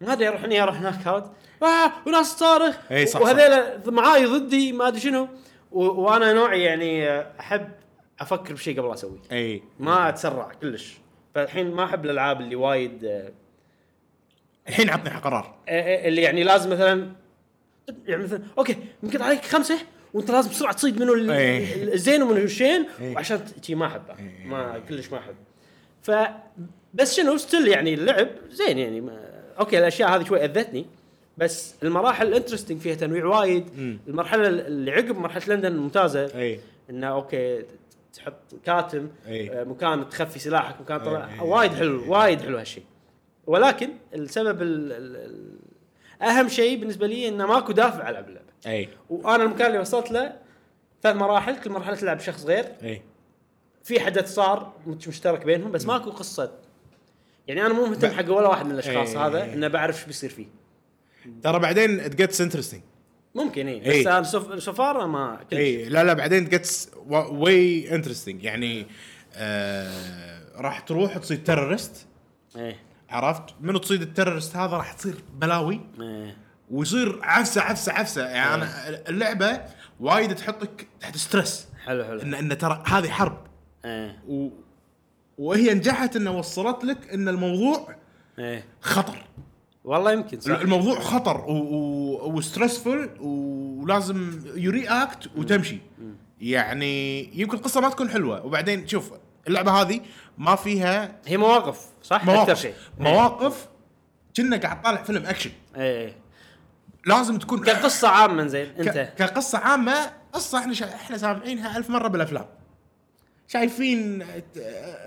ما ادري اروح هني اروح هناك هاد آه وناس صارخ
إي، إيه، صح، صح.
وهذيلا ذ- معاي ضدي ما ادري شنو و- وانا نوعي يعني آه، احب افكر بشيء قبل اسوي
اي
ما اتسرع كلش فالحين ما احب الالعاب اللي وايد آه،
الحين عطني قرار
آه، اللي يعني لازم مثلا يعني مثلا اوكي يمكن عليك خمسه وانت لازم بسرعه تصيد منو ال-
إيه.
ال- الزين ومنو الشين
إيه.
وعشان ت- شي ما احبه
إيه.
ما كلش ما احب ف بس شنو ستيل يعني اللعب زين يعني ما اوكي الاشياء هذه شوي اذتني بس المراحل الانترستنج فيها تنويع وايد
مم. إيه.
المرحله اللي عقب مرحله لندن ممتازه
اي
انه اوكي تحط كاتم
إيه.
آه، مكان تخفي سلاحك مكان
إيه،
طلع
إيه،
وايد حلو وايد حلو هالشيء ولكن السبب ال ال ال اهم شيء بالنسبه لي انه ماكو دافع العب اللعبه
اي
وانا المكان اللي وصلت له ثلاث مراحل كل مرحله تلعب شخص غير
اي
في حدث صار مت- مشترك بينهم بس ماكو قصه يعني انا مو مهتم
ب-
حق ولا واحد من الاشخاص
إيه.
هذا انه بعرف ايش بيصير فيه
ترى بعدين ات جيتس انترستنج
ممكن اي
إيه.
بس انا سوف- سو فار ما كلش
اي إيه، لا لا بعدين جيتس واي انترستنج يعني آه راح تروح تصير تيرورست
ايه
عرفت منو تصيد التيرورست هذا راح تصير بلاوي
ايه
ويصير عفسه عفسه عفسه يعني أنا اللعبه وايد تحطك تحت ستريس
حلو حلو
ان ان ترى هذه حرب
ايه
و... وهي نجحت انه وصلت لك ان الموضوع
ايه
خطر
والله يمكن صح
الموضوع خطر و... و... وستريسفul ولازم يرياكت وتمشي يعني يمكن القصه ما تكون حلوه وبعدين شوف اللعبه هذه ما فيها
هي مواقف صح اكثر شيء
مواقف مواقف كأنك قاعد طالع فيلم اكشن
ايه
لازم تكون
كقصه عامه زين
ك-
انت
كقصه عامه قصه احنا شا... احنا سامعينها ألف مره بالافلام شايفين آه،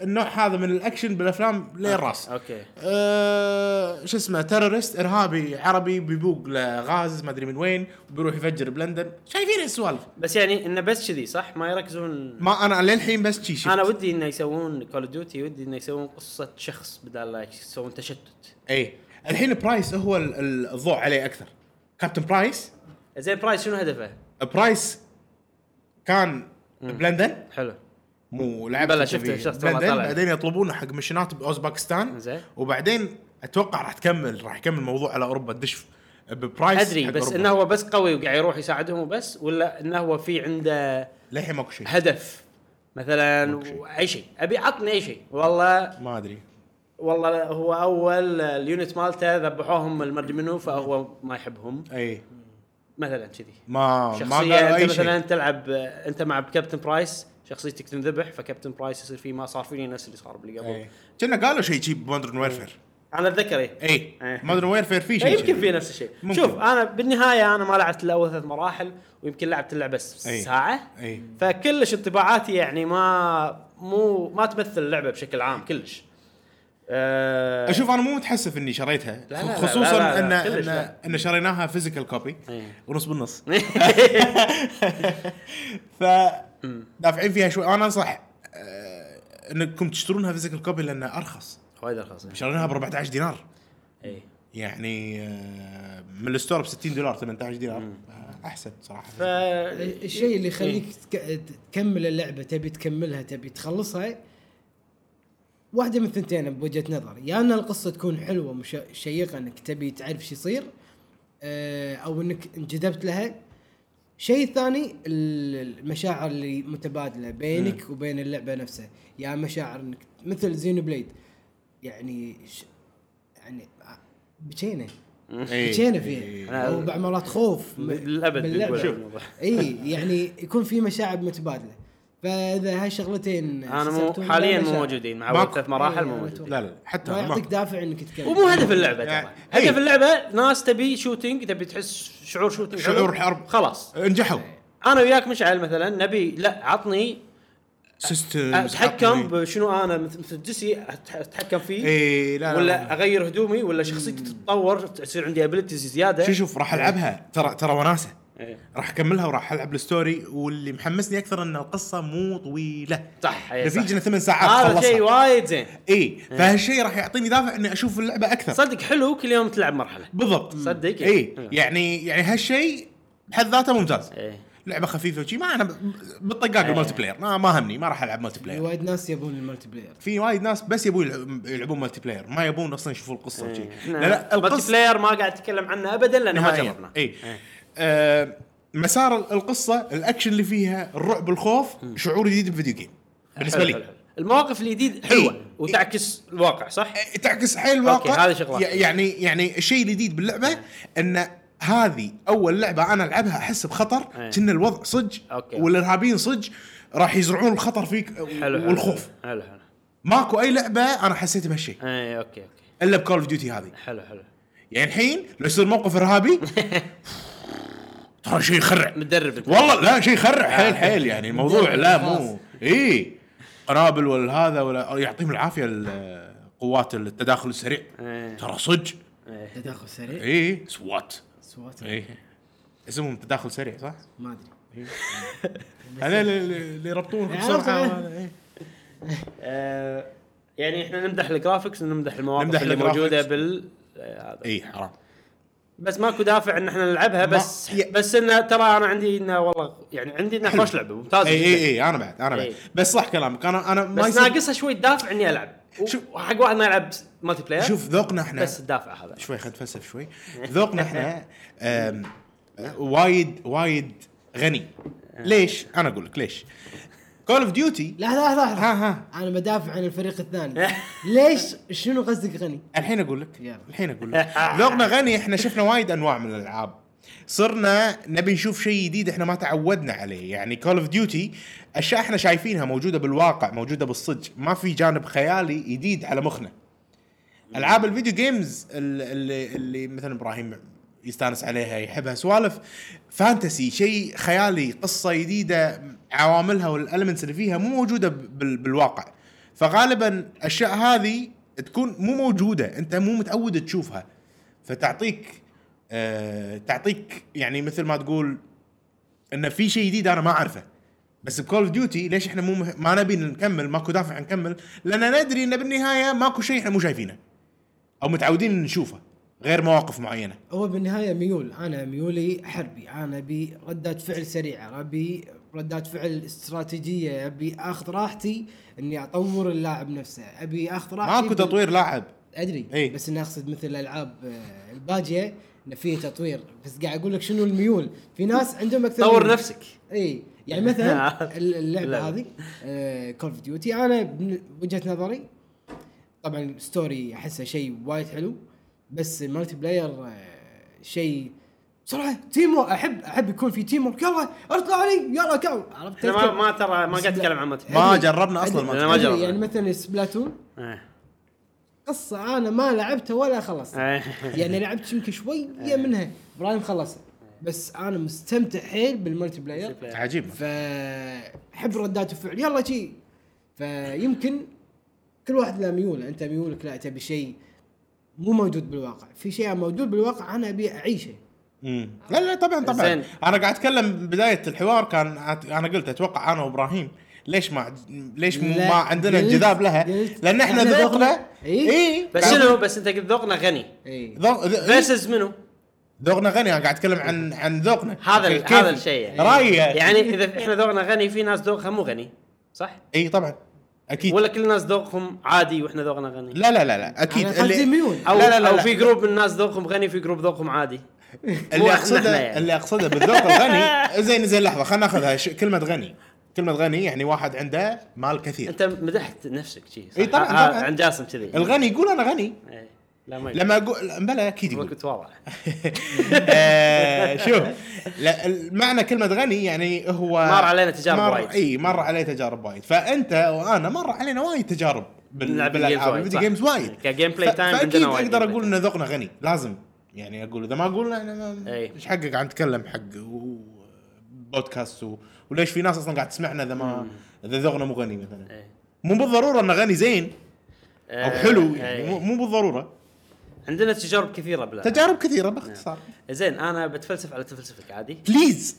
النوع هذا من الاكشن بالافلام لين راس
اوكي
أه شو اسمه تيرورست ارهابي عربي بيبوق لغاز ما ادري من وين وبيروح يفجر بلندن شايفين السوالف
بس يعني انه بس كذي صح ما يركزون
ما انا للحين بس شي شفت
انا ودي انه يسوون كول اوف ديوتي ودي انه يسوون قصه شخص بدل لا يسوون تشتت
اي إيه. الحين برايس هو ال- ال- الضوء عليه اكثر كابتن برايس
زين برايس شنو هدفه؟
برايس كان بلندن
حلو
مو لعب
بلى، شفته- شفته والله
بلندن
طلع.
بعدين يطلبونه حق مشينات باوزباكستان
زين.
وبعدين اتوقع راح تكمل راح يكمل الموضوع على اوروبا دش ببرايس
ادري
حق
بس
أوروبا.
انه هو بس قوي وقاعد يروح يساعدهم وبس ولا انه هو في عنده
للحين ماكو شيء
هدف مثلا
ممكن شيء.
و- اي شيء ابي عطني اي شيء والله
ما ادري
والله هو اول اليونت مالته ذبحوهم المدري منو فهو ما يحبهم
اي
مثلا كذي
إيه. آه، ما ما
شخصيه
قالوا
انت
اي
مثلا
شيء
تلعب انت مع كابتن برايس شخصيتك تنذبح فكابتن برايس يصير فيه ما صار فيني نفس اللي صار باللي قبل
إي. كنا قالوا شيء شي بمودرن ويرفير
انا اتذكر ايه
اي
إي.
مودرن ويرفير في شيء
إيه. يمكن
شي.
في نفس الشيء
ممكن.
شوف انا بالنهايه انا ما لعبت الاول ثلاث مراحل ويمكن لعبت اللعبه بس
أي.
ساعه
أي.
فكلش انطباعاتي يعني ما مو ما تمثل اللعبه بشكل عام كلش أه
اشوف انا مو متحسف اني شريتها
لا، لا، لا،
خصوصا
لا، لا،
ان
لا، كلش
ان
لا. إيه.
ان شريناها فيزيكال كوبي
إي.
ونص بالنص ف دافعين فيها شوي انا انصح آه، انكم تشترونها فيزيكال كوبي لانها ارخص
وايد يعني. إيه. ارخص
شريناها ب 14 دينار
اي
يعني آه، من الستور ب 60 دولار 18 دينار آه، احسن صراحه
ف
الشيء اللي
إيه.
يخليك تك- تكمل اللعبه تبي تكملها تبي تخلصها واحده من الثنتين بوجهه نظري يا ان القصه تكون حلوه مش شيقه انك تبي تعرف شو يصير آه، او انك انجذبت لها شيء ثاني ال- المشاعر اللي متبادله بينك وبين اللعبه نفسها يا مشاعر انك مثل زينو بليد يعني ش... يعني آه، بكينا
إي.
بكينا
إي.
فيها
أنا-
او بعمرات خوف م-
بالأبد
من
بنقول
اللعبه
هذا الموضوع.
اي يعني يكون في مشاعر متبادله فاذا هاي شغلتين
نعم.
انا مو
سسرتهم،
حاليا
لا
مو
مشاعر.
موجودين مع
ماكو.
اول ثلاث مراحل
إي،
مو
أنا
موجودين
أتوقع.
إيه، لا لا حتى
ما يعطيك
ماكو.
دافع انك تكمل
ومو هدف اللعبه
يعني-
ترى
إي.
هدف اللعبه ناس تبي شوتينج تبي تحس شعور شوتينج
شعور
حلو.
حرب.
خلاص
نجحوا
انا وياك مشعل مثلا نبي لا عطني
سيستم
اتحكم بشنو انا مثل مثل جسي أتح- اتحكم فيه
اي إيه، لا لا،
ولا
لا
اغير هدومي ولا شخصيتي تتطور تصير عندي ابيلتيز زياده
شو شوف راح العبها ترى ترى وناسه
إيه.
راح اكملها وراح العب الستوري واللي محمسني اكثر ان القصه مو طويله
صح إيه، صح.
نتيجه 8 ساعات
هذا شيء
خلصها
وايد زين
اي فهالشيء إيه. راح يعطيني دافع اني اشوف اللعبه اكثر
إيه. صدق حلو كل يوم تلعب مرحله
بالضبط
صدق، إيه.
اي
إيه.
يعني يعني هالشيء بحد ذاته ممتاز
إيه.
لعبه خفيفه وشي ما انا ب- بالطقاق الملتي بلاير ما, ما همني ما راح العب ملتي
في
إيه.
بلاير
يعني وايد ناس يبون الملتي بلاير
في وايد ناس بس يبون يلعب- يلعبون ملتي بلاير ما يبون اصلا يشوفوا القصه وشي
إيه.
لا لا
ملتي
القصه
بلاير ما قاعد اتكلم عنه ابدا لان ما جربنا إيه.
اي آه، مسار ال- القصه الاكشن اللي فيها الرعب الخوف شعور جديد بالفيديو جيم بالنسبه
حلو،
لي
حلو، حلو. المواقف الجديد
إيه.
حلوه وتعكس الواقع صح؟
آه، تعكس حيل الواقع
أوكي، هذه شغلة. إيه.
ي- يعني يعني الشيء الجديد باللعبه ان هذه اول لعبه انا العبها احس بخطر
إيه.
كنا الوضع صج
أوكي.
والارهابيين صج راح يزرعون الخطر فيك
حلو حلو
والخوف
حلو حلو
ماكو اي لعبه انا حسيت بهالشيء
اي اوكي اوكي
الا بكول اوف ديوتي هذه
حلو حلو
يعني الحين لو يصير موقف ارهابي ترى شيء يخرع
مدرب أنت.
والله لا شيء يخرع
آه.
حيل حيل يعني الموضوع لا
خلاص.
مو اي قنابل ولا هذا ولا يعطيهم العافيه ال- قوات التداخل السريع
إيه.
ترى صدق
تداخل سريع
اي سوات
اصوات
اي اسمهم تداخل سريع صح؟
ما ادري
إيه.
هذول اللي اللي يربطونهم
يعني
عرفت
بسرعه
إيه.
وهذا، إيه.
آه، يعني احنا نمدح الجرافكس ونمدح المواقف
نمدح
اللي
الجرافكس.
موجوده بال آه، هذا
اي حرام
بس ماكو دافع ان احنا نلعبها
ما-
بس
ي-
بس انه ترى انا عندي انه والله يعني عندي انه خوش لعبه ممتازه
اي
جداً.
اي اي انا بعد انا بعد
إي.
بس صح كلامك انا انا إيه، ما
إيه. بس
يصير-
ناقصها شوي دافع اني العب و-
شوف-
وحق واحد ما يلعب مالتي بلاير
شوف ذوقنا احنا
بس الدافع هذا
شوي خلينا نتفلسف شوي ذوقنا احنا أم، وايد وايد غني
آه.
ليش؟ انا اقول لك ليش؟ كول اوف ديوتي
لا لا
ها
لا
ها
انا بدافع عن الفريق الثاني
إيه.
ليش شنو قصدك غني؟
الحين اقول لك
يلا.
الحين اقول لك ذوقنا غني احنا شفنا وايد انواع من الالعاب صرنا نبي نشوف شيء جديد احنا ما تعودنا عليه يعني كول اوف ديوتي اشياء احنا شايفينها موجوده بالواقع موجوده بالصدق ما في جانب خيالي جديد على مخنا العاب الفيديو جيمز ال- اللي اللي مثلا ابراهيم يستانس عليها يحبها سوالف فانتسي شيء خيالي قصه جديده عواملها والالمنتس اللي فيها مو موجوده بال بالواقع فغالبا الاشياء هذه تكون مو موجوده انت مو متعود تشوفها فتعطيك آه تعطيك يعني مثل ما تقول انه في شيء جديد انا ما اعرفه بس بكول اوف ديوتي ليش احنا مو مه... ما نبي نكمل ماكو دافع نكمل لان ندري انه بالنهايه ماكو شيء احنا مو شايفينه او متعودين إن نشوفه غير مواقف معينه
هو بالنهايه ميول انا ميولي حربي انا ابي ردات فعل سريعه ابي ردات فعل استراتيجيه ابي اخذ راحتي اني اطور اللاعب نفسه ابي اخذ راحتي
ماكو
بال-
تطوير لاعب
ادري
إي.
بس انا اقصد مثل الالعاب آه، الباجيه انه فيه تطوير بس قاعد اقول لك شنو الميول في ناس عندهم اكثر
طور
من-
نفسك
اي يعني مثلا ال- اللعبه
لا.
هذه آه، كول اوف ديوتي انا من وجهه نظري طبعا ستوري احسها شيء وايد حلو بس المالتي بلاير آه، شيء بسرعه تيمو احب احب يكون في تيمو يلا اطلع علي يلا كاو عرفت
احنا ما
تذكر؟
ما ترى ما قاعد اتكلم عن مالتي بلاير
ما
أدري.
جربنا أصلاً
أدري.
أنا ما جربنا.
يعني مثلا سبلاتون
إيه.
قصه انا ما لعبتها ولا خلصت
إيه.
يعني لعبت يمكن شويه منها ابراهيم خلصها بس انا مستمتع حيل بالمالتي بلاير
عجيب
فحب ردات الفعل يلا شي فيمكن كل واحد له ميوله انت ميولك لا تبي شيء مو موجود بالواقع في شيء موجود بالواقع انا ابي اعيشه
مم. لا لا طبعا طبعا
زين.
انا قاعد اتكلم بدايه الحوار كان أت- انا قلت اتوقع انا وابراهيم ليش ما عج- ليش مو-
لا،
ما عندنا
قلت-
انجذاب لها
قلت.
لان احنا
إحنا
ذوقنا
ذوقنا- إيه؟ إي.
اي
بس شنو بس انت قلت ذوقنا غني
اي
ذوق- ذ- إي.
فيرسز منو؟
ذوقنا غني انا قاعد اتكلم عن عن ذوقنا
هذا ال-
كيف-
هذا الشيء يعني
رايه
يعني اذا احنا ذوقنا غني في ناس ذوقها مو غني صح؟
اي طبعا اكيد
ولا كل الناس ذوقهم عادي واحنا ذوقنا غني؟
لا لا لا لا اكيد
انا قصدي ميول
او
لا، لا، لا،
او
لا.
في جروب من الناس ذوقهم غني في جروب ذوقهم عادي مو
اللي
إحنا- إحنا
اقصده
يعني.
اللي اقصده بالذوق الغني زين زين لحظه خلينا ناخذها ش... كلمه غني كلمه غني يعني واحد عنده مال كثير
انت مدحت نفسك شي صح؟
إي طبعاً،
ها-
طبعاً.
عن جاسم كذي
الغني يقول انا غني
إيه. لا ما يقول.
لما اقول بلا اكيد
ما
يقول
كنت واضح
آه، شوف لا معنى كلمه غني يعني هو
مر علينا تجارب
مر...
وايد.
اي مر عليه تجارب وايد فانت وانا مر علينا وايد تجارب بال...
نلعب
بالالعاب
الجيمز
الفيديو
وايد،
جيمز
صح.
وايد
كجيم بلاي
ف-
تايم
فاكيد
عندنا وايد
اقدر
جيم
اقول
بلاي
ان ذوقنا غني لازم يعني اقول اذا ما قلنا احنا ما-
إي.
ايش حقك قاعد نتكلم حق و... بودكاست و... وليش في ناس اصلا قاعد تسمعنا اذا ما اذا ذوقنا مو غني مثلا
إيه.
مو بالضروره انه غني زين او
آه،
حلو يعني
إيه.
مو مو بالضروره
عندنا تجارب كثيره بلا
تجارب كثيره باختصار
زين انا بتفلسف على تفلسفك عادي
بليز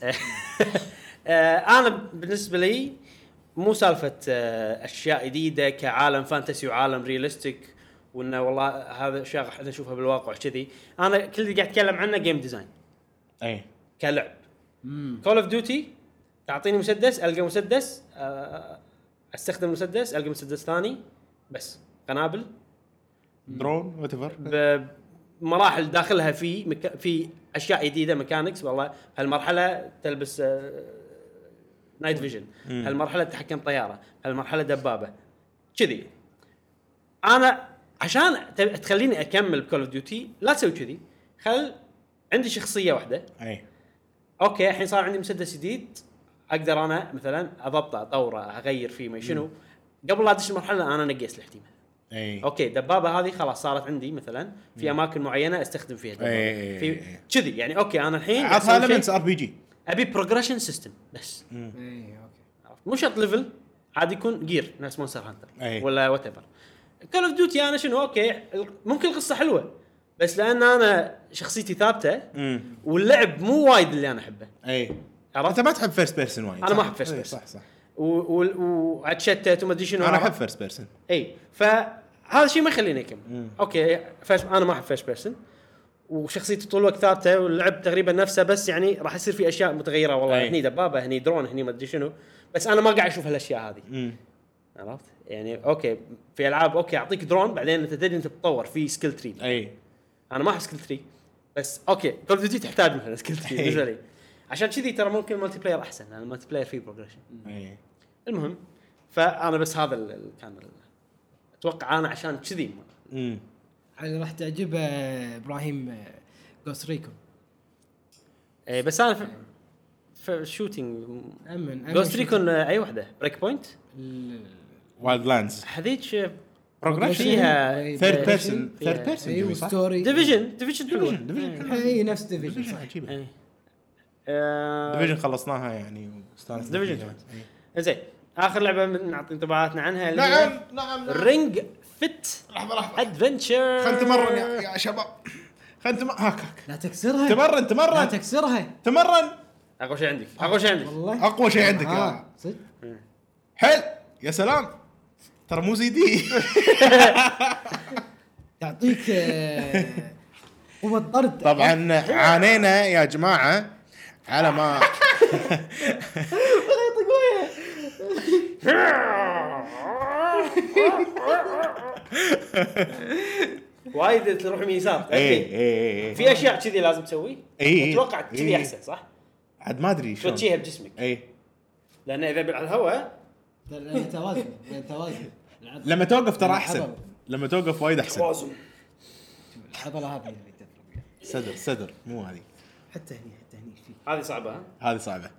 آه، انا بالنسبه لي مو سالفه آه، اشياء جديده كعالم فانتسي وعالم ريالستيك وانه والله هذا اشياء احنا نشوفها بالواقع كذي انا كل اللي قاعد اتكلم عنه جيم ديزاين
اي
كلعب كول اوف ديوتي تعطيني مسدس القى مسدس آه، استخدم مسدس القى مسدس ثاني بس قنابل
درون وات ايفر
بمراحل داخلها في مك... في اشياء جديده ميكانكس والله هالمرحله تلبس آه، نايت فيجن هالمرحله تتحكم طياره هالمرحله دبابه كذي انا عشان ت- تخليني اكمل بكول اوف ديوتي لا تسوي كذي خل عندي شخصيه واحده
اي
اوكي الحين صار عندي مسدس جديد اقدر انا مثلا اضبطه اطوره اغير فيه ما شنو قبل لا ادش المرحله انا انقي اسلحتي مثلا
اي
اوكي دبابه هذه خلاص صارت عندي مثلا في اماكن معينه استخدم فيها
إي-
دبابه في
إي-
كذي يعني اوكي انا الحين
عطها
أسوي شيء-
لمنتس ار بي جي
ابي بروجريشن سيستم بس
اي اوكي
عرفت؟ مو شرط ليفل عاد يكون جير نفس مونستر هانتر
إي.
ولا وات ايفر كول اوف ديوتي انا شنو اوكي ممكن القصه حلوه بس لان انا شخصيتي ثابته واللعب مو وايد اللي انا احبه
اي
عرفت؟
انت ما تحب فيرست بيرسون وايد
أنا
صح؟
ما أحب first
إي،
person.
صح صح
و- و- واتشتت وما ادري شنو
انا
عرفت؟
احب فيرست بيرسون
اي فهذا الشيء ما يخليني اكمل اوكي فش... انا ما احب فيرست بيرسون وشخصيتي طول الوقت ثابته واللعب تقريبا نفسه بس يعني راح يصير في اشياء متغيره والله
أي.
هني دبابه هني درون هني ما ادري شنو بس انا ما قاعد اشوف هالاشياء هذه عرفت يعني اوكي في العاب اوكي اعطيك درون بعدين انت تدري انت تتطور في سكيل تري
اي
انا ما احب سكيل تري بس اوكي كول اوف ديوتي تحتاج مثلا سكيل تري
أي.
بالنسبه لي عشان كذي ترى ممكن الملتي بلاير احسن لان الملتي بلاير فيه بروجريشن
اي
المهم فانا بس هذا ال- ال- كان ال- اتوقع انا عشان كذي ما-
أمم.
هذا راح آه، تعجبه ابراهيم جوست ريكون
اي إيه، بس انا ف... ف... شوتينج
امن امن
جوست ريكون اي واحده بريك بوينت
وايلد لاندز
هذيك آه،
بروجريشن
فيها-
ثيرد
بروجريشن.
بيرسون ثيرد بيرسون
ايوه ستوري
ديفيجن ديفيجن
ديفيجن
حلوه
ديفيجن
اي إيه، نفس ديفيجن
ديفيجن
صح
عجيبه
إي. آه،
ديفيجن خلصناها يعني واستانسنا
ديفيجن
فيها.
كمان.
إي.
زين اخر لعبه من- نعطي انطباعاتنا عنها اللي هي
نعم نعم نعم
رينج فت
لحظه لحظه
ادفنشر
خلنا نتمرن يا- يا شباب خلنا نتمرن هاك هاك
لا تكسرها
تمرن
لا
تمرن
تكسرها
تمرن
اقوى شيء عندك اقوى شيء عندك
والله
اقوى شيء عندك يا.
آه، صدق
حلو يا سلام ترى مو زي دي
تعطيك آه، قوة طرد
طبعا عانينا يا جماعه على ما
وايد تروح من يسار
اي
أكيد.
اي
إيه، في اشياء كذي لازم تسوي
إي.
اتوقع كذي
إي.
احسن صح؟
عاد ما ادري شلون إيه.
توجيها بجسمك
اي
لان اذا على الهواء
لأن توازن لأن توازن العضلة-
لما توقف ترى احسن لما توقف وايد احسن
توازن
العضلة هذه اللي تفرق
صدر صدر مو هذه
حتى هني حتى هني في
هذه صعبه ها؟
هذه صعبه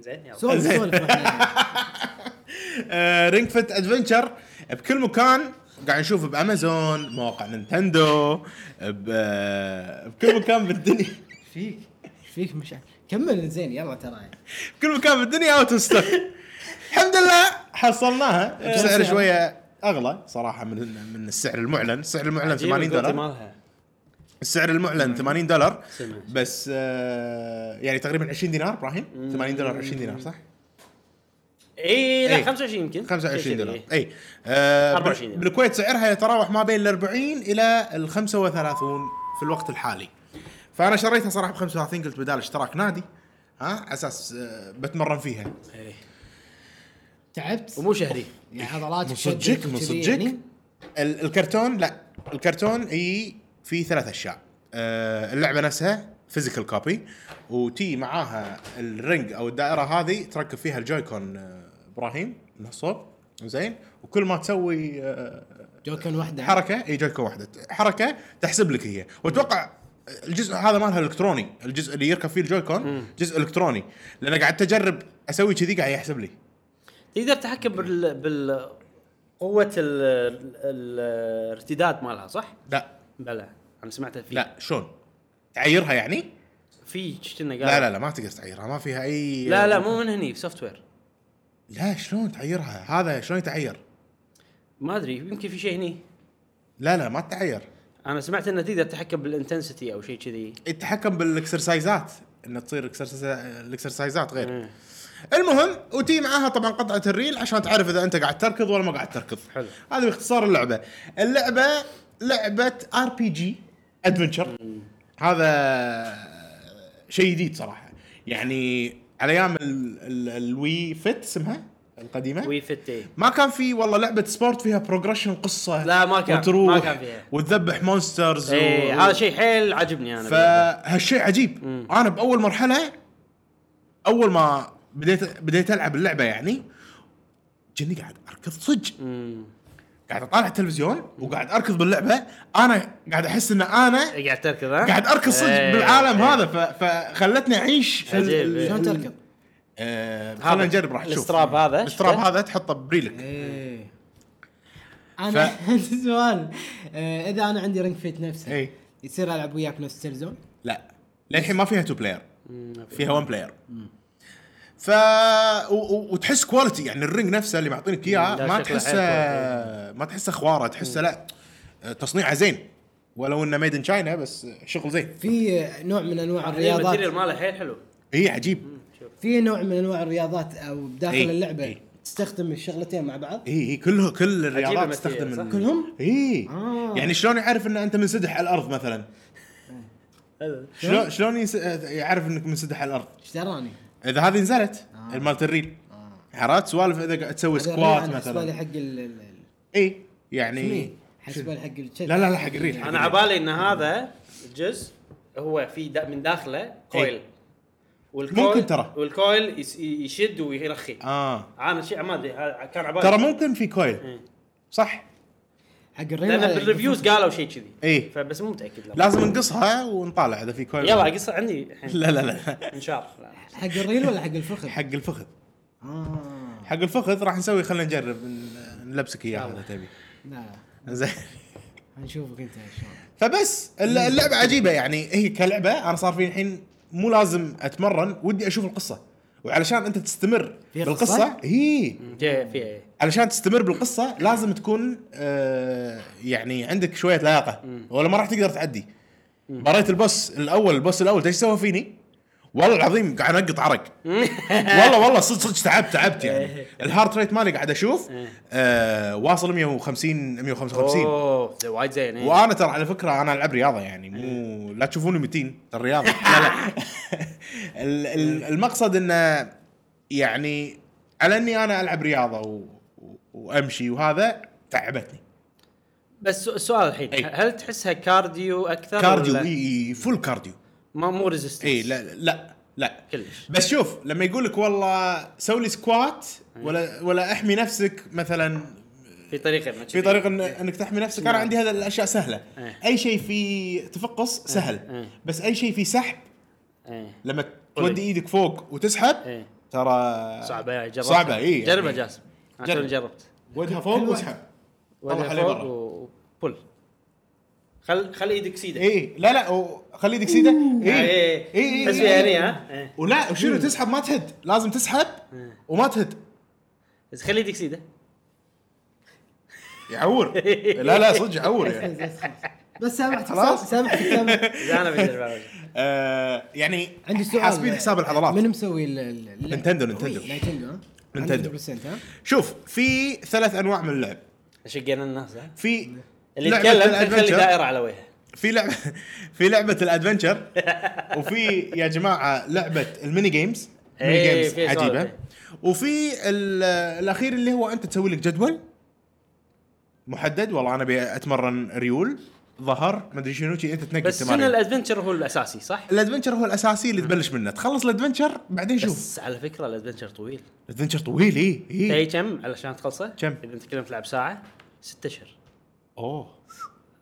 زين يلا
سولف سولف إحنا.
رينج فت ادفنشر بكل مكان قاعد نشوف بامازون مواقع نينتندو ب- آه، بكل مكان بالدنيا
إيش فيك إيش فيك مش عارف. كمل زين يلا ترى
بكل مكان بالدنيا اوت اوف ستوك الحمد لله حصلناها بسعر شويه اغلى صراحه من من السعر المعلن السعر المعلن 80 دولار
مالها
السعر
نعم.
المعلن 80 دولار
سمع.
بس آه يعني تقريبا 20 دينار ابراهيم 80 دولار 20 دينار صح؟
اي إيه، لا
إي.
25 يمكن
25
شيء
إيه. دولار
كذي.
اي آه
24 دينار.
بالكويت سعرها يتراوح ما بين ال 40 الى ال 35 في الوقت الحالي فانا شريتها صراحه ب 35 قلت بدال اشتراك نادي ها على اساس آه بتمرن فيها
إي.
تعبت
ومو شهري
يعني عضلات
من
شدت
صدقك من
وكذي
صدقك
يعني.
ال- الكرتون لا الكرتون اي في ثلاث اشياء آه، اللعبه نفسها فيزيكال كوبي وتي معاها الرنج او الدائره هذه تركب فيها الجويكون آه، ابراهيم من الصوب زين وكل ما تسوي آه،
جوكن واحدة
حركه اي جويكون واحده حركه تحسب لك هي واتوقع الجزء هذا مالها الكتروني الجزء اللي يركب فيه الجويكون جزء الكتروني لان قعدت اجرب اسوي كذي قاعد يحسب لي
تقدر تحكم بال بال قوة ال... ال... الارتداد مالها صح؟
لا
بلى انا سمعتها في
لا شلون تعيرها يعني
في كنا قال
لا لا لا ما تقدر تعيرها ما فيها اي
لا لا مو من هني سوفت وير
لا شلون تعيرها هذا شلون يتعير
ما ادري يمكن في شيء هني
لا لا ما تتعير
انا سمعت انه تقدر تتحكم بالانتنسيتي او شيء كذي
يتحكم بالاكسرسايزات انه تصير إكسرسايز- الاكسرسايزات غير
مم.
المهم وتي معاها طبعا قطعه الريل عشان تعرف اذا انت قاعد تركض ولا ما قاعد تركض
حلو.
هذا باختصار اللعبه اللعبه لعبه ار بي جي ادفنشر هذا شيء جديد صراحه يعني على ايام ال- ال- الوي فت اسمها القديمه
وي فت إيه.
ما كان في والله لعبه سبورت فيها بروجريشن قصه
لا، ما كان-
وتروح
ما كان فيها.
وتذبح مونسترز
ايه هذا شيء حيل عاجبني انا باللعبة.
فهالشيء عجيب انا باول مرحله اول ما بديت بديت العب اللعبه يعني كني قاعد اركض صج
مم.
قاعد اطالع التلفزيون وقاعد اركض باللعبه انا قاعد احس ان انا
إيه، قاعد تركض ها؟
قاعد اركض صج
إيه،
بالعالم
إيه.
هذا ف- فخلتني اعيش في ال-
عجيب، إيه.
شلون تركض؟
آه، خلنا نجرب راح تشوف
الاستراب هذا،
الاستراب
شفته؟
هذا تحطه بريلك
ايه انا عندي سؤال آه، اذا انا عندي رينج فيت
إيه.
نفسه
اي
يصير العب وياك نفس التلفزيون؟
إيه. لا للحين ما فيها تو بلاير
مم.
فيها 1 بلاير ف و... و... وتحس كواليتي يعني الرنج نفسه اللي معطينك
لا،
اياه ما
شكله
تحسه
حيل
ما تحسه خواره تحسه لا تصنيعه زين ولو انه ميد ان تشاينا بس شغل زين
في آه، نوع من انواع
الماتيريال
الرياضات
ماله إيه، حيل حلو
هي إيه، عجيب
شوف
في نوع من انواع الرياضات او داخل
إيه،
اللعبه
إيه.
تستخدم الشغلتين مع بعض
اي اي كله إيه، كل الرياضات
عجيبة
تستخدم
مثيرة،
ال-
صح؟
كلهم؟
اي
آه.
يعني شلون يعرف ان انت منسدح على الارض مثلا
هذا.
شلون شلون يس- يعرف انك منسدح على الارض
ايش دراني؟
اذا هذه نزلت
آه.
مالت الريل عرفت سوالف اذا قاعد تسوي سكوات
حسبالي
مثلا
حق ال
اي يعني
حسبالي حق الشيك
لا، لا، لا، حق الريل، حق
انا عبالي ان هذا الجزء هو في دا من داخله كويل والكويل
إيه. ممكن ترى.
والكويل يس- يشد ويرخي
اه
انا شيء ما ادري ها- كان عبالي
ترى ممكن في كويل صح
حق الريل
لان
هذا
بالريفيوز قالوا شيء كذي
إيه.
فبس مو متاكد لا.
لازم نقصها ونطالع اذا في كويل
يلا قصه عندي الحين
لا لا لا
انشار لا.
حق الريل ولا حق الفخذ؟
حق الفخذ
اه
حق الفخذ راح نسوي خلينا نجرب ن- نلبسك اياه اذا تبي
لا
زين
هنشوفك انت شلون
فبس الل- اللعبه عجيبه يعني هي كلعبه انا صار في الحين مو لازم اتمرن ودي اشوف القصه وعلشان انت تستمر
في
بالقصه
قصة؟
هي
جاي فيها
علشان تستمر بالقصه لازم تكون آه يعني عندك شويه لياقه ولا ما راح تقدر تعدي مريت البوس الاول البوس الاول ايش سوى فيني؟ والله العظيم قاعد انقط عرق والله والله صدق صدق تعبت تعبت يعني الهارت ريت مالي قاعد اشوف آه واصل 150 155
اوه زي- وايد زين إيه.
وانا ترى على فكره انا العب رياضه يعني مو لا تشوفوني متين الرياضه لا لا ال- ال- المقصد انه يعني على اني انا العب رياضه و... و- وامشي وهذا تعبتني
بس سو- السؤال الحين
إيه.
هل تحسها كارديو اكثر
كارديو
ولا-
إي- إي، فول كارديو
ما مو ريزيستنس
اي لا لا لا
كلش
بس شوف لما يقول لك والله سوي لي سكوات
إيه.
ولا ولا احمي نفسك مثلا
في طريقه انك
في طريقه إن انك تحمي نفسك انا عندي هذا الاشياء سهله
إيه.
اي شيء فيه تفقص سهل
إيه.
بس اي شيء فيه سحب
إيه.
لما
قولي.
تودي ايدك فوق وتسحب
إيه.
ترى
صعبه يا جربتها
صعبه اي
جربها جاسم انا
إيه. جرب.
توني جربت
ودها
كل
فوق
واحد.
واسحب طلع
وجه
عليه
فوق
برا.
و- وبول خل خلي ايدك سيده
اي إيه، لا لا و- خلي ايدك سيده اي
إيه.
اي
تحس فيها هني، ها؟ إيه.
ولا وشنو تسحب ما تهد لازم تسحب وما تهد
بس خلي ايدك سيده
يعور لا لا صدق يعور يعني
بس سامحتك
خلاص؟
سامحتك سامحتك
اذا انا بجربها
آه، يعني
عندي سؤال
حاسبين حساب العضلات
من مسوي ال- ال- اللعبة؟
نينتندو، نينتندو.
نينتندو ها؟
نينتندو.
100% ها؟
شوف في ثلاث انواع من اللعب
شقينا الناس ها
في
اللي
لعبة
يتكلم خلي
الأدفنتشر.
دائره على وجهه
في لعبه في لعبه الادفنشر وفي يا جماعه لعبه الميني جيمز الميني
إيه،
جيمز
في سوالف.
عجيبه وفي ال- الاخير اللي هو انت تسوي لك جدول محدد والله انا ابي اتمرن ريول ظهر ما ادري شنو شي، انت تنقي
بس شنو
التمارين
الادفنتشر هو الاساسي صح؟
الادفنشر هو الاساسي اللي تبلش منه تخلص الادفنشر بعدين شوف
بس على فكره الادفنتشر طويل
الادفنشر طويل إيه، اي
تدري
اي
إيه. كم علشان تخلصه؟
كم؟
اذا نتكلم تلعب ساعه ست اشهر
اوه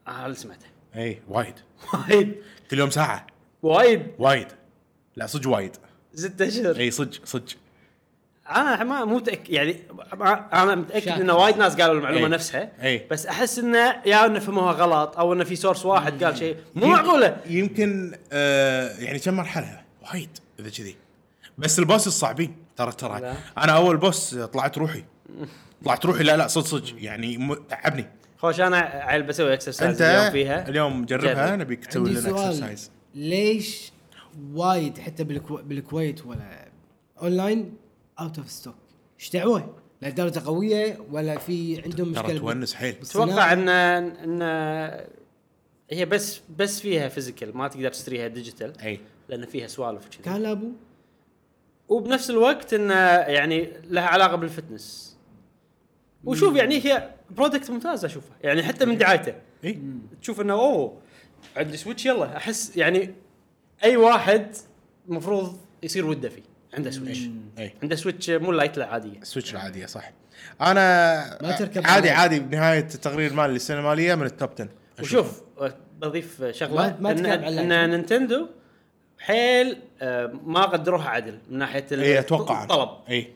انا آه، اللي سمعته
اي إيه، وايد
وايد
كل يوم ساعه
وايد
وايد لا صدق وايد
ست اشهر
اي صدق صدق
انا ما مو متاكد يعني ما- انا متاكد
شاك.
ان وايد ناس قالوا المعلومه
إيه.
نفسها
إيه.
بس احس انه يا انه فهموها غلط او انه في سورس واحد قال شيء مو معقوله
يمكن آه يعني كم مرحله وايد اذا كذي بس البوس الصعبين ترى ترى
لا.
انا اول بوس طلعت روحي طلعت روحي لا لا صدق صدق يعني م- تعبني
خوش انا عيل بسوي اكسرسايز
انت
اليوم فيها
اليوم جربها
جرب.
نبيك تسوي
عندي
لنا
سؤال
اكسرسايز
ليش وايد حتى بالكو... بالكويت ولا اونلاين اوت اوف ستوك؟ ايش دعوه؟ لا دولته قويه ولا في عندهم مشكله
ترى
بال-
تونس حيل
اتوقع ان ان هي بس بس فيها فيزيكال ما تقدر تشتريها ديجيتال
اي
لان فيها سوالف كذي
كان ابو
وبنفس الوقت انه يعني لها علاقه بالفتنس وشوف يعني هي برودكت ممتاز اشوفه يعني حتى من دعايته
اي
تشوف انه اوه عندي سويتش يلا احس يعني اي واحد المفروض يصير وده فيه عنده سويتش
اي
عنده سويتش مو لايت العاديه
السويتش العاديه صح انا
نعم. ما تركب
عادي
بالله.
عادي بنهايه التقرير مالي السنه الماليه من التوب 10
وشوف بضيف شغله
ما- ما
ان,
تتكلم عن
إن
اللايت.
نينتندو حيل آه، ما قدروها عدل من ناحيه ال-
اي اتوقع
الطلب
اي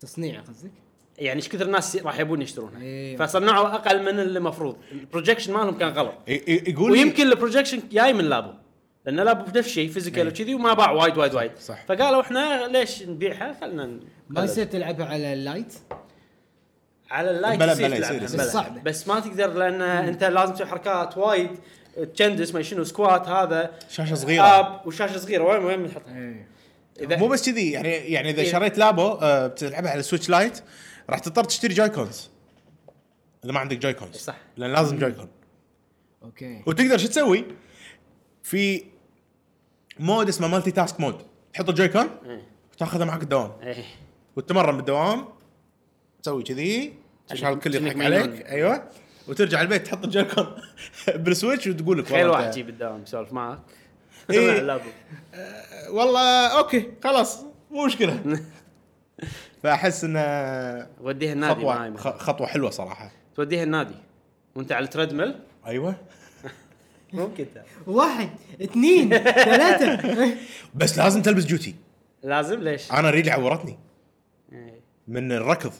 تصنيع قصدك؟
يعني ايش كثر ناس راح يبون يشترونها
إيه.
فصنعوا اقل من اللي المفروض البروجكشن مالهم كان غلط
إي- إي- يقول لي-
ويمكن البروجكشن جاي من لابو لان لابو نفس الشيء فيزيكال وكذي وما باع وايد وايد وايد
إيه. صح.
فقالوا احنا ليش نبيعها خلينا ن-
ما يصير تلعبها على اللايت؟
على اللايك
بلا-
يصير
بلا
تلعبها،
يصير-
يصير.
بلا.
صعبة.
بس ما تقدر لان انت لازم تسوي حركات وايد تشندس ما شنو سكوات هذا
شاشة صغيرة.
آه، اب وشاشه صغيره وين وين بنحطها
ايه
اذا
مو بس كذي يعني يعني اذا
إيه.
شريت لابو آه، بتلعبها على سويتش لايت راح تضطر تشتري جاي كونز اذا ما عندك جاي كونز
صح.
لان لازم جاي كون
اوكي
وتقدر شو تسوي؟ في مود اسمه مالتي تاسك مود تحط الجاي كون
إيه.
وتاخذه معك الدوام
إيه.
وتتمرن بالدوام تسوي كذي تشعل الكل
كأنك
يضحك
مجنون.
عليك ايوه وترجع البيت تحط الجاي كون بالسويتش وتقول لك
تخيل
والله
واحد
أنت-
يجيب الدوام يسولف معك
إيه.
مع اللابو.
والله اوكي خلاص مو مشكله فاحس انه
وديه النادي مع
خطوه
أيمن.
خ- خطوه حلوه صراحه
توديه النادي وانت على التريدميل
ايوه
ممكن ترى.
واحد اثنين ثلاثة
بس لازم تلبس جوتي
لازم ليش؟
انا ريلي عورتني
ايه
من الركض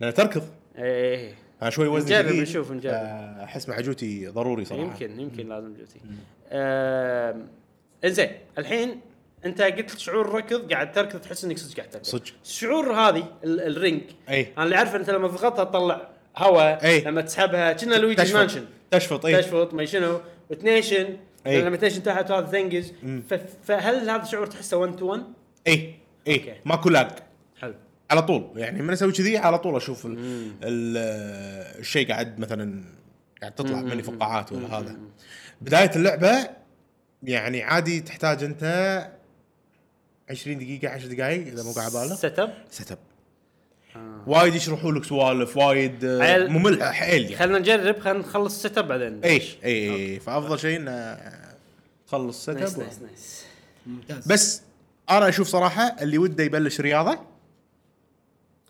لان تركض
ايه
انا شوي وزني
نجرب،
جديد،
نشوف، نجرب.
احس مع جوتي ضروري صراحه
يمكن يمكن لازم جوتي آم، انزين الحين انت قلت شعور ركض قاعد تركض تحس انك صدق قاعد تركض
صدق.
الشعور هذه ال- الرنج
اي.
انا اللي عارفه انت لما تضغطها تطلع هواء
اي.
لما تسحبها كنا لويجي مانشن
تشفط إيه. اي
تشفط ما شنو وتنيشن
اي.
لما تنيشن تحت هذا ثنجز ف- فهل هذا الشعور تحسه 1 تو 1
اي
اوكي.
اي ماكو لاج
حلو
على طول يعني من اسوي كذي على طول اشوف ال- ال- الشيء قاعد مثلا قاعد تطلع مني فقاعات ولا هذا بدايه اللعبه يعني عادي تحتاج انت 20 دقيقه 10 دقائق اذا مو قاعد بالغ
سيت اب
سيت اب وايد يشرحوا لك سوالف وايد آه،
عيل-
مملها آه. حيل يعني
خلينا نجرب خلينا نخلص السيت اب بعدين
اي اي فافضل شيء انه تخلص سيت
نايس
اب
نايس نايس
ممتاز
بس انا اشوف صراحه اللي وده يبلش رياضه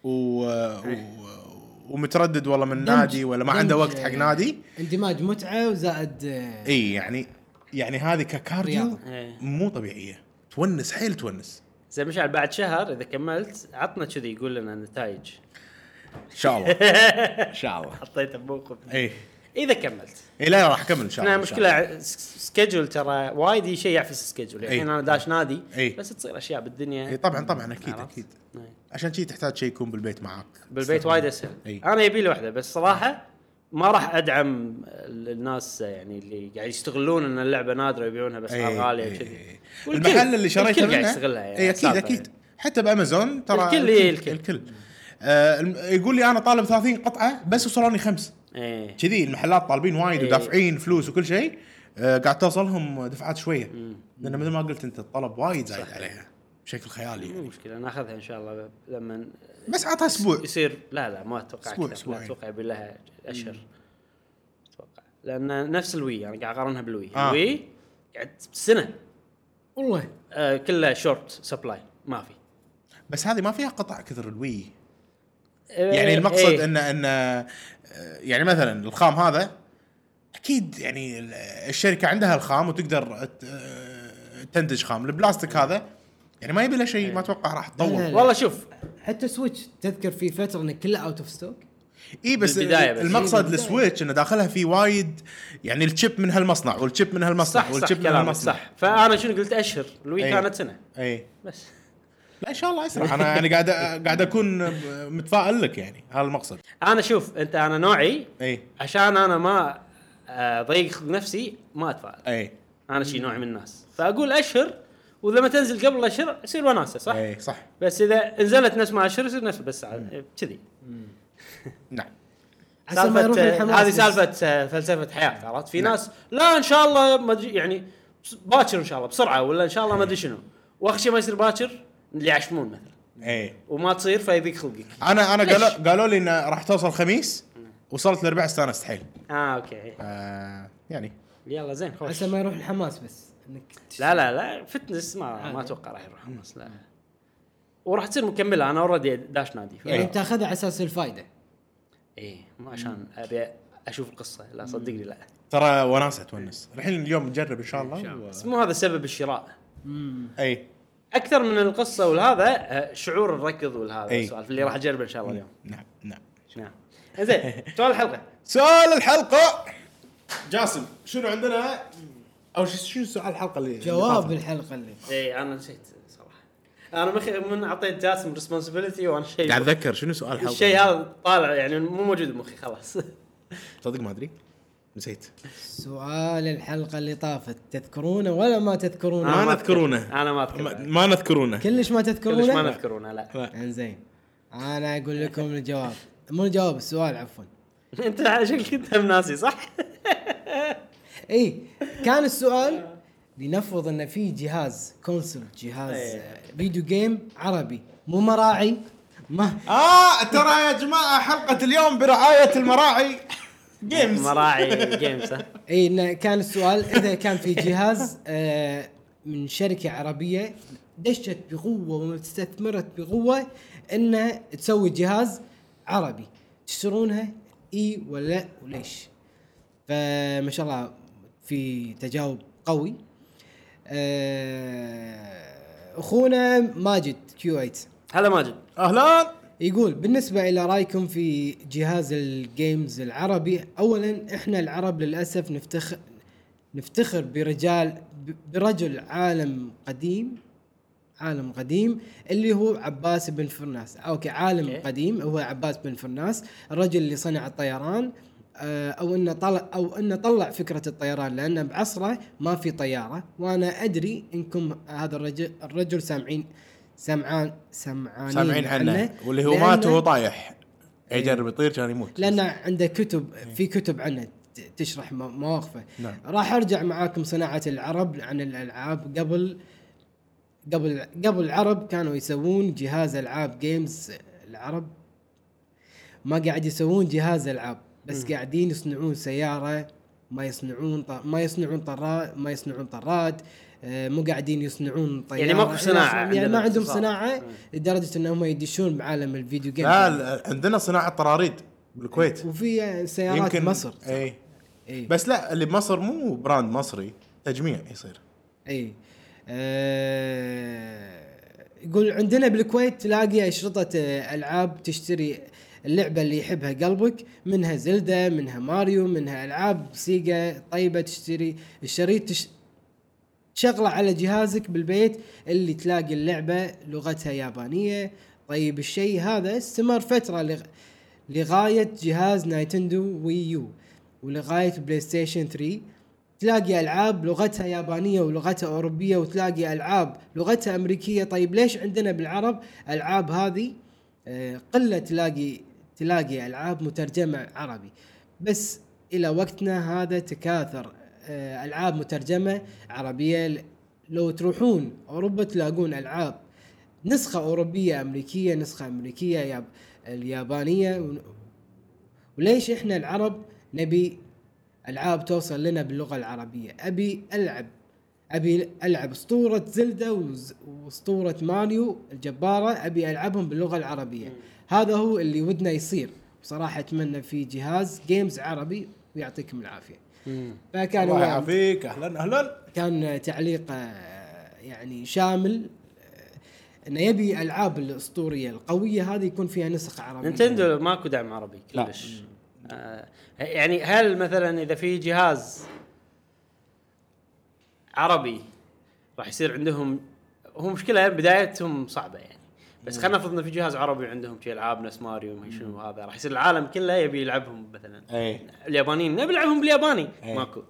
و... آه، و... ومتردد والله من نادي ولا ما
دمج-
عنده وقت حق نادي
اندماج متعة وزائد آه،
اي يعني يعني هذه ككارديو
رياضة.
إيه.
مو طبيعيه تونس حيل تونس
زين مشعل بعد شهر اذا كملت عطنا كذي يقول لنا النتائج
ان شاء الله ان شاء الله
حطيته بموقف
اي
اذا كملت
اي لا راح اكمل ان شاء الله
احنا
إن شاء الله.
مشكله سكجول ترى وايد شيء يعفس السكجول يعني
إي.
الحين انا داش نادي
إي.
بس تصير اشياء بالدنيا
اي طبعا طبعا اكيد
عرفت؟
اكيد
إي.
عشان شي تحتاج شيء يكون بالبيت معك
بالبيت وايد اسهل
إي.
انا يبي لي واحده بس صراحه ما راح ادعم ال- الناس يعني اللي قاعد يستغلون ان اللعبه نادره يبيعونها بس
إي،
غاليه
إي،
وكذي
إي.
والكل-
إيه، المحل اللي
الكل
شريته
قاعد
منه
يستغلها يعني
اي اكيد
سالفة
اكيد
يعني.
حتى بامازون ترى
الكل، إي،
الكل,
الكل.
الكل. آه الم- يقول لي انا طالب 30 قطعه بس وصلوني خمس
إي.
كذي المحلات طالبين وايد
إي.
ودافعين فلوس وكل شيء آه قاعد توصلهم دفعات شويه لان مثل ما قلت انت الطلب وايد زايد عليها بشكل خيالي
مو
يعني.
مشكله ناخذها ان شاء الله لما
بس عطها اسبوع
يصير لا لا ما اتوقع
أسبوع،
كذا،
أسبوعين.
لا اتوقع يبي لها اشهر اتوقع لان نفس الوي انا قاعد اقارنها بالوي
آه.
الوي قاعد سنه
والله
آه كلها شورت سبلاي ما في
بس هذه ما فيها قطع كثر الوي
آه،
يعني المقصد
إيه.
ان ان آه، يعني مثلا الخام هذا اكيد يعني ال- الشركه عندها الخام وتقدر ت- آه، تنتج خام البلاستيك
إيه.
هذا يعني ما يبي له شيء ما اتوقع راح
لا،
تطول
لا.
والله شوف
حتى سويتش تذكر في فترة انه كله اوت اوف ستوك
اي إيه، بس
بالبداية بس.
المقصد
إيه، بالبداية.
السويتش انه داخلها في وايد يعني الشيب من هالمصنع والشيب من هالمصنع
صح صح
والشيب من
كلامك
هالمصنع
صح فانا شنو قلت اشهر الوي
إيه.
كانت سنه
اي
بس
لا ان شاء الله اسرع انا يعني قاعد قاعد اكون متفائل لك يعني هذا المقصد إيه.
انا شوف انت انا نوعي
اي
عشان انا ما آه، اضيق نفسي ما اتفائل
اي
انا شي نوع من الناس فاقول اشهر ولما تنزل قبل اشهر يصير وناسه صح؟
اي إيه، صح
بس اذا نزلت نفس ما اشهر يصير نفس بس عاد- كذي
نعم
عسى ما يروح
سالفه
الحماس
هذه
بس.
سالفه آه، فلسفه حياه عرفت في ناس لا ان شاء الله ما ادري يعني بس- باكر ان شاء الله بسرعه ولا ان شاء الله ما ادري شنو واخشى ما يصير باكر اللي يعشمون مثلا
اي
وما تصير فيضيق خلقك
انا انا
ليش؟
قالوا قالوا لي انه راح توصل خميس وصلت الاربعاء استانست حيل
اه اوكي
آه يعني
يلا زين خوش
عسى ما يروح الحماس بس انك تش-
لا لا لا فتنس ما ما اتوقع راح يروح حماس لا وراح تصير مكمله انا اوريدي داش نادي ف-
يعني بتاخذها على اساس الفائدة
ايه مو عشان ابي اشوف القصه لا صدقني لا
ترى وناسه تونس الحين اليوم نجرب ان شاء الله و...
بس مو هذا سبب الشراء
اي
اكثر من القصه والهذا آه، شعور الركض والهذا
إيه.
السوالف اللي راح اجربه ان شاء الله اليوم
نعم نعم
نعم زين سؤال الحلقه
سؤال الحلقه جاسم شنو عندنا او ش- شنو سؤال الحلقه اللي
جواب
اللي
الحلقة اللي
اي انا نسيت صراحه انا مخ... من اعطيت جاسم ريسبونسبيلتي وانا
طافت؟
شيء
قاعد اتذكر شنو سؤال الحلقه
الشيء هذا طالع يعني مو موجود بمخي خلاص
صدق ما ادري نسيت
سؤال الحلقه اللي طافت تذكرونه ولا ما تذكرونه؟
ما
ما
نذكرونه.
انا ما
ما-
اذكر
ما نذكرونه
كلش ما
كلش
تذكرونه؟
ما نذكرونه لا
لا.
انزين انا اقول لكم الجواب مو الجواب السؤال عفوا
انت على شكلك انت ناسي صح؟
اي كان السؤال لنفرض ان في جهاز كونسول جهاز
إيه.
فيديو جيم عربي مو مراعي ما
اه ترى يا جماعه حلقه اليوم برعايه المراعي جيمز
مراعي جيمز ها؟
اي إنه كان السؤال اذا كان في جهاز آه، من شركه عربيه دشت بقوه واستثمرت بقوه انها تسوي جهاز عربي تشترونها اي ولا لا وليش؟ فما شاء الله في تجاوب قوي آه، اخونا ماجد كيو 8
هلا ماجد
اهلا
يقول بالنسبة إلى رأيكم في جهاز الجيمز العربي أولا إحنا العرب للأسف نفتخر نفتخر برجال ب- برجل عالم قديم عالم قديم اللي هو عباس بن فرناس أوكي عالم
أوكي.
قديم هو عباس بن فرناس الرجل اللي صنع الطيران آه، او انه طلع او انه طلع فكره الطيران لان بعصره ما في طياره وانا ادري انكم هذا الرجل الرجل سامعين سمعان سمعانين
سامعين عنه واللي هو
لأن-
مات وهو طايح يجرب يطير كان يموت
لان عنده كتب في كتب عنه ت- تشرح مو- مواقفه
نعم.
راح ارجع معاكم صناعه العرب عن الالعاب قبل قبل قبل العرب كانوا يسوون جهاز العاب جيمز العرب ما قاعد يسوون جهاز العاب بس قاعدين يصنعون سياره ما يصنعون ط... ما يصنعون طرا ما يصنعون طراد آه، مو قاعدين يصنعون طياره
يعني ماكو صناعة
يعني ما
عندنا
عندهم
باختصار.
صناعه لدرجه انهم يدشون بعالم الفيديو جيم
لا لا، عندنا صناعه طراريد بالكويت
وفي سيارات يمكن مصر
اي
اي
بس لا اللي بمصر مو براند مصري تجميع يصير
اي إيه. آه، يقول عندنا بالكويت تلاقي اشرطه آه، العاب تشتري اللعبه اللي يحبها قلبك منها زلدة منها ماريو منها العاب سيجا طيبه تشتري الشريط تش... تشغله على جهازك بالبيت اللي تلاقي اللعبه لغتها يابانيه طيب الشيء هذا استمر فتره لغ... لغايه جهاز نايتندو وي يو ولغايه بلاي ستيشن 3 تلاقي العاب لغتها يابانيه ولغتها اوروبيه وتلاقي العاب لغتها امريكيه طيب ليش عندنا بالعرب العاب هذه آه، قله تلاقي تلاقي العاب مترجمه عربي بس الى وقتنا هذا تكاثر آه، العاب مترجمه عربيه ل- لو تروحون اوروبا تلاقون العاب نسخه اوروبيه امريكيه نسخه امريكيه ياب اليابانيه ون- وليش احنا العرب نبي العاب توصل لنا باللغه العربيه ابي العب ابي العب اسطوره زلدا وز- واسطوره ماريو الجباره ابي العبهم باللغه العربيه هذا هو اللي ودنا يصير بصراحه اتمنى في جهاز جيمز عربي ويعطيكم العافيه فكان
الله
هو-
يعافيك اهلا اهلا
كان تعليق آه، يعني شامل آه، انه يبي العاب الاسطوريه القويه هذه يكون فيها نسخ عربيه
نينتندو ماكو دعم عربي
لا.
كلش آه يعني هل مثلا اذا في جهاز عربي راح يصير عندهم هو مشكله بدايتهم صعبه يعني بس خلينا نفرض انه في جهاز عربي عندهم شي العاب ناس ماريو وما شنو هذا راح يصير العالم كله يبي يلعبهم مثلا
اي
اليابانيين نبي نلعبهم بالياباني
إيه.
ماكو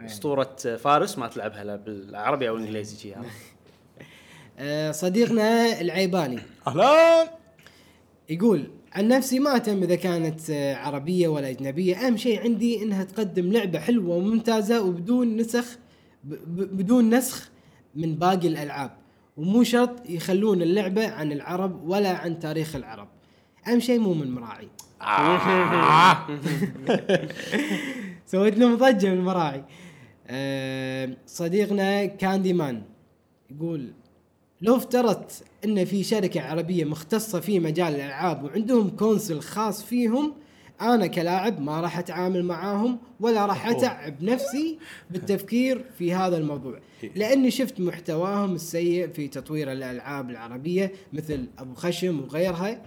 اسطوره فارس ما تلعبها لا بالعربي او الانجليزي شي هذا
آه، صديقنا العيباني
اهلا
يقول عن نفسي ما اهتم اذا كانت آه، عربيه ولا اجنبيه اهم شيء عندي انها تقدم لعبه حلوه وممتازه وبدون نسخ ب- ب- بدون نسخ من باقي الالعاب ومو شرط يخلون اللعبه عن العرب ولا عن تاريخ العرب اهم شيء مو من مراعي
آه.
سويت لهم ضجه من المراعي آه، صديقنا كاندي مان يقول لو افترضت ان في شركه عربيه مختصه في مجال الالعاب وعندهم كونسل خاص فيهم انا كلاعب ما راح اتعامل معاهم ولا راح اتعب نفسي بالتفكير في هذا الموضوع لاني شفت محتواهم السيء في تطوير الالعاب العربيه مثل ابو خشم وغيرها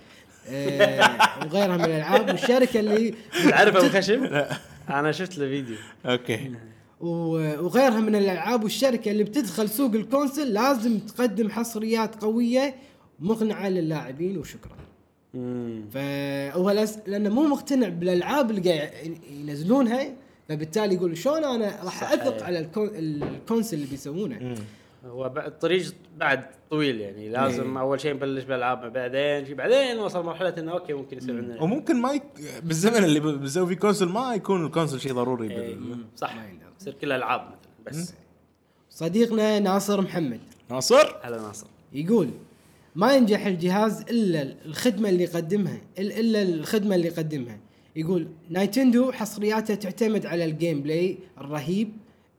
آه، وغيرها من الالعاب والشركه اللي
تعرف ابو خشم؟ انا شفت له فيديو
اوكي
و- وغيرها من الالعاب والشركه اللي بتدخل سوق الكونسل لازم تقدم حصريات قويه مقنعه للاعبين وشكرا. فهو لأس- لانه مو مقتنع بالالعاب اللي قاعد ينزلونها فبالتالي يقول شلون انا راح
صحيح.
اثق على الكون- الكونسل اللي بيسوونه
هو ب- الطريق بعد طويل يعني لازم
إيه.
اول شيء نبلش بالالعاب بعدين شي بعدين وصل مرحله انه اوكي ممكن يصير عندنا
وممكن ما يك... بالزمن اللي بنسوي فيه كونسل ما يكون الكونسل شيء ضروري
إيه،
بال...
صح
ما يندرى.
تصير كلها العاب مثلا بس
صديقنا ناصر محمد
ناصر
هلا ناصر
يقول ما ينجح الجهاز الا الخدمه اللي يقدمها إل- الا الخدمه اللي يقدمها يقول نايتندو حصرياتها تعتمد على الجيم بلاي الرهيب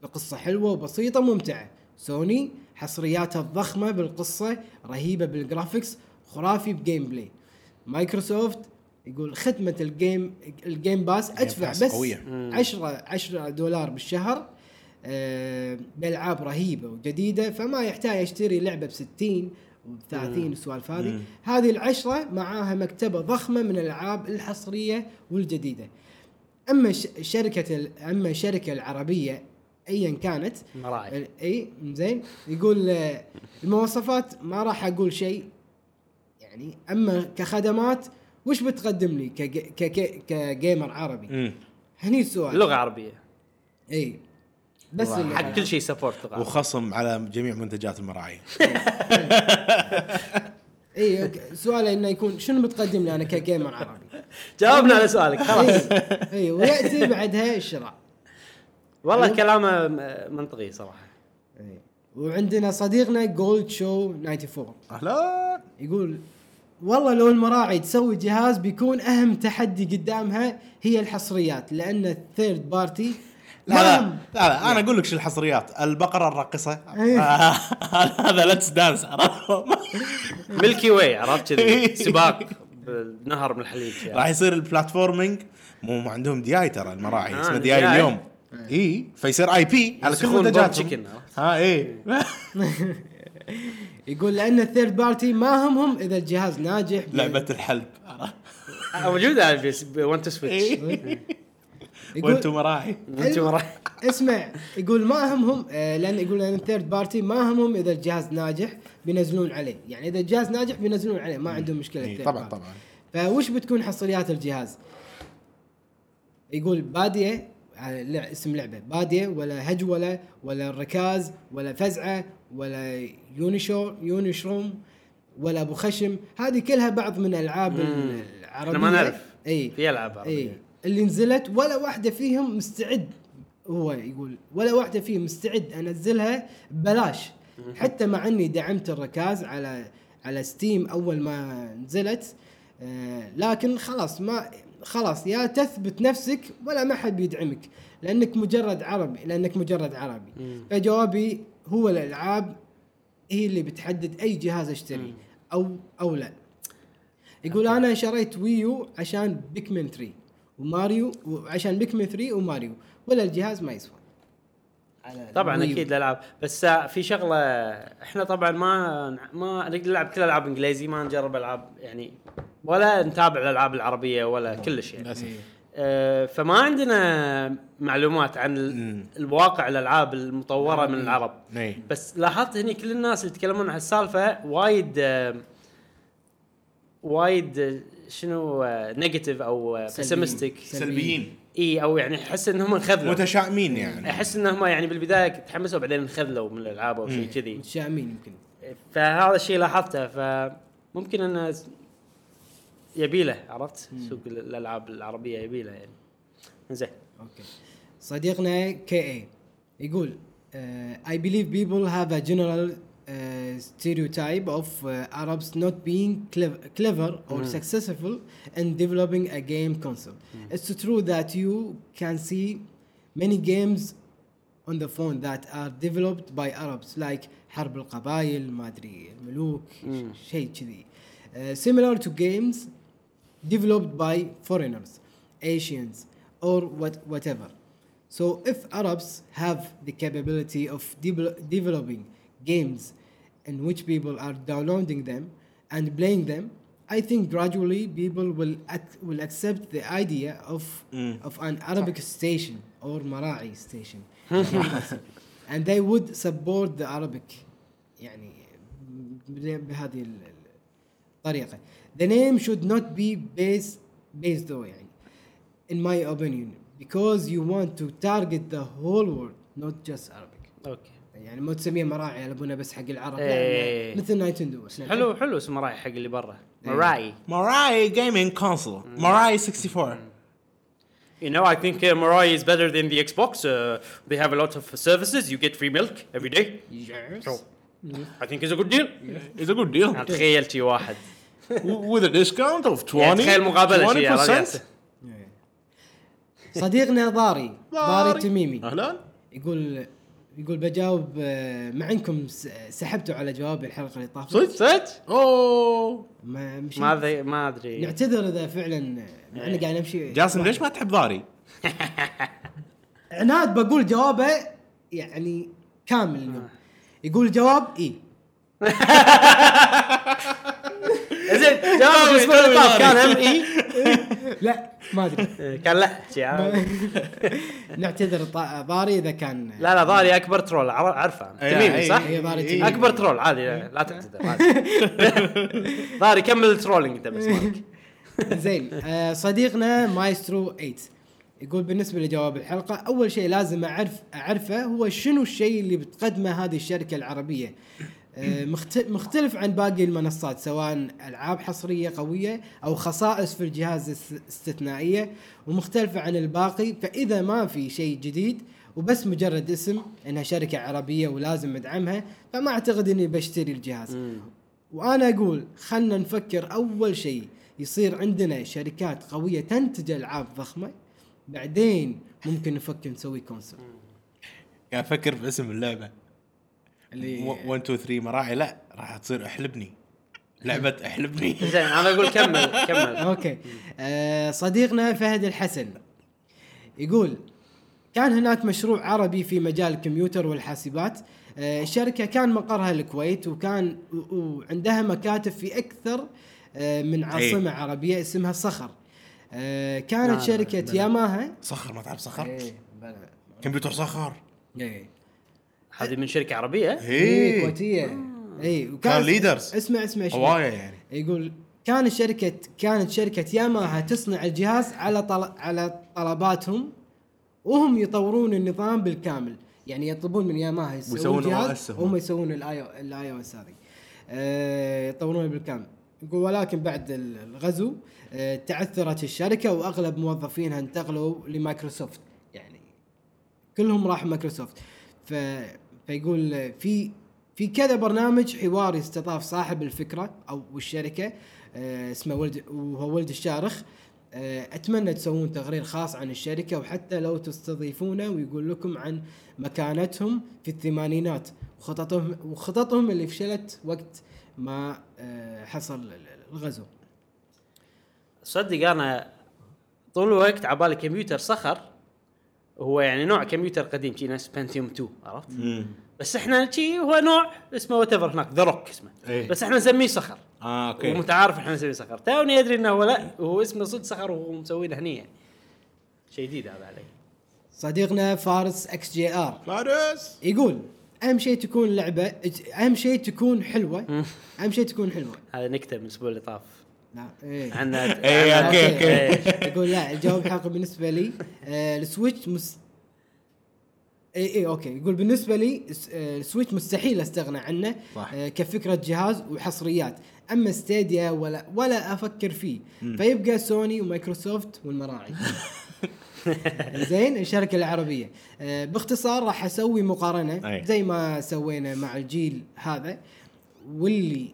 بقصه حلوه وبسيطه ممتعه سوني حصرياتها الضخمه بالقصه رهيبه بالجرافيكس خرافي بجيم بلاي مايكروسوفت يقول خدمه الجيم الجيم باس ادفع
باس
بس
قوية.
10 10 دولار بالشهر آه، بألعاب رهيبة وجديدة فما يحتاج يشتري لعبة ب 60 وب 30 والسوالف هذه هذه العشرة معاها مكتبة ضخمة من الألعاب الحصرية والجديدة أما ش- شركة ال- أما الشركة العربية أيا كانت إيه.
مراعي
اي زين يقول آه، المواصفات ما راح اقول شيء يعني اما كخدمات وش بتقدم لي كج- ك- ك- كجيمر عربي
مم.
هني السؤال
لغه عربيه
اي بس
والله
اللي-
حق كل شيء سبورت لغه عربية.
وخصم على جميع منتجات المراعي
اي سؤاله انه يكون شنو بتقدم لي انا كجيمر عربي؟
جاوبنا على سؤالك خلاص
إي، اي وياتي بعدها الشراء
والله كلامه م- منطقي صراحه
إي. إيه. وعندنا صديقنا جولد شو 94
اهلا
يقول والله لو المراعي تسوي جهاز بيكون اهم تحدي قدامها هي الحصريات لان الثيرد بارتي
لا لا, لا لا انا اقول لك شو الحصريات البقره الراقصه
إيه.
آه، هذا لتس دانس
ملكي واي عرفت كذي سباق بنهر من الحليج يعني.
راح يصير البلاتفورمينج مو ما عندهم دياي ترى المراعي
آه،
اسمه
دياي.
دياي اليوم
إيه.
اي فيصير اي بي على كل
يسخون
منتجاتهم
بوب chicken.
ها اي
يقول لان الثيرد بارتي ما همهم اذا الجهاز ناجح بي-
لعبه الحلب
موجوده على البيس وان تو سويتش
وانتم
إيه. يقول
مراعي
انت مراعي
اسمع يقول ما همهم آه، لان يقول لان الثيرد بارتي ما همهم اذا الجهاز ناجح بينزلون عليه يعني اذا الجهاز ناجح بينزلون عليه ما عندهم مشكله
إي،
الثيرد
طبعا
بارتي.
طبعا
فوش بتكون حصريات الجهاز؟ يقول باديه على لع- اسم لعبه باديه ولا هجوله ولا ركاز ولا فزعه ولا يونيشور يونيشروم ولا ابو خشم هذه كلها بعض من الالعاب العربيه
إحنا ما نعرف.
اي
في العاب
اي
عربيه
إيه. اللي نزلت ولا واحده فيهم مستعد هو يقول ولا واحده فيهم مستعد انزلها ببلاش حتى مع اني دعمت الركاز على على ستيم اول ما نزلت آه لكن خلاص ما خلاص يا تثبت نفسك ولا ما حد بيدعمك لانك مجرد عربي لانك مجرد عربي فجوابي هو الالعاب هي اللي بتحدد اي جهاز اشتري او او لا يقول انا شريت ويو عشان بيكمن 3 وماريو وعشان بيكمن 3 وماريو ولا الجهاز ما يسوى على
طبعا
الويو.
اكيد الالعاب بس آه، في شغله احنا طبعا ما ما نقدر نلعب كل الالعاب انجليزي ما نجرب العاب يعني ولا نتابع الالعاب العربيه ولا كلش يعني
نعم.
للاسف
إيه.
آه، فما عندنا معلومات عن ال-
مم.
الواقع الالعاب المطوره من العرب
إي.
بس لاحظت هني كل الناس اللي يتكلمون عن السالفه وايد آه، وايد آه، شنو نيجاتيف او
سلبيين. إيه.
بسيمستيك
سلبيين
اي او يعني احس انهم انخذلوا
متشائمين يعني
احس انهم يعني بالبدايه تحمسوا بعدين انخذلوا من الالعاب او شيء كذي
متشائمين يمكن
فهذا الشيء لاحظته فممكن انه يبي له عرفت سوق الالعاب العربيه يبي له يعني زين
اوكي صديقنا كي اي يقول uh, اي بليف بيبل هاف ا جنرال uh, stereotype of uh, Arabs not being clever, clever or successful in developing a game console. It's true that you can see many games on the phone that are developed by Arabs like حرب القبائل ما ادري الملوك شيء كذي. Uh, similar to games developed by foreigners, Asians, or what, whatever. So, if Arabs have the capability of devel- developing games in which people are downloading them and playing them, I think gradually people will ac- will accept the idea of of an Arabic station or Mara'i station, and they would support the Arabic. يعني بهذه ال- ال- طريقه the name should not be based based though يعني in my opinion because you want to target the whole world not just Arabic
اوكي
يعني ما تسميه مراعي على ابونا بس حق العرب لا،
إيه.
لا مثل نايتندو إحنا
حلو حلو اسم مراعي حق اللي برا
إيه.
مراعي
Marai gaming console. Marai 64.
You know, I think uh, Mirai is better than the Xbox. Uh, they have a lot of services. You get free milk every day. I think it's a good deal.
It's a good deal.
أنا تخيل شي واحد
With a discount of 20
يعني تخيل مقابلة شي يا رجال.
20%.
إيه. صديقنا ضاري ضاري تميمي
اهلا
يقول يقول بجاوب آه، مع انكم س- سحبتوا على جواب الحلقه اللي طافت
صدق صدق اوه
ما مشي
ما إيه. ادري ما ادري
نعتذر اذا فعلا مع اني قاعد امشي
جاسم ليش ما تحب ضاري؟
عناد بقول جوابه يعني كامل اليوم يقول جواب اي
زين جوابك الاسبوع اللي طاف كان هم اي
لا ما ادري
طيب. إيه، كان لا شي آه. عارف.
نعتذر طا- ضاري اذا كان
لا لا ضاري اكبر ترول عار- عارفه أنا. تميمي صح؟
إيه، ضاري تميمي.
اكبر ترول عادي لا لا تعتذر عادي. ضاري كمل ترولينج انت بس مالك
زين آه، صديقنا مايسترو 8 يقول بالنسبه لجواب الحلقه اول شيء لازم اعرف اعرفه هو شنو الشيء اللي بتقدمه هذه الشركه العربيه آه، مخت- مختلف عن باقي المنصات سواء العاب حصريه قويه او خصائص في الجهاز است- استثنائيه ومختلفه عن الباقي فاذا ما في شيء جديد وبس مجرد اسم انها شركه عربيه ولازم ندعمها فما اعتقد اني بشتري الجهاز وانا اقول خلنا نفكر اول شيء يصير عندنا شركات قويه تنتج العاب ضخمه بعدين ممكن نفكر نسوي كونسول
قاعد افكر في اسم اللعبه
اللي
1 2 3 مراعي لا راح تصير احلبني لعبه احلبني
إيه.
زين انا اقول كمل كمل
اوكي آه صديقنا فهد الحسن يقول كان هناك مشروع عربي في مجال الكمبيوتر والحاسبات آه الشركه كان مقرها الكويت وكان و- وعندها مكاتب في اكثر آه من عاصمه عربيه اسمها صخر آه كانت شركه ياماها
صخر ما تعرف صخر
إيه، بلى.
كمبيوتر صخر
ايه
هذه من شركه
إيه،
عربيه
اي
ايه
كويتيه اي إيه، وكان
كان leaders.
اسمع اسمع شوي.
هوايه يعني
يقول كان شركة كانت شركة ياماها تصنع الجهاز على طل... على طلباتهم وهم يطورون النظام بالكامل يعني يطلبون من ياماها يسوون
ويسوون
الجهاز
OS هم.
وهم يسوون الاي الاي او اس هذه آه، يطورونه بالكامل يقول ولكن بعد ال- الغزو آه، تعثرت الشركة واغلب موظفينها انتقلوا لمايكروسوفت يعني كلهم راحوا مايكروسوفت ف... فيقول في في كذا برنامج حواري استضاف صاحب الفكره او الشركه آه، اسمه ولد وهو ولد الشارخ آه، اتمنى تسوون تقرير خاص عن الشركه وحتى لو تستضيفونه ويقول لكم عن مكانتهم في الثمانينات وخططهم وخططهم اللي فشلت وقت ما آه، حصل ال- ال- الغزو
صدق انا طول الوقت عبالي كمبيوتر صخر هو يعني نوع كمبيوتر قديم شي نفس بنتيوم 2 عرفت؟ بس احنا شي هو نوع اسمه وات ايفر هناك ذا روك اسمه
إيه.
بس احنا نسميه صخر
اه اوكي
ومتعارف احنا نسوي صخر توني ادري انه هو لا هو اسمه صدق صخر وهو مسوينه هني شيء جديد هذا علي
صديقنا فارس اكس جي ار
فارس
يقول اهم شيء تكون لعبه اهم شيء تكون حلوه اهم شيء تكون حلوه
هذا نكته من الاسبوع اللي طاف
لا إيه.
عندنا
إيه،
عندنا-
أوكي، أوكي.
إيه.
يقول لا الجواب حقه بالنسبه لي آه السويتش مس اي اي اوكي يقول بالنسبه لي الس- آه، السويتش مستحيل استغنى عنه
صح.
آه كفكره جهاز وحصريات اما ستيديا ولا ولا افكر فيه فيبقى سوني ومايكروسوفت والمراعي زين الشركه العربيه آه باختصار راح اسوي مقارنه
أي.
زي ما سوينا مع الجيل هذا واللي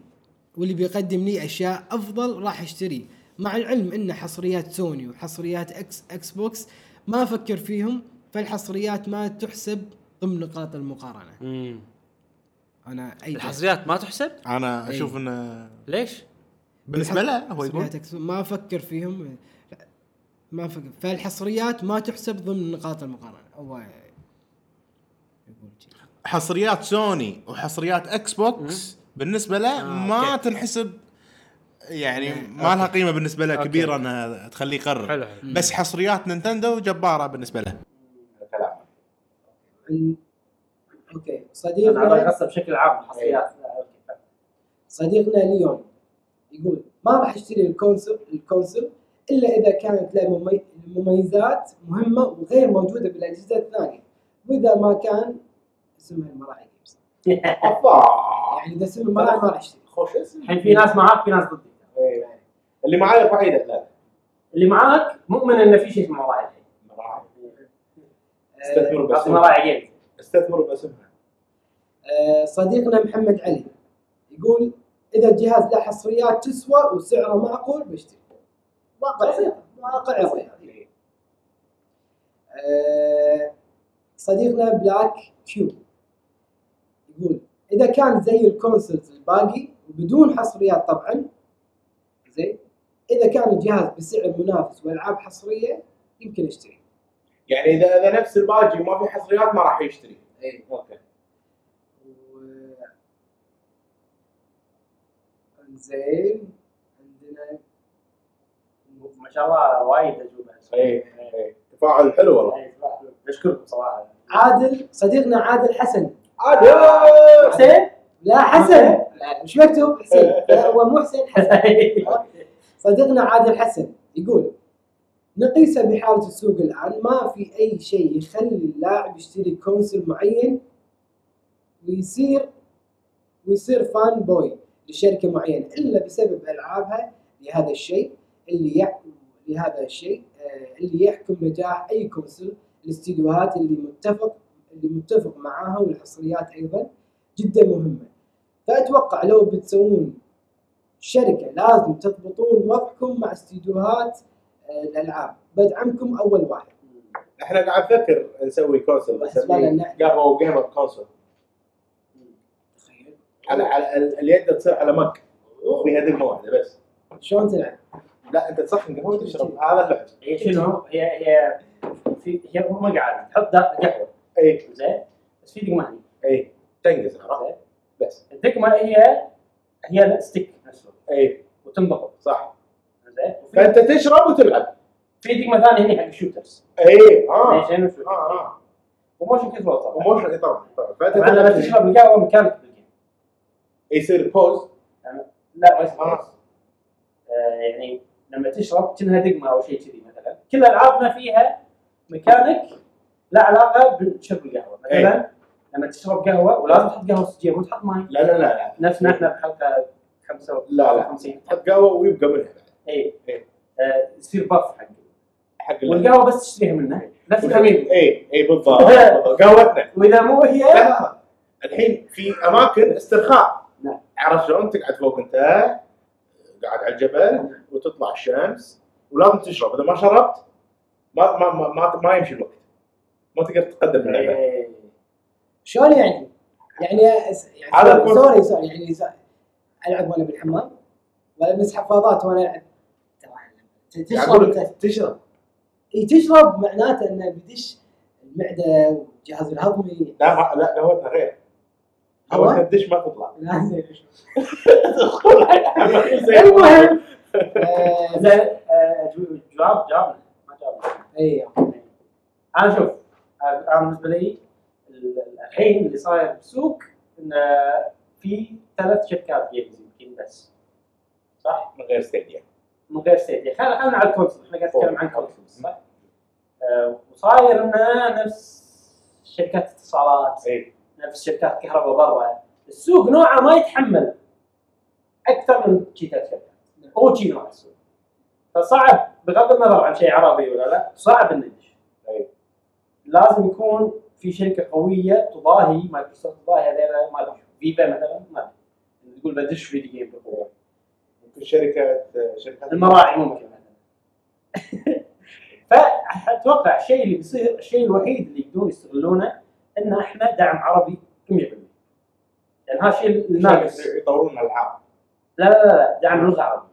واللي بيقدم لي اشياء افضل راح اشتريه مع العلم ان حصريات سوني وحصريات اكس اكس بوكس ما افكر فيهم فالحصريات ما تحسب ضمن نقاط المقارنه
أمم.
انا اي
الحصريات ما تحسب
انا
إيه.
اشوف انه
ليش؟
بالنسبه له هو يقول
حصريات Xbox ما افكر فيهم لا، ما افكر فالحصريات ما تحسب ضمن نقاط المقارنه هو يقول شي.
حصريات سوني وحصريات اكس بوكس بالنسبه له ما تنحسب يعني ما لها قيمه بالنسبه له كبيره انها تخليه يقرر
حلو، حلو.
بس حصريات نينتندو جباره بالنسبه له
عن- اوكي صديقنا
بشكل عام
الحصريات. صديقنا ليون يقول ما راح اشتري الكونسول الكونسول الا اذا كانت له ممي- مميزات مهمه وغير موجوده بالاجهزه الثانيه واذا ما كان اسمها المراعي جيمز
إيه.
يعني اذا اسمها المراعي ما راح اشتري
خوش اسم
الحين يعني في ناس معاك في ناس ضدك
إيه. اللي معاي بعيد لا
اللي معاك مؤمن ان في شيء اسمه مراعي الحين
مراعي.
آه،
استثمروا
أعطي
باسمها
مراعي جيمز
استثمروا باسمها
آه، صديقنا محمد علي يقول اذا الجهاز له حصريات تسوى وسعره معقول بشتري واقع واقع صحيح. آه، صديقنا بلاك كيو يقول اذا كان زي الكونسولز الباقي وبدون حصريات طبعا زين اذا كان الجهاز بسعر منافس والعاب حصريه يمكن اشتري
يعني اذا اذا نفس الباجي ما في حصريات ما راح يشتري اي اوكي
إيه. و- زين عندنا
ما شاء الله وايد اجوبه
اي اي تفاعل حلو والله
إيه، اشكركم صراحه
عادل صديقنا عادل حسن
عادي
حسين
لا حسن لا، مش مكتوب حسين لا، هو مو حسين حسن صديقنا عادل حسن يقول نقيسه بحاله السوق الان ما في اي شيء يخلي اللاعب يشتري كونسل معين ويصير ويصير فان بوي لشركه معينه الا بسبب العابها لهذا الشيء اللي يحكم لهذا الشيء آه، اللي يحكم نجاح اي كونسل الاستديوهات اللي متفق اللي متفق معاها والحصريات ايضا جدا مهمه فاتوقع لو بتسوون شركه لازم تضبطون وضعكم مع استديوهات آه، الالعاب بدعمكم اول واحد
احنا قاعد نفكر نسوي كونسل بس
بالنسبة لنا.
قهوه وجيمر كونسل على على ال- اليد تصير على مك وفيها دقمه واحده بس
شلون تلعب؟
لا انت تسخن قهوه تشرب هذا اللعب
هي شنو هي هي في هي مقعد تحط دا- قهوه
اي
زين بس في دقمه هني
اي إيه، تنقز عرفت؟
زين
بس
الدقمه هي هي الستيك نفسه
اي
وتنضغط
إيه. صح
زين وفي
فانت تشرب وتلعب
في دقمه ثانيه هني حق الشوترز
اي اه
زين شنو؟
اه اه
وموشن كنترول طبعا
وموشن إيه، إي طبعا طبعا فانت
طبعاً لما
تلعب.
تشرب القهوه مكانك بالجيم يعني،
يصير بوز
لا ما يصير.
آه.
آه، يعني لما تشرب كأنها دقمه او شيء كذي مثلا كل العابنا فيها مكانك لا علاقه بشرب القهوه
إيه.
مثلا لما تشرب قهوه ولازم تحط قهوه سجيه مو تحط ماي
لا لا لا لا
نفسنا احنا بحلقه 55
لا، لا. تحط قهوه ويبقى منها
اي
إيه.
آه، يصير باف حق
حق اللعب.
والقهوه بس تشتريها
إيه.
منه نفس الامير
اي اي إيه، بالضبط بالضبط. قهوتنا
واذا مو هي
لا، لا. الحين في اماكن استرخاء
نعم.
عرفت شلون تقعد فوق انت قاعد على الجبل وتطلع الشمس ولازم تشرب اذا ما شربت ما ما ما, ما, ما يمشي الوقت ما تقدر تتقدم باللعبه
إيه.
شلون يعني؟ يعني أس- يعني
على
سوري-
الكل.
سوري سوري يعني س- العب وانا بالحمام ولا بلبس حفاضات وانا العب طبعاً.
يعني أقول
تشرب
لك
انت
تشرب
اي تشرب معناته انه بدش المعده والجهاز الهضمي
لا ما- لا قهوتنا غير قهوتنا
هو؟
الدش ما تطلع
لازم. المهم آه،
زين آه، جو- جواب جاوبنا ما جاوبنا
اي
انا شوف انا بالنسبه لي ال- الحين اللي صاير بالسوق انه في ثلاث شركات جيمز يمكن بس صح
من غير ستيديا
من غير ستيديا خلينا خلينا على الكونسول احنا قاعد نتكلم عن كونسول صح آه، وصاير انه نفس شركات اتصالات
اي
نفس شركات كهرباء برا السوق نوعه ما يتحمل اكثر من شي ثلاث شركات هو شي نوع السوق فصعب بغض النظر عن شيء عربي ولا لا صعب انه يدش
أي.
لازم يكون في شركه قويه تضاهي مايكروسوفت تضاهي هذول ما ادري فيفا مثلا ما أدري. تقول بدش فيديو جيم بقوه
في شركه شركات
المراعي ممكن فاتوقع الشيء اللي بيصير الشيء الوحيد اللي يقدرون يستغلونه ان احنا دعم عربي 100% يعني هذا الشيء الناقص
يطورون العاب
لا لا لا دعم لغه عربيه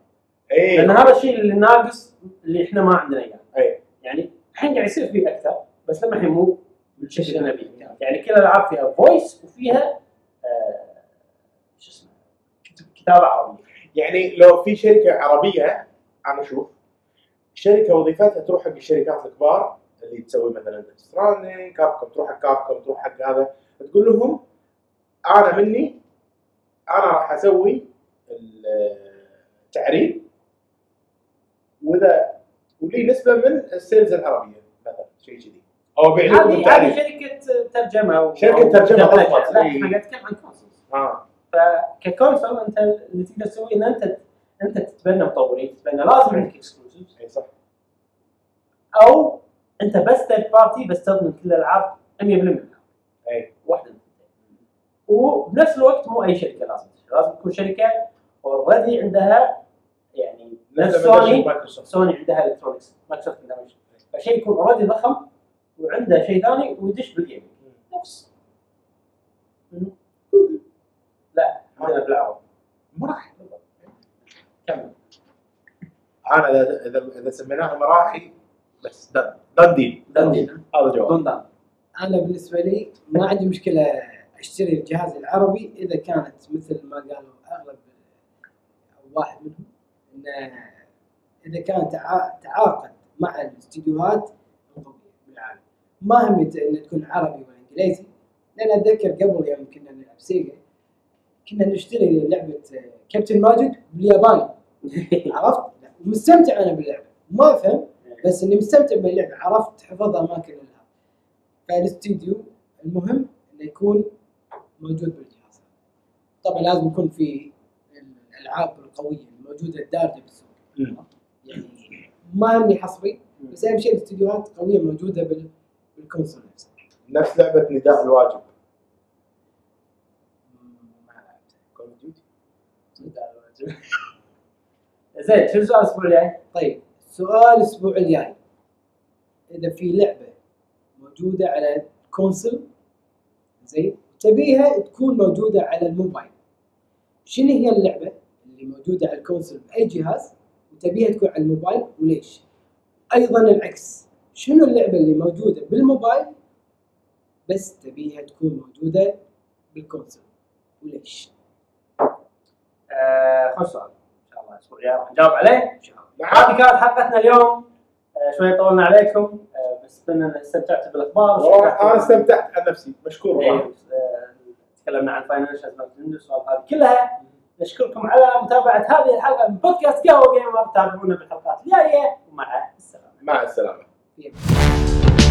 اي
لان هذا الشيء اللي ناقص اللي احنا ما عندنا اياه
اي
يعني الحين قاعد يصير فيه اكثر بس لما الحين مو بالشكل اللي نبيه يعني كل الالعاب فيها فويس وفيها آه، شو اسمه كت- كتابه عربيه
يعني لو في شركه عربيه انا اشوف شركه وظيفتها تروح حق الشركات الكبار اللي تسوي مثلا ستراندنج كابكم تروح حق كابكم تروح حق هذا تقول لهم انا مني انا راح اسوي التعريب واذا ولي نسبه من السيلز العربيه مثلا شيء كذي او بيع لكم
هذه هذه
التعريف
شركه ترجمه و-
شركة
أو
ترجمة
دبلجة.
فقط.
لا
إي.
احنا نتكلم عن كونسولز
اه
فككونسول انت اللي تقدر تسويه ان انت انت تتبنى مطورين تتبنى لازم عندك اكسكلوسيف
اي صح
او انت بس ثيرد بارتي بس تضمن كل الالعاب 100% منها
اي
واحده إيه، من الاثنين. وبنفس الوقت مو اي شركه لازم تشتري. لازم تكون شركه اوريدي عندها يعني نفس
نسبة من
سوني
مايكروسوفت
سوني عندها الكترونكس مايكروسوفت عندها مش- فشيء يكون اوريدي ضخم وعنده شيء ثاني ويدش بالجيم نفس منو؟ لا عندنا بالعرب
مراحل
كمل
انا اذا اذا اذا سميناها مراحل بس دن دن ديل
دندن
هذا الجواب
دندن
انا بالنسبه لي ما عندي مشكله اشتري الجهاز العربي اذا كانت مثل ما قالوا اغلب أو واحد منهم انه اذا كان تع- تعاقد مع الاستديوهات القويه بالعالم ما همني انه تكون عربي ولا انجليزي لان اتذكر قبل يوم كنا نلعب سيجا كنا نشتري لعبه كابتن ماجد بالياباني عرفت؟ مستمتع انا باللعبه ما افهم بس اني مستمتع باللعبه عرفت حفظ اماكن الالعاب فالاستديو المهم انه يكون موجود بالجهاز طبعا لازم يكون في الالعاب القويه الموجوده الدارجه بالسوق
مم.
يعني ما همني حصري بس اهم شيء الاستديوهات قويه موجوده بال بالكونسول نفسه
نفس لعبه نداء الواجب
ما لعبتها.
Call of Duty.
زين شو السؤال الاسبوع الجاي؟
طيب سؤال الاسبوع الجاي اذا في لعبه موجوده على الكونسل زين تبيها تكون موجوده على الموبايل شنو هي اللعبه اللي موجوده على الكونسل باي جهاز وتبيها تكون على الموبايل وليش؟ ايضا العكس شنو اللعبه اللي موجوده بالموبايل بس تبيها تكون موجوده بالكونسل وليش؟
آه، خوش سؤال ان شاء الله الاسبوع الجاي راح نجاوب عليه
إن شاء الله.
هذه كانت حلقتنا اليوم آه، شوي طولنا عليكم آه، بس اتمنى ان استمتعتوا بالاخبار
والله انا استمتعت عن نفسي مشكور والله
إيه، آه، تكلمنا عن فاينانشال والسوالف هذه كلها نشكركم على متابعه هذه الحلقه من بودكاست قهوه جيمر تابعونا بالحلقات الجايه ومع السلامه
مع السلامه
في